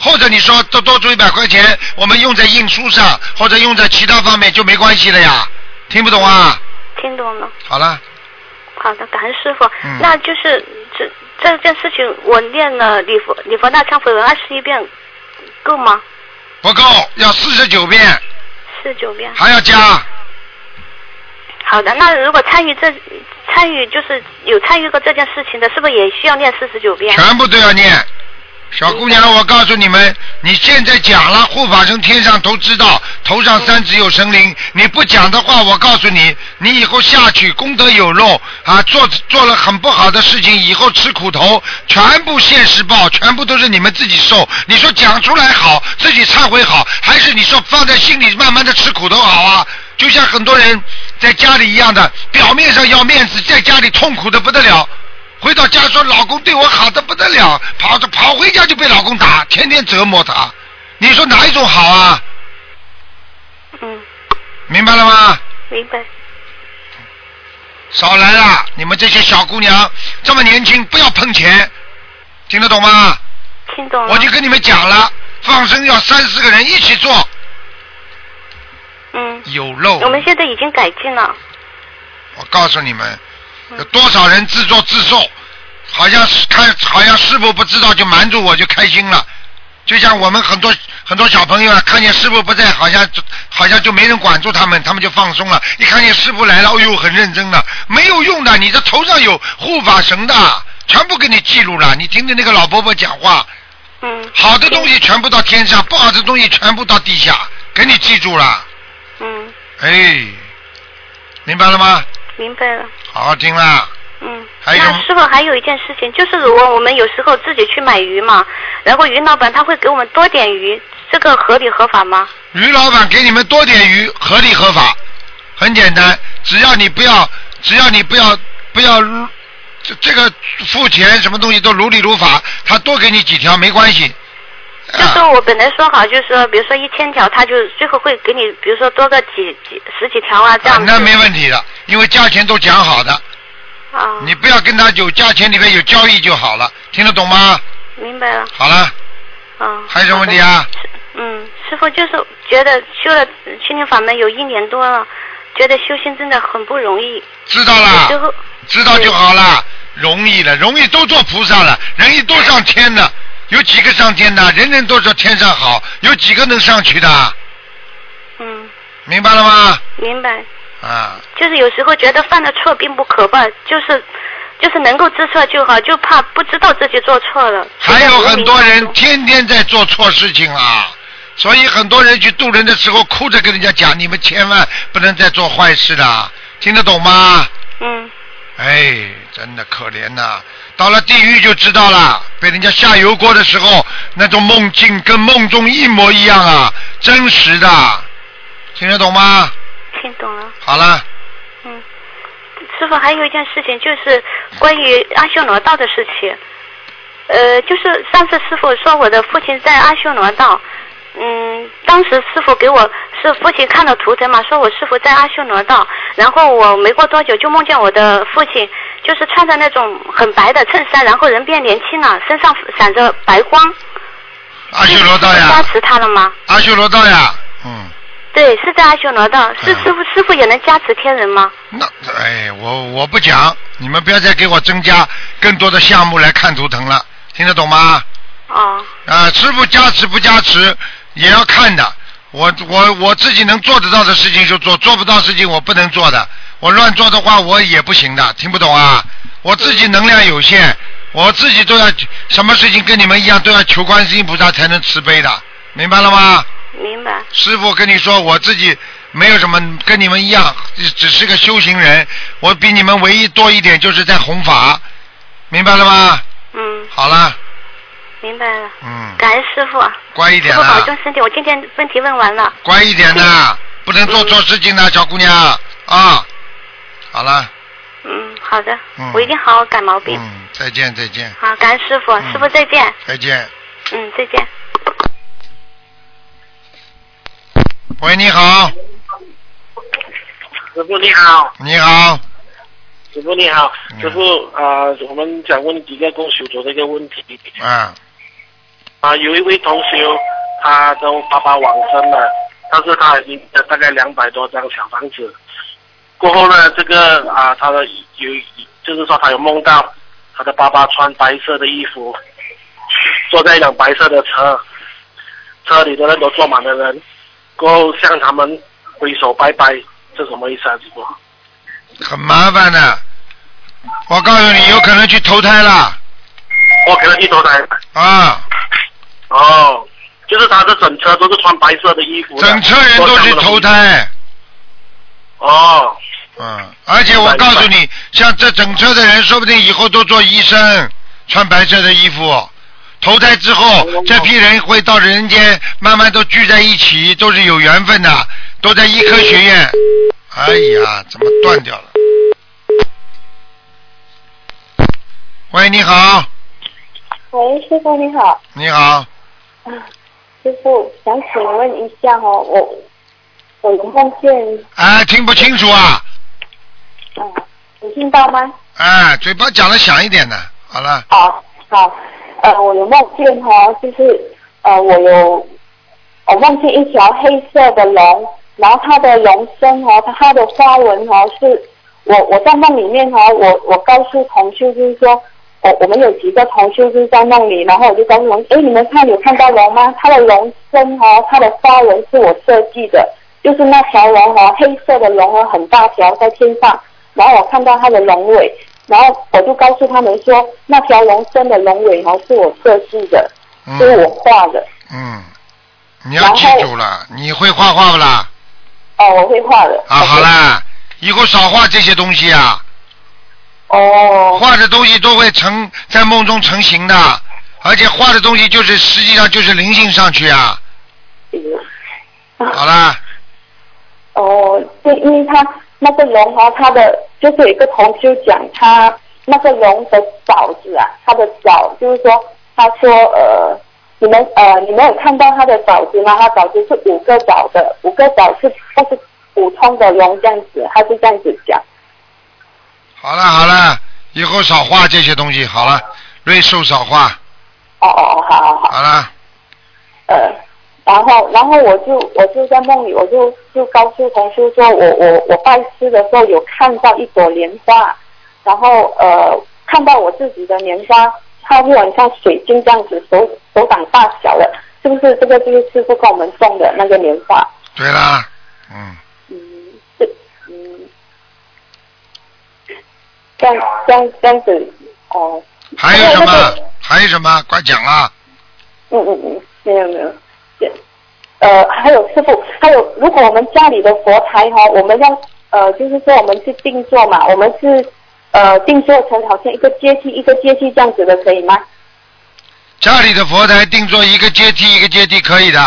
Speaker 2: 或者你说多多出一百块钱，我们用在印书上，或者用在其他方面就没关系了呀。听不懂啊？
Speaker 7: 听懂了，
Speaker 2: 好了，
Speaker 7: 好的，感恩师傅。
Speaker 2: 嗯
Speaker 7: 那就是这这件事情，我念了礼佛礼佛大忏悔文二十一遍，够吗？
Speaker 2: 不够，要四十九遍，
Speaker 7: 四十九遍。
Speaker 2: 还要加。
Speaker 7: 好的，那如果参与这参与就是有参与过这件事情的，是不是也需要念四十九遍？
Speaker 2: 全部都要念。小姑娘，我告诉你们，你现在讲了，护法神天上都知道，头上三尺有神灵。你不讲的话，我告诉你，你以后下去功德有漏啊，做做了很不好的事情，以后吃苦头，全部现实报，全部都是你们自己受。你说讲出来好，自己忏悔好，还是你说放在心里慢慢的吃苦头好啊？就像很多人在家里一样的，表面上要面子，在家里痛苦的不得了。回到家说老公对我好的不得了，跑着跑回家就被老公打，天天折磨他。你说哪一种好啊？
Speaker 7: 嗯，
Speaker 2: 明白了吗？
Speaker 7: 明白。
Speaker 2: 少来了，你们这些小姑娘这么年轻，不要碰钱，听得懂吗？
Speaker 7: 听懂了。
Speaker 2: 我就跟你们讲了，放生要三四个人一起做，
Speaker 7: 嗯，
Speaker 2: 有漏。
Speaker 7: 我们现在已经改进了。
Speaker 2: 我告诉你们，
Speaker 7: 嗯
Speaker 2: 有多少人自作自受，好像是看好像师傅不知道就瞒住我就开心了，就像我们很多很多小朋友啊，看见师傅不在，好像就好像就没人管住他们，他们就放松了。一看见师傅来了，哎呦，很认真了，没有用的，你这头上有护法神的，全部给你记录了。你听听那个老伯伯讲话，
Speaker 7: 嗯。
Speaker 2: 好的东西全部到天上，不好的东西全部到地下，给你记住了。
Speaker 7: 嗯，
Speaker 2: 哎，明白了吗？
Speaker 7: 明白了。
Speaker 2: 好好听啦。
Speaker 7: 嗯，
Speaker 2: 还有
Speaker 7: 那师傅还有一件事情，就是如果我们有时候自己去买鱼嘛，然后鱼老板他会给我们多点鱼，这个合理合法吗？
Speaker 2: 于老板给你们多点鱼，合理合法，很简单，只要你不要，只要你不要不要这这个付钱什么东西都如理如法，他多给你几条没关系。
Speaker 7: 就是
Speaker 2: 啊，
Speaker 7: 我本来说好，就是说，比如说一千条，他就最后会给你，比如说多个几几十几条啊，这
Speaker 2: 啊
Speaker 7: 样子。
Speaker 2: 那没问题的，因为价钱都讲好的，
Speaker 7: 啊，
Speaker 2: 你不要跟他有价钱里面有交易就好了，听得懂吗？
Speaker 7: 明白了，
Speaker 2: 好了，
Speaker 7: 啊。
Speaker 2: 还有什么问题啊？
Speaker 7: 嗯，师傅就是觉得修了心灵法门有一年多了，觉得修心真的很不容易。
Speaker 2: 知道
Speaker 7: 有时
Speaker 2: 啦，
Speaker 7: 候，
Speaker 2: 知道就好啦，容易了，容易都做菩萨了，人一都上天了，有几个上天的？人人都说天上好，有几个能上去的啊？
Speaker 7: 嗯，
Speaker 2: 明白了吗？
Speaker 7: 明白。
Speaker 2: 啊，
Speaker 7: 就是有时候觉得犯的错并不可怕，就是就是能够知错就好，就怕不知道自己做错了。
Speaker 2: 还有很多
Speaker 7: 就在无
Speaker 2: 人
Speaker 7: 名当中
Speaker 2: 天天在做错事情啊，所以很多人去渡人的时候，哭着跟人家讲：你们千万不能再做坏事了，听得懂吗？
Speaker 7: 嗯，
Speaker 2: 哎，真的可怜呐、到了地狱就知道了，被人家下油锅的时候，那种梦境跟梦中一模一样啊，真实的，听得懂吗？
Speaker 7: 听懂了。
Speaker 2: 好了，
Speaker 7: 嗯，师傅还有一件事情就是关于阿修罗道的事情。呃，就是上次师傅说我的父亲在阿修罗道，嗯，当时师傅给我是父亲看了图腾嘛，说我师傅在阿修罗道，然后我没过多久就梦见我的父亲，就是穿着那种很白的衬衫，然后人变年轻了，身上闪着白光。
Speaker 2: 阿修罗道
Speaker 7: 加
Speaker 2: 呀，
Speaker 7: 持他了吗？
Speaker 2: 阿修罗道呀，嗯。
Speaker 7: 对，是在阿修罗道，是师傅、师傅也能加持天人吗？
Speaker 2: 那哎，我我不讲，你们不要再给我增加更多的项目来看图腾了，听得懂吗？
Speaker 7: 哦，
Speaker 2: 啊，师傅加持不加持，也要看的。我我我自己能做得到的事情就做，做不到事情我不能做的。我乱做的话我也不行的，听不懂啊？我自己能量有限，我自己都要什么事情跟你们一样都要求观世音菩萨才能慈悲的，明白了吗？
Speaker 7: 明白。
Speaker 2: 师傅跟你说，我自己没有什么跟你们一样，只是个修行人。我比你们唯一多一点就是在弘法，明白了吗？
Speaker 7: 嗯，
Speaker 2: 好了，
Speaker 7: 明白了。
Speaker 2: 嗯，
Speaker 7: 感恩师傅，啊
Speaker 2: 乖一
Speaker 7: 师
Speaker 2: 点
Speaker 7: 傅保
Speaker 2: 啦，
Speaker 7: 重嗯身体。我今天问题问完了。
Speaker 2: 乖一点啦，不能做错事情啦，小姑娘啊。好了，
Speaker 7: 嗯，好的，
Speaker 2: 嗯
Speaker 7: 我一定好好改毛病。
Speaker 2: 嗯，再见再见
Speaker 7: 好，感恩师傅，
Speaker 2: 嗯
Speaker 7: 师傅再见。
Speaker 2: 再见。
Speaker 7: 嗯，再见。
Speaker 2: 喂，你好，
Speaker 8: 师傅你好，
Speaker 2: 你好，
Speaker 8: 师傅你好，
Speaker 2: 嗯
Speaker 8: 师傅啊、呃我们想问几个公修组的一个问题
Speaker 2: 啊，
Speaker 8: 啊、有一位同修，他跟爸爸往生了，但是他已经呃大概两百多张小房子，过后呢，这个啊、他的有就是说他有梦到他的爸爸穿白色的衣服，坐在一辆白色的车，车里的人都坐满了人，过后向他们挥手拜拜，这什么意思啊，师傅？
Speaker 2: 很麻烦的。我告诉你，有可能去投胎了
Speaker 8: 我可能一头胎。
Speaker 2: 啊！
Speaker 8: 哦，就是他的整车都是穿白色的衣服的，
Speaker 2: 整车人都去投胎。
Speaker 8: 哦，
Speaker 2: 嗯，而且我告诉你，像这整车的人，说不定以后都做医生，穿白色的衣服。投胎之后，这批人会到人间，慢慢都聚在一起，都是有缘分的，都在医科学院。哎呀，怎么断掉了？喂，你好，
Speaker 9: 喂，师傅你好，
Speaker 2: 你好，
Speaker 9: 师傅想请问一下哦，我我有梦见，
Speaker 2: 哎，听不清楚啊，
Speaker 9: 嗯，你听到吗？
Speaker 2: 哎，嘴巴讲的响一点呢。好了，
Speaker 9: 好，好，呃，我有梦见哦，就是呃，我有我梦见哦一条黑色的龙，然后它的龙身哦，它的花纹哦，是我我在梦里面哦，我我告诉同事就是说。我我们有几个同事就是在梦里，然后我就告诉龙，哎，你们看有看到龙吗？它的龙身哦，它的花纹是我设计的，就是那条龙哦，黑色的龙哦，很大条在天上，然后我看到它的龙尾，然后我就告诉他们说，那条龙身的龙尾哦是我设计的，是
Speaker 2: 嗯
Speaker 9: 我画的，
Speaker 2: 嗯，你要记住了，你会画画不啦？
Speaker 9: 哦，我会画的。
Speaker 2: 啊，好。啦，以后少画这些东西啊，
Speaker 9: 哦，
Speaker 2: 画的东西都会成在梦中成型的，而且画的东西就是实际上就是灵性上去啊。
Speaker 9: 嗯
Speaker 2: 好啦，
Speaker 9: 哦，对，因为它那个龙哦，它的就是有一个同修讲它那个龙的爪子啊，它的爪就是说，他说呃，你们呃，你们有看到它的爪子吗？它爪子是五个爪的，五个爪是它是普通的龙这样子，他是这样子讲。
Speaker 2: 好啦，好啦，以后少画这些东西，好了，瑞兽少画，
Speaker 9: 哦哦哦，好好好。
Speaker 2: 好啦，
Speaker 9: 呃，然后然后我就我就在梦里，我就就告诉同事说我我我拜师的时候有看到一朵莲花，然后呃看到我自己的莲花，它就很像水晶这样子，手手掌大小的，是不是？这个就是师傅给我们送的那个莲花。
Speaker 2: 对啦，嗯，
Speaker 9: 嗯，这嗯，这样这样这样子哦，
Speaker 2: 还有什么？还有什么？快讲啊！
Speaker 9: 嗯嗯嗯，没有没有。对呃，还有师傅，还有如果我们家里的佛台哈、我们要呃，就是说我们是定做嘛，我们是呃定做成好像一个阶梯一个阶梯这样子的，可以吗？
Speaker 2: 家里的佛台定做一个阶梯一个阶梯可以的，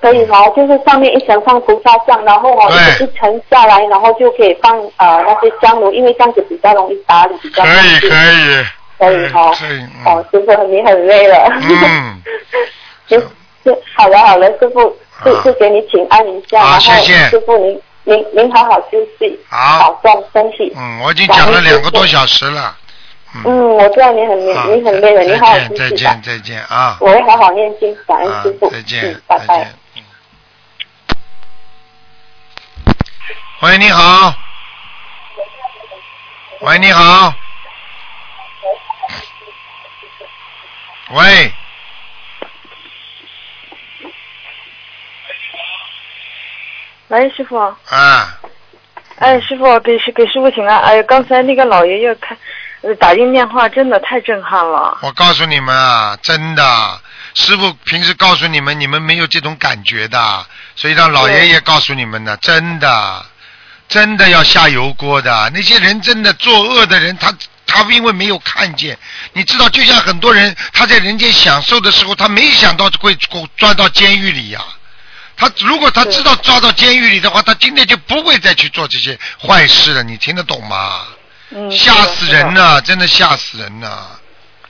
Speaker 9: 可以哈、就是上面一层放菩萨像，然后哦一
Speaker 2: 对
Speaker 9: 一层下来，然后就可以放呃那些香炉，因为这样子比较容易打理，比较
Speaker 2: 可以
Speaker 9: 干
Speaker 2: 可以，
Speaker 9: 净可以哈、
Speaker 2: 可以，嗯
Speaker 9: 哦，师傅你很累了。
Speaker 2: 嗯，
Speaker 9: 就就好了好了，师傅就
Speaker 2: 啊
Speaker 9: 就给你请安一下，
Speaker 2: 好
Speaker 9: 然后
Speaker 2: 谢谢
Speaker 9: 师傅您您您好好休息，
Speaker 2: 好
Speaker 9: 保重身体。
Speaker 2: 嗯，我已经讲了两个多小时了。嗯，
Speaker 9: 嗯，我知道你很累，
Speaker 2: 好
Speaker 9: 你很累了，你好好
Speaker 2: 再见，再
Speaker 9: 休息吧
Speaker 2: 见，。再见啊！
Speaker 9: 我会好好念经，感恩
Speaker 2: 啊
Speaker 9: 师傅。
Speaker 2: 再见
Speaker 9: 嗯，拜
Speaker 2: 再
Speaker 9: 拜。
Speaker 2: 见。嗯喂，你好。喂，你好。喂。
Speaker 10: 喂，哎师傅。
Speaker 2: 啊，
Speaker 10: 哎，师傅，给师给师傅请安。哎，刚才那个老爷爷看，呃打进电话真的太震撼了。
Speaker 2: 我告诉你们啊，真的，师傅平时告诉你们，你们没有这种感觉的，所以让老爷爷告诉你们的，真的，真的要下油锅的。那些人真的作恶的人，他他因为没有看见，你知道，就像很多人他在人间享受的时候，他没想到会抓到监狱里呀、他如果他知道抓到监狱里的话，他今天就不会再去做这些坏事了。你听得懂吗？
Speaker 10: 嗯，
Speaker 2: 吓死人
Speaker 10: 了。
Speaker 2: 了，真的吓死人了。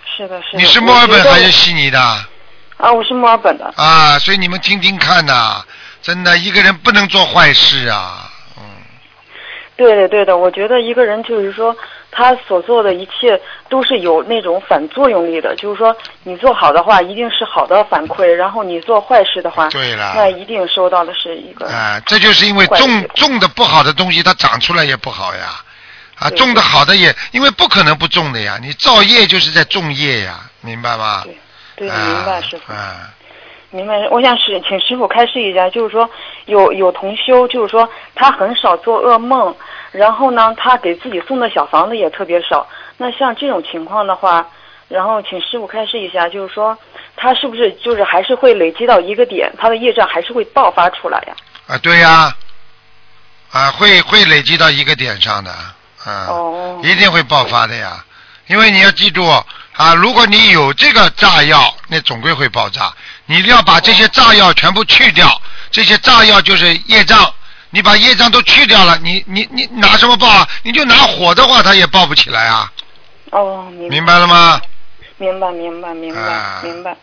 Speaker 10: 是的，是的。
Speaker 2: 你是
Speaker 10: 我
Speaker 2: 墨尔本
Speaker 10: 觉得
Speaker 2: 还是悉尼的
Speaker 10: 啊？我是墨尔本的。
Speaker 2: 啊？所以你们听听看呐、真的一个人不能做坏事啊。嗯，
Speaker 10: 对的，对的，我觉得一个人就是说，他所做的一切都是有那种反作用力的，就是说，你做好的话一定是好的反馈，然后你做坏事的话，
Speaker 2: 对了
Speaker 10: 那一定收到的是一个。
Speaker 2: 啊，这就是因为
Speaker 10: 坏
Speaker 2: 种
Speaker 10: 事
Speaker 2: 种的不好的东西，它长出来也不好呀。啊，
Speaker 10: 对
Speaker 2: 种的好的也，因为不可能不种的呀。你造业就是在种业呀，明白吗？
Speaker 10: 对对，
Speaker 2: 啊
Speaker 10: 明白，师傅。
Speaker 2: 啊，
Speaker 10: 明白，我想是请师傅开示一下，就是说有有同修，就是说他很少做噩梦，然后呢，他给自己送的小房子也特别少。那像这种情况的话，然后请师傅开示一下，就是说他是不是就是还是会累积到一个点，他的业障还是会爆发出来呀？
Speaker 2: 啊，对呀，啊，会会累积到一个点上的，啊，
Speaker 10: 哦
Speaker 2: 一定会爆发的呀。因为你要记住啊，如果你有这个炸药，那总归会爆炸。你要把这些炸药全部去掉，这些炸药就是业障。你把业障都去掉了，你你你拿什么爆啊？你就拿火的话，它也爆不起来啊，
Speaker 10: 哦，明白
Speaker 2: 明白了吗？
Speaker 10: 明白，明白，明白，
Speaker 2: 啊
Speaker 10: 明白。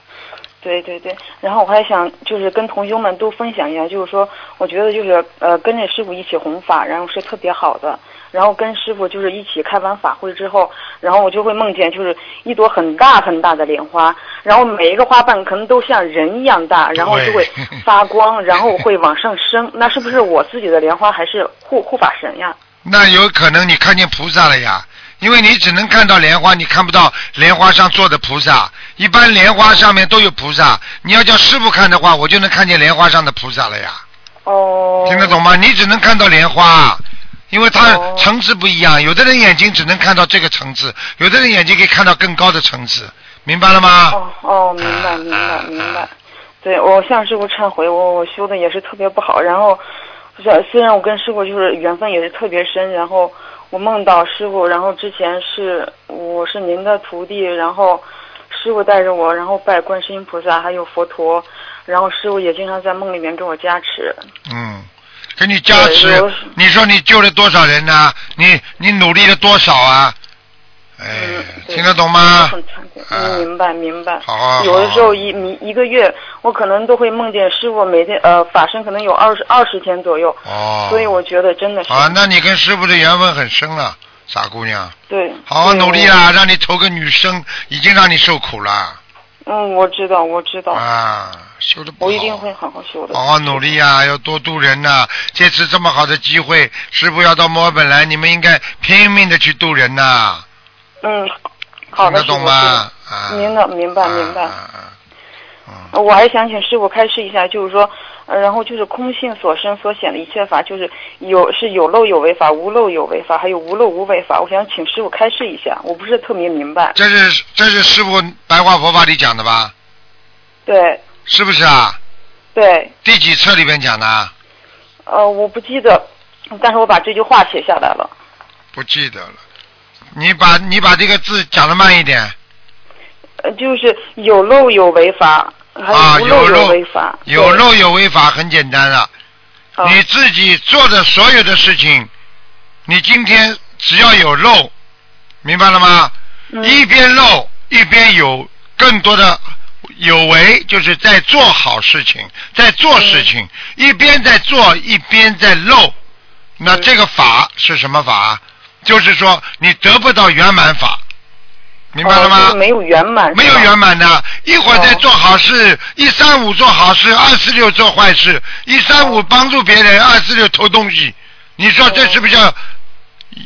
Speaker 10: 对对对，然后我还想就是跟同学们都分享一下，就是说，我觉得就是呃跟着师傅一起弘法，然后是特别好的。然后跟师傅就是一起开完法会之后，然后我就会梦见就是一朵很大很大的莲花，然后每一个花瓣可能都像人一样大，然后就会
Speaker 2: 对
Speaker 10: 发光，然后会往上升。那是不是我自己的莲花还是护护法神呀？
Speaker 2: 那有可能你看见菩萨了呀，因为你只能看到莲花，你看不到莲花上坐的菩萨。一般莲花上面都有菩萨，你要叫师傅看的话，我就能看见莲花上的菩萨了呀。
Speaker 10: 哦，
Speaker 2: 听得懂吗？你只能看到莲花，因为它
Speaker 10: 哦
Speaker 2: 层次不一样，有的人眼睛只能看到这个层次，有的人眼睛可以看到更高的层次，明白了吗？
Speaker 10: 哦哦，明白明白明白。对我向师傅忏悔，我我修的也是特别不好，然后虽虽然我跟师傅就是缘分也是特别深，然后我梦到师傅，然后之前是我是您的徒弟，然后师傅带着我，然后拜观世音菩萨还有佛陀，然后师傅也经常在梦里面给我加持。
Speaker 2: 嗯，给你加
Speaker 10: 对
Speaker 2: 持
Speaker 10: 我，
Speaker 2: 你说你救了多少人呢、你你努力了多少啊？哎，
Speaker 10: 嗯，对
Speaker 2: 听得懂
Speaker 10: 我
Speaker 2: 吗？
Speaker 10: 很惭愧，
Speaker 2: 啊
Speaker 10: 嗯明白明白。
Speaker 2: 好啊好好
Speaker 10: 有的时候一你一个月，我可能都会梦见师傅每天呃法身可能有二十二十天左右，
Speaker 2: 哦，
Speaker 10: 所以我觉得真的是
Speaker 2: 啊，那你跟师傅的缘分很深了，傻姑娘，
Speaker 10: 对，
Speaker 2: 好好
Speaker 10: 对
Speaker 2: 努力啦，让你投个女生，已经让你受苦了
Speaker 10: 我嗯，我知道，我知道，
Speaker 2: 啊，修的不好。
Speaker 10: 我一定会好好修的。
Speaker 2: 好好努力啊，要多度人呐、这次这么好的机会，师傅要到墨尔本来，你们应该拼命的去度人呐、
Speaker 10: 嗯，好
Speaker 2: 听
Speaker 10: 的，
Speaker 2: 得
Speaker 10: 师傅
Speaker 2: 懂。吗？啊，
Speaker 10: 明白明白
Speaker 2: 啊
Speaker 10: 明白呃
Speaker 2: 啊啊嗯
Speaker 10: 我还想请师傅开示一下，就是说，呃然后就是空性所生所显的一切法，就是有是有漏有为法，无漏有为法，还有无漏无为法。我想请师傅开示一下，我不是特别明白。
Speaker 2: 这是这是师傅白话佛法里讲的吧？
Speaker 10: 对
Speaker 2: 是不是啊？
Speaker 10: 对，
Speaker 2: 第几册里边讲的啊？
Speaker 10: 呃，我不记得，但是我把这句话写下来了。
Speaker 2: 不记得了。你把你把这个字讲的慢一点
Speaker 10: 呃，就是有漏有为法，
Speaker 2: 啊！
Speaker 10: 还无
Speaker 2: 有
Speaker 10: 漏
Speaker 2: 漏
Speaker 10: 为法，
Speaker 2: 有
Speaker 10: 对
Speaker 2: 漏有为法很简单了、
Speaker 10: 啊
Speaker 2: 你自己做的所有的事情，你今天只要有漏，明白了吗？
Speaker 10: 嗯
Speaker 2: 一边漏一边有更多的有为，就是在做好事情，在做事情，
Speaker 10: 嗯
Speaker 2: 一边在做一边在漏。那这个法是什么法？就是说你得不到圆满法，明白了吗？
Speaker 10: 哦就是没有圆满，
Speaker 2: 没有
Speaker 10: 是吧哦
Speaker 2: 圆满的，一会儿在做好事，一三五做好事，二四六做坏事，一三五帮助别人，二四六偷东西，你说这是不是叫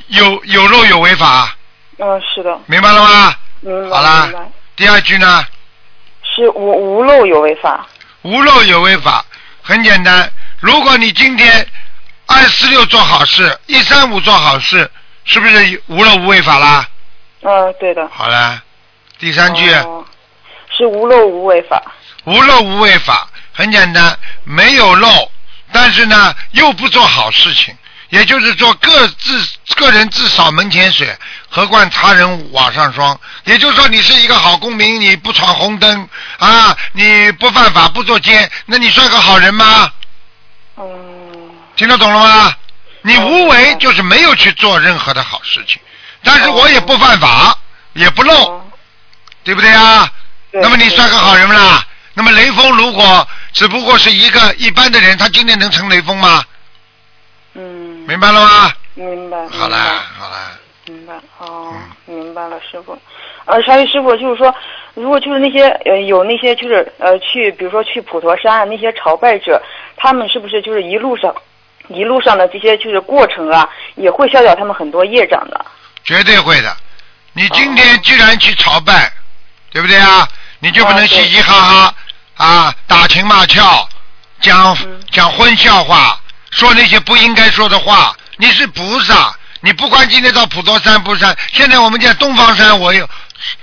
Speaker 2: 有有漏有违法？
Speaker 10: 嗯，是的，
Speaker 2: 明白了吗？
Speaker 10: 明白。
Speaker 2: 好啦
Speaker 10: 明白，
Speaker 2: 第二句呢，
Speaker 10: 是无无漏有为法。
Speaker 2: 无漏有违法，很简单，如果你今天二四六做好事，一三五做好事，是不是无漏无为法啦？
Speaker 10: 嗯，对的。
Speaker 2: 好了，第三句、
Speaker 10: 哦是无漏无为法。
Speaker 2: 无漏无为法很简单，没有漏，但是呢又不做好事情，也就是说各自个人自扫门前雪，何况他人瓦上霜。也就是说你是一个好公民，你不闯红灯啊，你不犯法不作奸，那你算个好人吗？
Speaker 10: 嗯
Speaker 2: 听得懂了吗？你
Speaker 10: 哦
Speaker 2: 无为
Speaker 10: 哦
Speaker 2: 就是没有去做任何的好事情，但是我也不犯法，也不漏。
Speaker 10: 哦
Speaker 2: 对不对啊？
Speaker 10: 对
Speaker 2: 那么你
Speaker 10: 对
Speaker 2: 算个好人不啦？那么雷锋如果只不过是一个一般的人，他今天能成雷锋吗？
Speaker 10: 嗯，
Speaker 2: 明白了吗？
Speaker 10: 明白。
Speaker 2: 好啦
Speaker 10: 明
Speaker 2: 嗯
Speaker 10: 白，
Speaker 2: 好啦，
Speaker 10: 明白哦，明白了，师傅。呃，沙溢师傅就是说，如果就是那些呃有那些就是呃去，比如说去普陀山啊那些朝拜者，他们是不是就是一路上一路上的这些就是过程啊，也会消掉他们很多业障的？
Speaker 2: 绝对会的。你今
Speaker 10: 哦
Speaker 2: 天居然去朝拜，对不对啊？你就不能
Speaker 10: 啊
Speaker 2: 嘻
Speaker 10: 对
Speaker 2: 嘻哈哈啊，打情骂俏，讲
Speaker 10: 嗯
Speaker 2: 讲荤笑话，说那些不应该说的话。你是菩萨，你不管今天到普陀山不山，现在我们在东方山，我有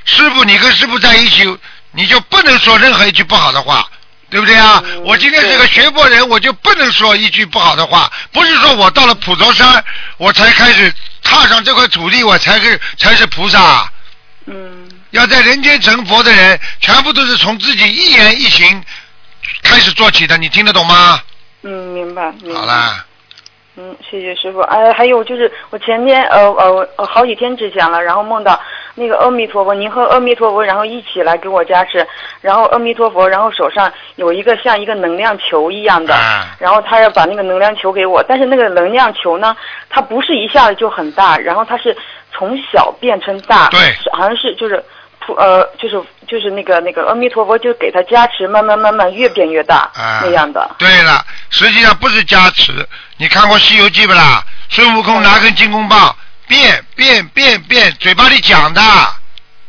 Speaker 2: 师傅，你跟师傅在一起，你就不能说任何一句不好的话。对不对啊？
Speaker 10: 嗯
Speaker 2: 我今天是
Speaker 10: 对
Speaker 2: 个学佛人，我就不能说一句不好的话。不是说我到了普陀山，我才开始踏上这块土地，我才是才是菩萨。啊
Speaker 10: 嗯
Speaker 2: 要在人间成佛的人，全部都是从自己一言一行开始做起的，你听得懂吗？
Speaker 10: 嗯，明白。明白
Speaker 2: 好啦，
Speaker 10: 嗯，谢谢师傅。哎，还有就是我前天呃呃呃好几天之前了，然后梦到那个阿弥陀佛，您和阿弥陀佛然后一起来给我加持，然后阿弥陀佛然后手上有一个像一个能量球一样的，
Speaker 2: 啊
Speaker 10: 然后他要把那个能量球给我，但是那个能量球呢，它不是一下子就很大，然后它是从小变成大，
Speaker 2: 对
Speaker 10: 是好像是就是。普呃，就是就是那个那个阿弥陀佛，就给他加持，慢慢慢慢越变越大、
Speaker 2: 啊，
Speaker 10: 那样的。
Speaker 2: 对了，实际上不是加持。你看过《西游记》不啦？孙悟
Speaker 10: 嗯
Speaker 2: 空拿根金箍棒，变变变变，嘴巴里讲的，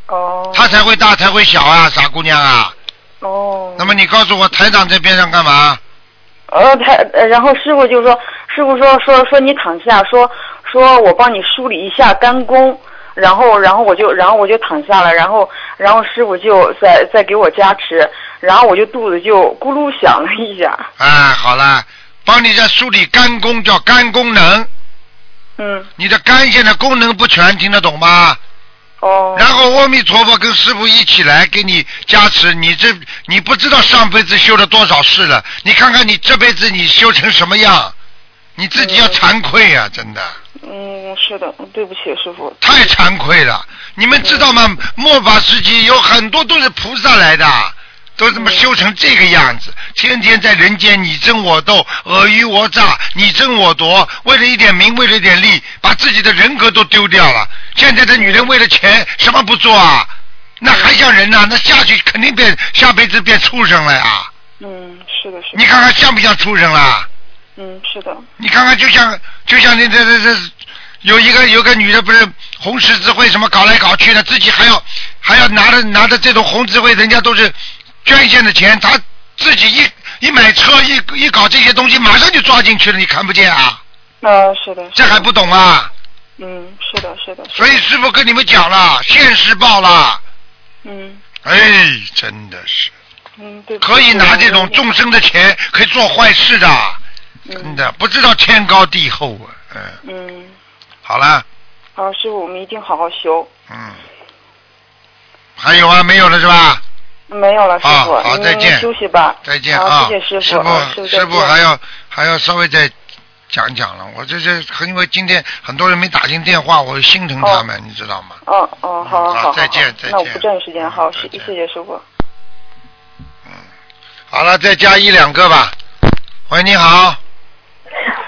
Speaker 10: 哦。
Speaker 2: 他才会大，才会小啊，傻姑娘啊。
Speaker 10: 哦。
Speaker 2: 那么你告诉我，台长在边上干嘛？
Speaker 10: 呃，他呃然后师傅就说，师傅说说说你躺下，说说我帮你梳理一下肝功，然后然后我就然后我就躺下了，然后然后师傅就在在给我加持，然后我就肚子就咕噜响了一下，
Speaker 2: 哎，好了，帮你在梳理肝功，叫肝功能。
Speaker 10: 嗯，
Speaker 2: 你的肝现在功能不全，听得懂吗？
Speaker 10: 哦，
Speaker 2: 然后阿弥陀佛跟师傅一起来给你加持，你这你不知道上辈子修了多少事了，你看看你这辈子你修成什么样，你自己要惭愧呀、真的
Speaker 10: 嗯，是的，对不起师傅，
Speaker 2: 太惭愧了。你们知道吗？末法时期有很多都是菩萨来的，都
Speaker 10: 嗯
Speaker 2: 怎么修成这个样子？天天在人间你争我斗，尔虞我诈，你争我夺，为了一点名，为了一点利，把自己的人格都丢掉了。现在的女人为了钱什么不做啊？那还像人呐、那下去肯定变下辈子变畜生了呀！
Speaker 10: 嗯，是的，是的
Speaker 2: 你，看看像不像畜生啦？
Speaker 10: 嗯，是的，
Speaker 2: 你看看，就像就像那这这这，有一个有个女的不是红十字会什么搞来搞去的，自己还要还要拿着拿着这种红十字会，人家都是捐献的钱，她自己一一买车一一搞这些东西，马上就抓进去了，你看不见啊？
Speaker 10: 啊，是的，
Speaker 2: 这还不懂啊？
Speaker 10: 嗯，是的，是的，
Speaker 2: 所以师傅跟你们讲了，现实报了，
Speaker 10: 嗯
Speaker 2: 哎，真的是
Speaker 10: 嗯，对，
Speaker 2: 可以拿这种，众生的钱，可以做坏事的，真的不知道天高地厚啊。嗯，
Speaker 10: 嗯，
Speaker 2: 好了。
Speaker 10: 好，师傅，我们一定好好修。
Speaker 2: 嗯，还有啊，没有了是吧？
Speaker 10: 没有了，师
Speaker 2: 啊
Speaker 10: 傅，
Speaker 2: 好
Speaker 10: 您
Speaker 2: 再见
Speaker 10: 休息吧。
Speaker 2: 再见
Speaker 10: 好
Speaker 2: 啊，
Speaker 10: 谢谢师
Speaker 2: 师
Speaker 10: 傅，啊
Speaker 2: 傅，
Speaker 10: 再
Speaker 2: 师傅
Speaker 10: 见
Speaker 2: 还要还要稍微再讲讲了。我这是因为今天很多人没打进电话，我心疼他们，你知道吗？
Speaker 10: 哦哦，好好
Speaker 2: 嗯好
Speaker 10: 好，
Speaker 2: 再见
Speaker 10: 好
Speaker 2: 再见嗯
Speaker 10: 那我不占用时间，好，谢
Speaker 2: 再见
Speaker 10: 谢谢师傅。
Speaker 2: 好了，再加一两个吧。喂，你好，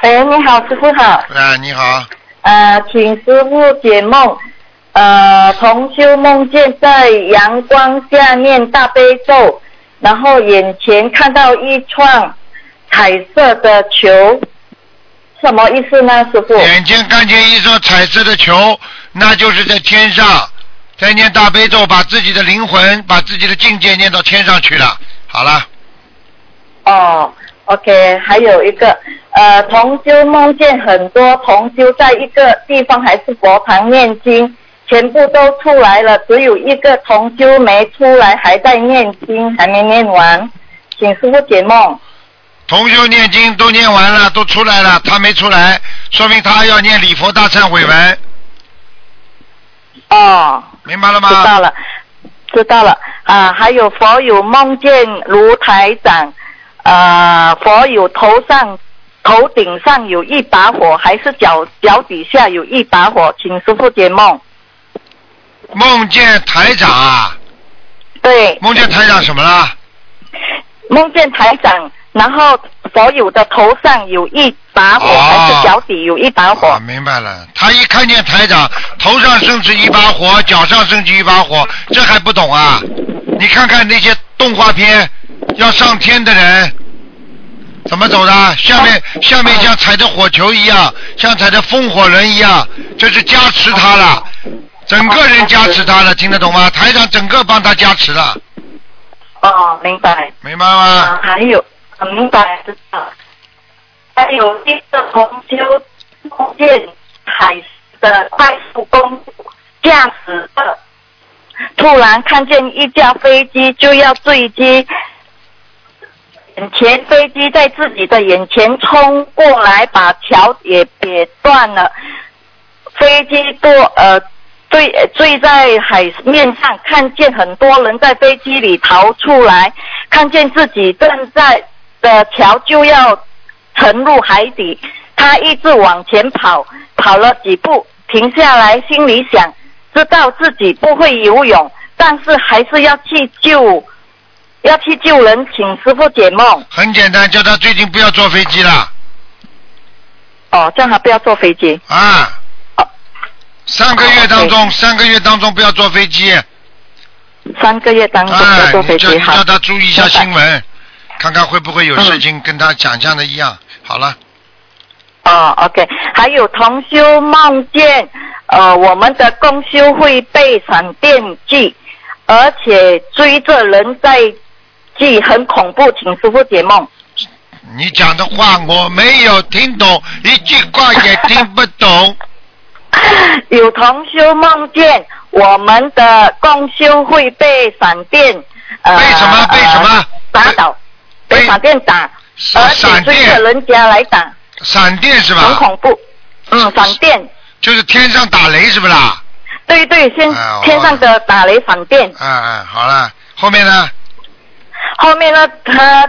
Speaker 5: 喂，哎你好，师傅好。
Speaker 2: 哎，你好，
Speaker 5: 呃，请师傅解梦。呃，同修梦见在阳光下念大悲咒，然后眼前看到一串彩色的球，什么意思呢，师傅？
Speaker 2: 眼睛看见一座彩色的球，那就是在天上，在念大悲咒，把自己的灵魂，把自己的境界念到天上去了。好了，
Speaker 5: 哦 OK，还有一个，呃，同修梦见很多同修在一个地方还是佛堂念经，全部都出来了，只有一个同修没出来，还在念经，还没念完，请师傅解梦。
Speaker 2: 同修念经都念完了，都出来了，他没出来，说明他要念礼佛大忏悔文，
Speaker 5: 哦，
Speaker 2: 明白了吗？
Speaker 5: 知道了，知道了啊！还有佛友梦见卢台长，啊，佛友头上、头顶上有一把火，还是脚脚底下有一把火？请师傅解梦。
Speaker 2: 梦见台长啊，
Speaker 5: 对，
Speaker 2: 梦见台长什么了？
Speaker 5: 梦见台长，然后佛友的头上有一把火，
Speaker 2: 哦
Speaker 5: 还是脚底有一把火？
Speaker 2: 啊，明白了。他一看见台长，头上升起一把火，脚上升起一把火，这还不懂啊？你看看那些动画片，要上天的人怎么走的？下面下面像踩着火球一样，像踩着风火轮一样，这是加持他了，整个人加持他了，听得懂吗？台长整个帮他加持了，
Speaker 5: 哦，明白。
Speaker 2: 明白吗？
Speaker 5: 啊，还有，啊明白知道。还有一个呃红修梦见海的快速公路驾驶的，突然看见一架飞机就要坠机，眼前飞机在自己的眼前冲过来，把桥也也断了，飞机堕呃。坠呃坠在海面上，看见很多人在飞机里逃出来，看见自己正在的桥就要沉入海底，他一直往前跑，跑了几步，停下来，心里想，知道自己不会游泳，但是还是要去救，要去救人，请师傅解梦。
Speaker 2: 很简单，叫他最近不要坐飞机了
Speaker 5: 哦，叫他不要坐飞机。
Speaker 2: 啊。三个月当中，三个月当中不要坐飞机。
Speaker 5: 三啊个月当中不要
Speaker 2: 哎，
Speaker 5: 坐
Speaker 2: 你
Speaker 5: 飞
Speaker 2: 叫
Speaker 5: 机，
Speaker 2: 你
Speaker 5: 好
Speaker 2: 叫。他注意一下新闻，看看会不会有事情跟他讲讲的一
Speaker 5: 嗯
Speaker 2: 样。好了，
Speaker 5: 哦，OK，还有同修梦见，呃，我们的公修会被闪电击，而且追着人在击，很恐怖，请师傅解梦。
Speaker 2: 你讲的话我没有听懂，一句话也听不懂。
Speaker 5: 有同修梦见我们的公修会被闪电，呃，
Speaker 2: 被什么？被什么？
Speaker 5: 呃打倒，被闪电打，
Speaker 2: 是
Speaker 5: 而且
Speaker 2: 闪
Speaker 5: 追着
Speaker 2: 电，
Speaker 5: 人家来打，
Speaker 2: 闪电是
Speaker 5: 很
Speaker 2: 吧？
Speaker 5: 恐怖。嗯，闪电，
Speaker 2: 就是天上打雷是不啦？
Speaker 5: 对对，先
Speaker 2: 哎我
Speaker 5: 天上的打雷闪电。
Speaker 2: 嗯嗯，好了，后面呢？
Speaker 5: 后面呢，他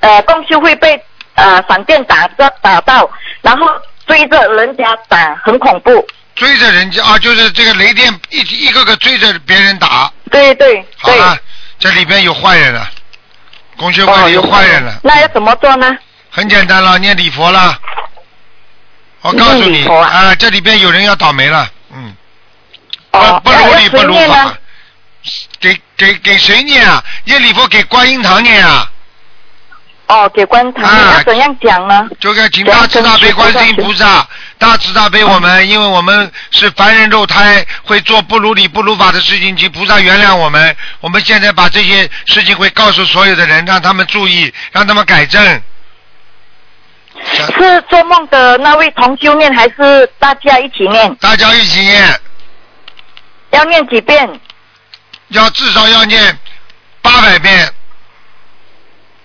Speaker 5: 呃，公修会被呃闪电打着打到，然后追着人家打，很恐怖。
Speaker 2: 追着人家啊，就是这个雷电一一个个追着别人打。
Speaker 5: 对对
Speaker 2: 好
Speaker 5: 对，
Speaker 2: 了，这里边有坏人了，公
Speaker 5: 哦
Speaker 2: 修会里有坏人了。
Speaker 5: 那要怎么做呢？
Speaker 2: 很简单了，念礼佛了。我告诉
Speaker 5: 念
Speaker 2: 你
Speaker 5: 礼佛啊
Speaker 2: 这里边有人要倒霉了，嗯，
Speaker 5: 哦，
Speaker 2: 不不
Speaker 5: 那
Speaker 2: 如
Speaker 5: 要
Speaker 2: 理不
Speaker 5: 谁
Speaker 2: 如
Speaker 5: 念
Speaker 2: 法
Speaker 5: 呢？，
Speaker 2: 给给给谁念啊？念礼佛给观音堂念啊，
Speaker 5: 哦，给观堂、
Speaker 2: 啊
Speaker 5: 要怎样讲呢？
Speaker 2: 就该请
Speaker 5: 对
Speaker 2: 大慈大悲
Speaker 5: 跟
Speaker 2: 观
Speaker 5: 观
Speaker 2: 世音
Speaker 5: 世音
Speaker 2: 菩萨，大慈大悲我
Speaker 5: 嗯
Speaker 2: 们，因为我们是凡人肉胎，会做不如理不如法的事情，请菩萨原谅我们。我们现在把这些事情会告诉所有的人，让他们注意，让他们改正。想
Speaker 5: 是做梦的那位同修念，还是大家一起念？
Speaker 2: 大家一起念。
Speaker 5: 要念几遍？
Speaker 2: 要至少要念八百遍，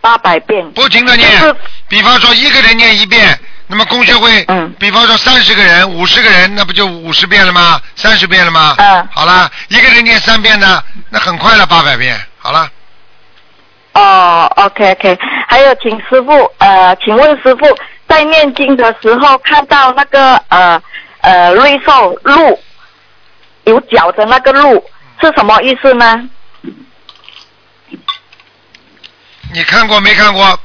Speaker 5: 八百遍。
Speaker 2: 不停的
Speaker 5: 就
Speaker 2: 念
Speaker 5: 是。
Speaker 2: 比方说一个人念一遍，那么公修会，
Speaker 5: 嗯
Speaker 2: 比方说三十个人、五十个人，那不就五十遍了吗？三十遍了吗？
Speaker 5: 嗯
Speaker 2: 好了，一个人念三遍呢，那很快了，八百遍。好了，
Speaker 5: 哦，OK OK，还有请师傅，呃，请问师傅在念经的时候看到那个呃呃瑞兽鹿有角的那个鹿是什么意思呢？
Speaker 2: 你看过没看过？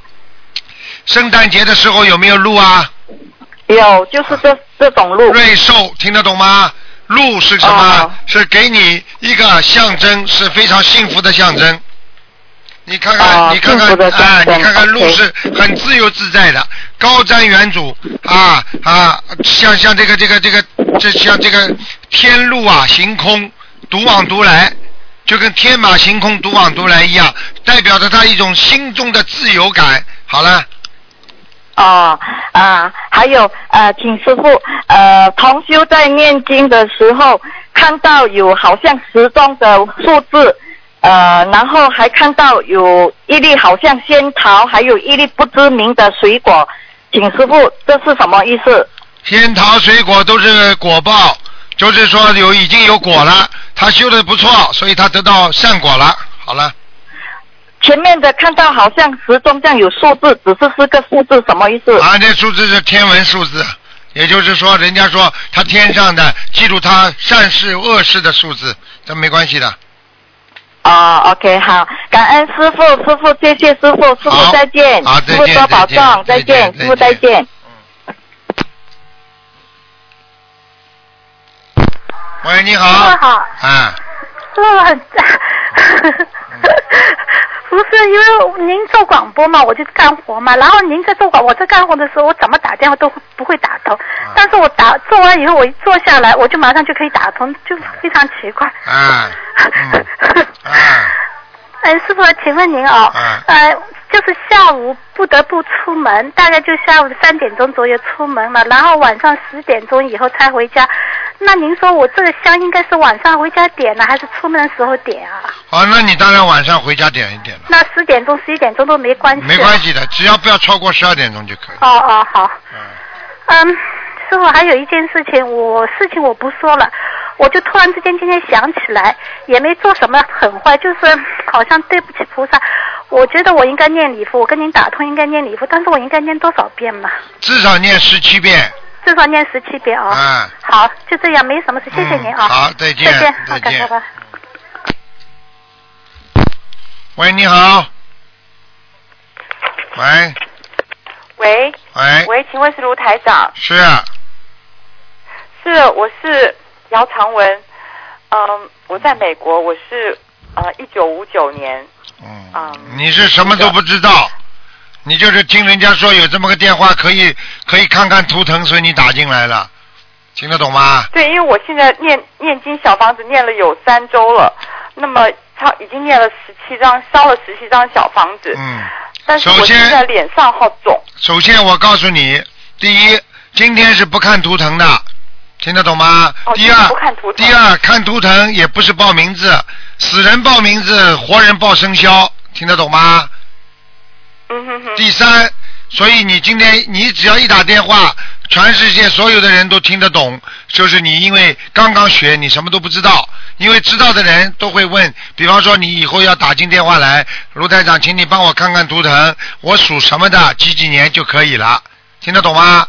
Speaker 2: 圣诞节的时候有没有鹿啊？
Speaker 5: 有，就是这这种鹿。
Speaker 2: 瑞兽听得懂吗？鹿是什么？
Speaker 5: 哦
Speaker 2: 是给你一个象征，是非常幸福的象征。你看看，
Speaker 5: 哦
Speaker 2: 啊你看看
Speaker 5: 幸福的，象征
Speaker 2: 哎，你看看，
Speaker 5: OK
Speaker 2: 鹿是很自由自在的，高瞻远瞩啊啊，像像这个这个这个，这像这个天路啊，行空，独往独来，就跟天马行空，独往独来一样，代表着他一种心中的自由感。好了，
Speaker 5: 哦啊，还有呃，请师傅呃，同修在念经的时候看到有好像时钟的数字，呃，然后还看到有一粒好像仙桃，还有一粒不知名的水果，请师傅这是什么意思？
Speaker 2: 仙桃、水果都是果报，就是说有已经有果了，他修的不错，所以他得到善果了。好了，
Speaker 5: 前面的看到好像时钟这样有数字，只是是个数字，什么意思？
Speaker 2: 啊，这数字是天文数字，也就是说，人家说他天上的记住他善事恶事的数字，这没关系的。
Speaker 5: 哦，OK，好，感恩师傅，师傅谢谢师傅，师
Speaker 2: 好
Speaker 5: 傅再见，
Speaker 2: 好
Speaker 5: 师
Speaker 2: 再
Speaker 5: 傅
Speaker 2: 见
Speaker 5: 多
Speaker 2: 再
Speaker 5: 保
Speaker 2: 见
Speaker 5: 重，
Speaker 2: 再
Speaker 5: 再
Speaker 2: 见
Speaker 5: 见，师傅
Speaker 2: 再
Speaker 5: 再
Speaker 2: 见
Speaker 5: 见。
Speaker 2: 喂，哦你好。
Speaker 6: 师傅好
Speaker 2: 啊，
Speaker 6: 师傅很， 不是因为您做广播嘛，我就干活嘛，然后您在做广，我在干活的时候，我怎么打电话都不会打通，但是我打做完以后，我一坐下来，我就马上就可以打通，就非常奇怪。
Speaker 2: 啊，嗯，
Speaker 6: 哎，师傅，请问您哦，
Speaker 2: 啊
Speaker 6: 呃，就是下午不得不出门，大概就下午三点钟左右出门了，然后晚上十点钟以后才回家。那您说我这个香应该是晚上回家点呢，还是出门的时候点啊？
Speaker 2: 好，那你当然晚上回家点一点了，
Speaker 6: 那十点钟、十一点钟都没关系。
Speaker 2: 没关。系的，只要不要超过十二点钟就可以。
Speaker 6: 哦哦，好。嗯，师傅，还有一件事情，我事情我不说了，我就突然之间今天想起来，也没做什么很坏，就是好像对不起菩萨。我觉得我应该念礼佛，我跟您打通应该念礼佛，但是我应该念多少遍嘛？
Speaker 2: 至少念十七遍。
Speaker 6: 至少念十七遍啊、
Speaker 2: 啊，
Speaker 6: 好，就这样，没什么事，谢谢您啊、
Speaker 2: 嗯好，再见，
Speaker 6: 再见，好，
Speaker 2: 再
Speaker 6: 感谢
Speaker 2: 见。
Speaker 6: 吧。
Speaker 2: 喂，你好。喂，
Speaker 11: 喂
Speaker 2: 喂，
Speaker 11: 喂，请问是卢台长？
Speaker 2: 是啊，
Speaker 11: 是，我是姚长文。嗯，我在美国，我是呃一九五九年。
Speaker 2: 嗯
Speaker 11: 嗯
Speaker 2: 你是什么都不知道，你就是听人家说有这么个电话可以可以看看图腾，所以你打进来了，听得懂吗？
Speaker 11: 对，因为我现在念念经小房子念了有三周了，那么他已经念了十七张，烧了十七张小房子，
Speaker 2: 嗯，
Speaker 11: 但是我
Speaker 2: 首先
Speaker 11: 现在脸上好肿。
Speaker 2: 首先我告诉你，第一，今天是不看图腾的，听得懂吗？第二，第二看图腾也不是报名字，死人报名字，活人报生肖，听得懂吗？
Speaker 11: 嗯哼哼。
Speaker 2: 第三，所以你今天你只要一打电话，全世界所有的人都听得懂，就是你因为刚刚学，你什么都不知道，因为知道的人都会问，比方说你以后要打进电话来，卢台长，请你帮我看看图腾，我属什么的，几几年就可以了，听得懂吗？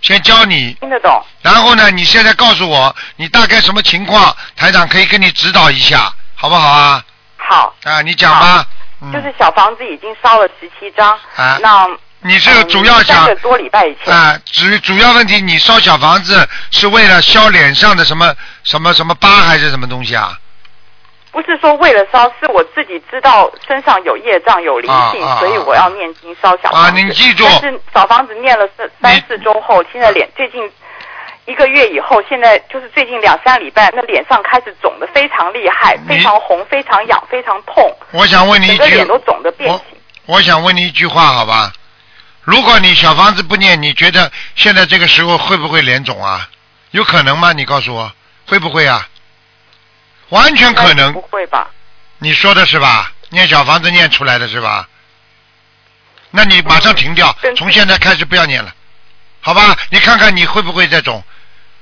Speaker 2: 先教你。
Speaker 11: 听得懂。
Speaker 2: 然后呢，你现在告诉我你大概什么情况，台长可以跟你指导一下，好不好啊？
Speaker 11: 好。
Speaker 2: 啊，你讲吧。
Speaker 11: 就是小房子已经烧了十七张，
Speaker 2: 嗯啊
Speaker 11: 那
Speaker 2: 你这个
Speaker 11: 嗯
Speaker 2: 主要想
Speaker 11: 三个多礼拜以前，
Speaker 2: 啊，主主要问题，你烧小房子是为了消脸上的什么什么什么疤还是什么东西啊？
Speaker 11: 不是说为了烧，是我自己知道身上有业障有灵性，
Speaker 2: 啊啊啊
Speaker 11: 所以我要念经烧小
Speaker 2: 啊
Speaker 11: 房子。
Speaker 2: 你记住
Speaker 11: 但是小房子念了三三四周后，现在脸最近一个月以后，现在就是最近两三礼拜，那脸上开始肿的非常厉害，非常红，非常痒，非常痛。
Speaker 2: 我想问你一
Speaker 11: 整个
Speaker 2: 句
Speaker 11: 脸，都肿的变形。
Speaker 2: 我想问你一句话，好吧？如果你小房子不念，你觉得现在这个时候会不会脸肿啊？有可能吗？你告诉我，会不会啊？完全可能
Speaker 11: 不。会吧？
Speaker 2: 你说的是吧？念小房子念出来的是吧？那你马上停
Speaker 11: 嗯
Speaker 2: 掉，从现在开始不要念了，好吧？你看看你会不会这种？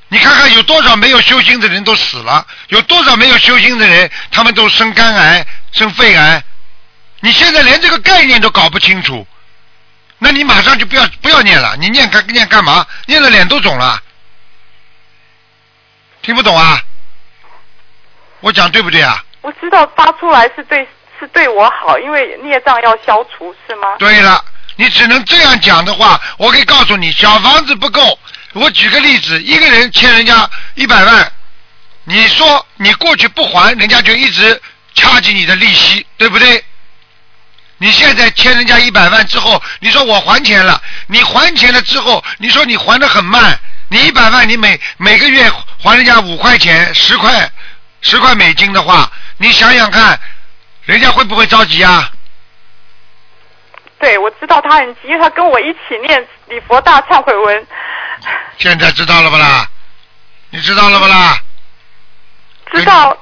Speaker 2: 你看看有多少没有修心的人都死了，有多少没有修心的人，他们都生肝癌、生肺癌。你现在连这个概念都搞不清楚，那你马上就不要不要念了，你念干念干嘛？念的脸都肿了，听不懂啊？我讲对不对啊？
Speaker 11: 我知道发出来是对是对我好，因为孽障要消除，是吗？
Speaker 2: 对了，你只能这样讲的话，我可以告诉你，小房子不够。我举个例子，一个人欠人家一百万，你说你过去不还，人家就一直掐紧你的利息，对不对？你现在欠人家一百万之后，你说我还钱了，你还钱了之后，你说你还的很慢，你一百万你每每个月还人家五块钱、十块、十块美金的话，你想想看，人家会不会着急啊？
Speaker 11: 对，我知道他很急，因为他跟我一起念礼佛大忏悔文。
Speaker 2: 现在知道了不啦？你知道了不啦？
Speaker 11: 知道。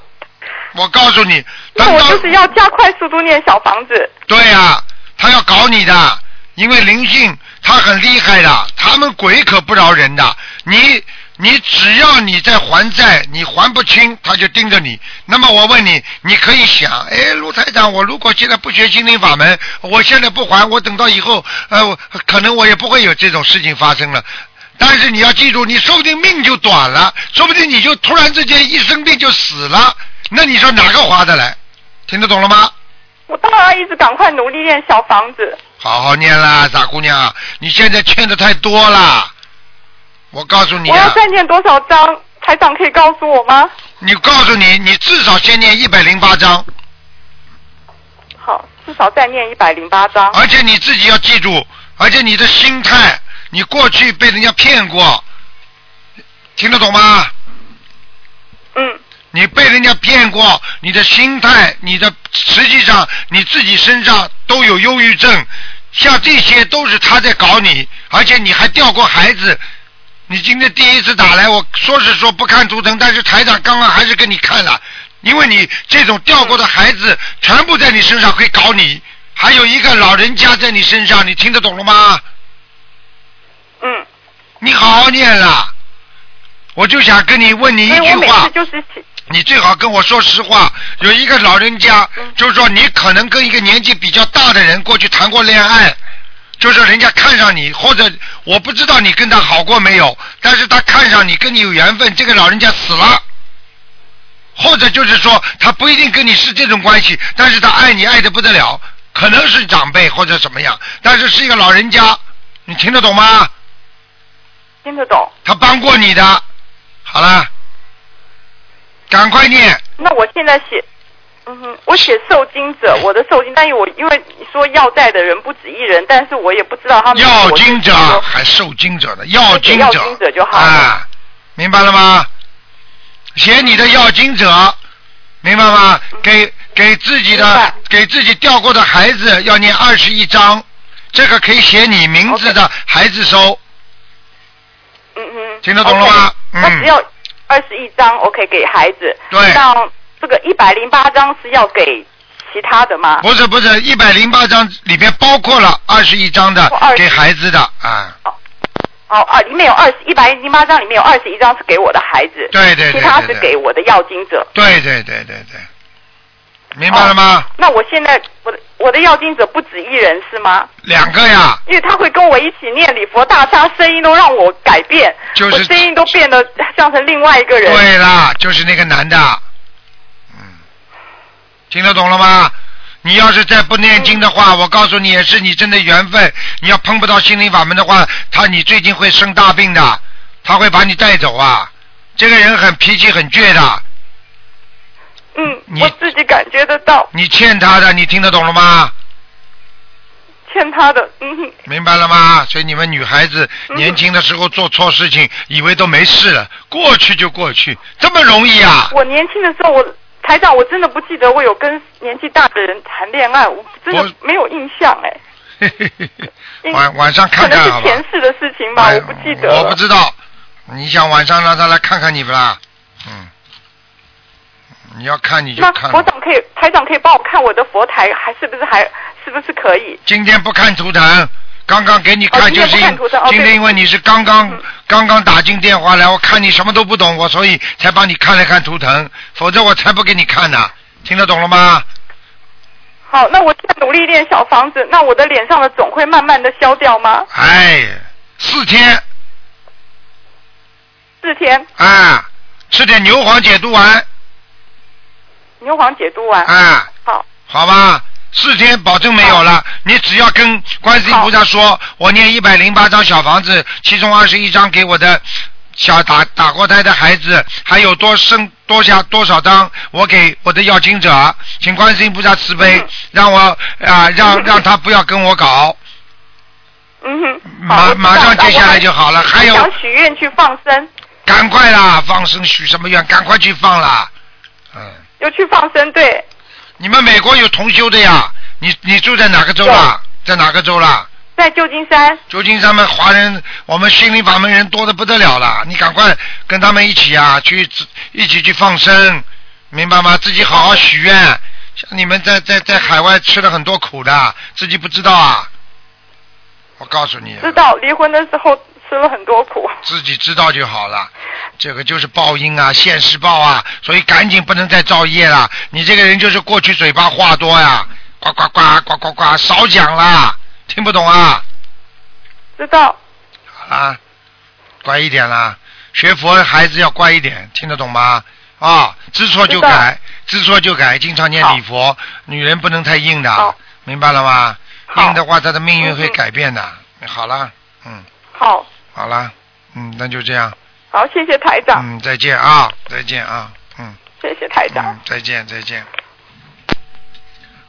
Speaker 2: 我告诉你，
Speaker 11: 那我就是要加快速度念小房子。
Speaker 2: 对呀、他要搞你的，因为灵性他很厉害的，他们鬼可不饶人的。你你只要你在还债，你还不清，他就盯着你。那么我问你，你可以想，哎，卢台长，我如果现在不学心灵法门，我现在不还，我等到以后，呃，我可能我也不会有这种事情发生了。但是你要记住，你说不定命就短了，说不定你就突然之间一生病就死了，那你说哪个划得来？听得懂了吗？
Speaker 11: 我当然一直赶快努力念小房子。
Speaker 2: 好好念啦，傻姑娘，你现在欠的太多了。我告诉你
Speaker 11: 我要
Speaker 2: 啊，
Speaker 11: 再念多少章？台长可以告诉我吗？
Speaker 2: 你告诉你，你至少先念一百零八章，
Speaker 11: 好，至少再念一百零八章。
Speaker 2: 而且你自己要记住，而且你的心态，你过去被人家骗过，听得懂吗？
Speaker 11: 嗯。
Speaker 2: 你被人家骗过，你的心态，你的实际上你自己身上都有忧郁症，像这些都是他在搞你，而且你还掉过孩子，你今天第一次打来，我说是说不看图腾，但是台长刚刚还是给你看了，因为你这种掉过的孩子全部在你身上会搞你，还有一个老人家在你身上，你听得懂了吗？
Speaker 11: 嗯。
Speaker 2: 你好好念啦，我就想跟你问你一
Speaker 11: 所以
Speaker 2: 句
Speaker 11: 我每
Speaker 2: 话
Speaker 11: 次，就是
Speaker 2: 你最好跟我说实话。有一个老人家，
Speaker 11: 嗯
Speaker 2: 就是说你可能跟一个年纪比较大的人过去谈过恋爱，就是人家看上你，或者我不知道你跟他好过没有，但是他看上你，跟你有缘分，这个老人家死了。或者就是说，他不一定跟你是这种关系，但是他爱你爱的不得了，可能是长辈或者怎么样，但是是一个老人家，你听得懂吗？
Speaker 11: 听得懂。
Speaker 2: 他帮过你的，好了，赶快念，
Speaker 11: 那我现在写，嗯哼，我写受精者，我的受精，但是我因为你说要债的人不止一人，但是我也不知道他们
Speaker 2: 要
Speaker 11: 我是
Speaker 2: 经者
Speaker 11: 说
Speaker 2: 还受经者的要经
Speaker 11: 要
Speaker 2: 者
Speaker 11: 经者就好了。
Speaker 2: 啊，明白了吗？写你的要经者，明白吗？
Speaker 11: 嗯
Speaker 2: 给给自己的给自己掉过的孩子要念二十一章，这个可以写你名字的孩子收，
Speaker 11: 嗯嗯，
Speaker 2: 听得懂了吗？
Speaker 11: 我只
Speaker 2: 嗯，
Speaker 11: 要二十一张，OK，给孩子。
Speaker 2: 对
Speaker 11: 那这个一百零八张是要给其他的吗？
Speaker 2: 不是不是，一百零八章里边包括了二十一章的
Speaker 11: 20
Speaker 2: 给孩子的啊，
Speaker 11: 哦，二里面有二十一百零八张，里面有二十一张是给我的孩子，
Speaker 2: 对对对
Speaker 11: 其他
Speaker 2: 对
Speaker 11: 是
Speaker 2: 对
Speaker 11: 给我的要经者。
Speaker 2: 对对对对对，明
Speaker 11: 哦
Speaker 2: 白了吗？
Speaker 11: 那我现在我的我的要经者不止一人是吗？
Speaker 2: 两个呀，
Speaker 11: 因为他会跟我一起念礼佛大忏，声音都让我改变，
Speaker 2: 就是
Speaker 11: 我声音都变得 像成另外一个人。
Speaker 2: 对啦，啊就是那个男的。嗯，听得懂了吗？你要是再不念经的话，我告诉你，也是你真的缘分。你要碰不到心灵法门的话，他你最近会生大病的，他会把你带走啊。这个人很脾气很倔的，
Speaker 11: 嗯，
Speaker 2: 你
Speaker 11: 我自己感觉得到
Speaker 2: 你欠他的，你听得懂了吗？
Speaker 11: 欠他的，嗯哼，嗯
Speaker 2: 明白了吗？所以你们女孩子年轻的时候做错事情，以为都没事了，过去就过去，这么容易啊？
Speaker 11: 我年轻的时候，我台长，我真的不记得我有跟年纪大的人谈恋爱，我真的没有印象哎。
Speaker 2: 嘿嘿嘿嘿
Speaker 11: 因
Speaker 2: 晚晚上
Speaker 11: 可
Speaker 2: 看
Speaker 11: 能
Speaker 2: 看好
Speaker 11: 是
Speaker 2: 吧。
Speaker 11: 前世的事情吧，
Speaker 2: 哎
Speaker 11: 我不记得了。
Speaker 2: 我不知。道，你想晚上让他来看看你不啦？嗯，你要看你就
Speaker 11: 那
Speaker 2: 看
Speaker 11: 佛。长可以，台长可以帮我看我的佛台，还是不是还是不是可以？
Speaker 2: 今天不看图腾，刚刚给你
Speaker 11: 哦
Speaker 2: 看
Speaker 11: 今
Speaker 2: 就
Speaker 11: 天
Speaker 2: 是
Speaker 11: 不
Speaker 2: 因、
Speaker 11: 看图腾哦
Speaker 2: 今
Speaker 11: 对嗯
Speaker 2: 天因为你是刚刚、刚刚打进电话来，我看你什么都不懂，我所以才帮你看了看图腾，否则我才不给你看呢。听得懂了吗？
Speaker 11: 好，那我现在努力练小房子，那我的脸上的肿会慢慢的消掉吗？
Speaker 2: 哎，四天
Speaker 11: 四天
Speaker 2: 啊，吃点牛黄解毒丸
Speaker 11: 牛黄解毒丸。
Speaker 2: 啊。
Speaker 11: 好，
Speaker 2: 好吧，四天保证没有了。你只要跟观世音菩萨说，我念一百零八张小房子，其中二十一张给我的小打打过胎的孩子，还有多生多下多少张，我给我的要经者，请观世音菩萨慈悲，让我啊、让让他不要跟我搞，
Speaker 11: 嗯哼，
Speaker 2: 马马上接下来就好了。还有
Speaker 11: 想许愿去放生，
Speaker 2: 赶快啦，放生许什么愿？赶快去放啦！
Speaker 11: 嗯又去放生，对，
Speaker 2: 你们美国有同修的呀？你你住在哪个州啊？在哪个州啦？
Speaker 11: 在旧金山。
Speaker 2: 旧金山们华人，我们心灵法门人多的不得了了，你赶快跟他们一起啊，去一起去放生，明白吗？自己好好许愿。像你们在在在海外吃了很多苦的，自己不知道啊。我告诉你，
Speaker 11: 知道离婚的时候吃了很多苦。啊
Speaker 2: 自己知道就好了，这个就是报应啊，现世报啊，所以赶紧不能再造业了。你这个人就是过去嘴巴话多呀，呱呱呱呱呱呱，少讲啦，听不懂啊？
Speaker 11: 知道。
Speaker 2: 好啦，乖一点啦，学佛的孩子要乖一点，听得懂吗？啊、知错就改，知错就改，经常念礼佛，女人不能太硬的，明白了吗？硬的话，她的命运会
Speaker 11: 嗯
Speaker 2: 改变的。好啦，嗯，
Speaker 11: 好，
Speaker 2: 好啦，嗯，那就这样，
Speaker 11: 好，谢谢台长，
Speaker 2: 嗯，再见啊，再见啊，嗯。
Speaker 11: 谢谢台长。
Speaker 2: 再见，再见。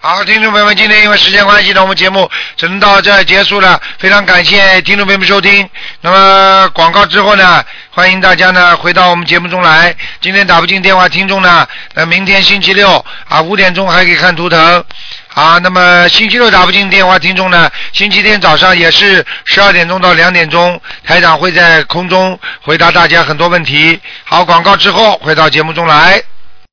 Speaker 2: 好，听众朋友们，今天因为时间关系呢，我们节目只能到这儿结束了。非常感谢听众朋友们收听。那么广告之后呢，欢迎大家呢回到我们节目中来。今天打不进电话听众呢，那明天星期六啊五点钟还可以看图腾。啊，那么星期六打不进电话听众呢，星期天早上也是十二点钟到两点钟，台长会在空中回答大家很多问题。好，广告之后回到节目中来。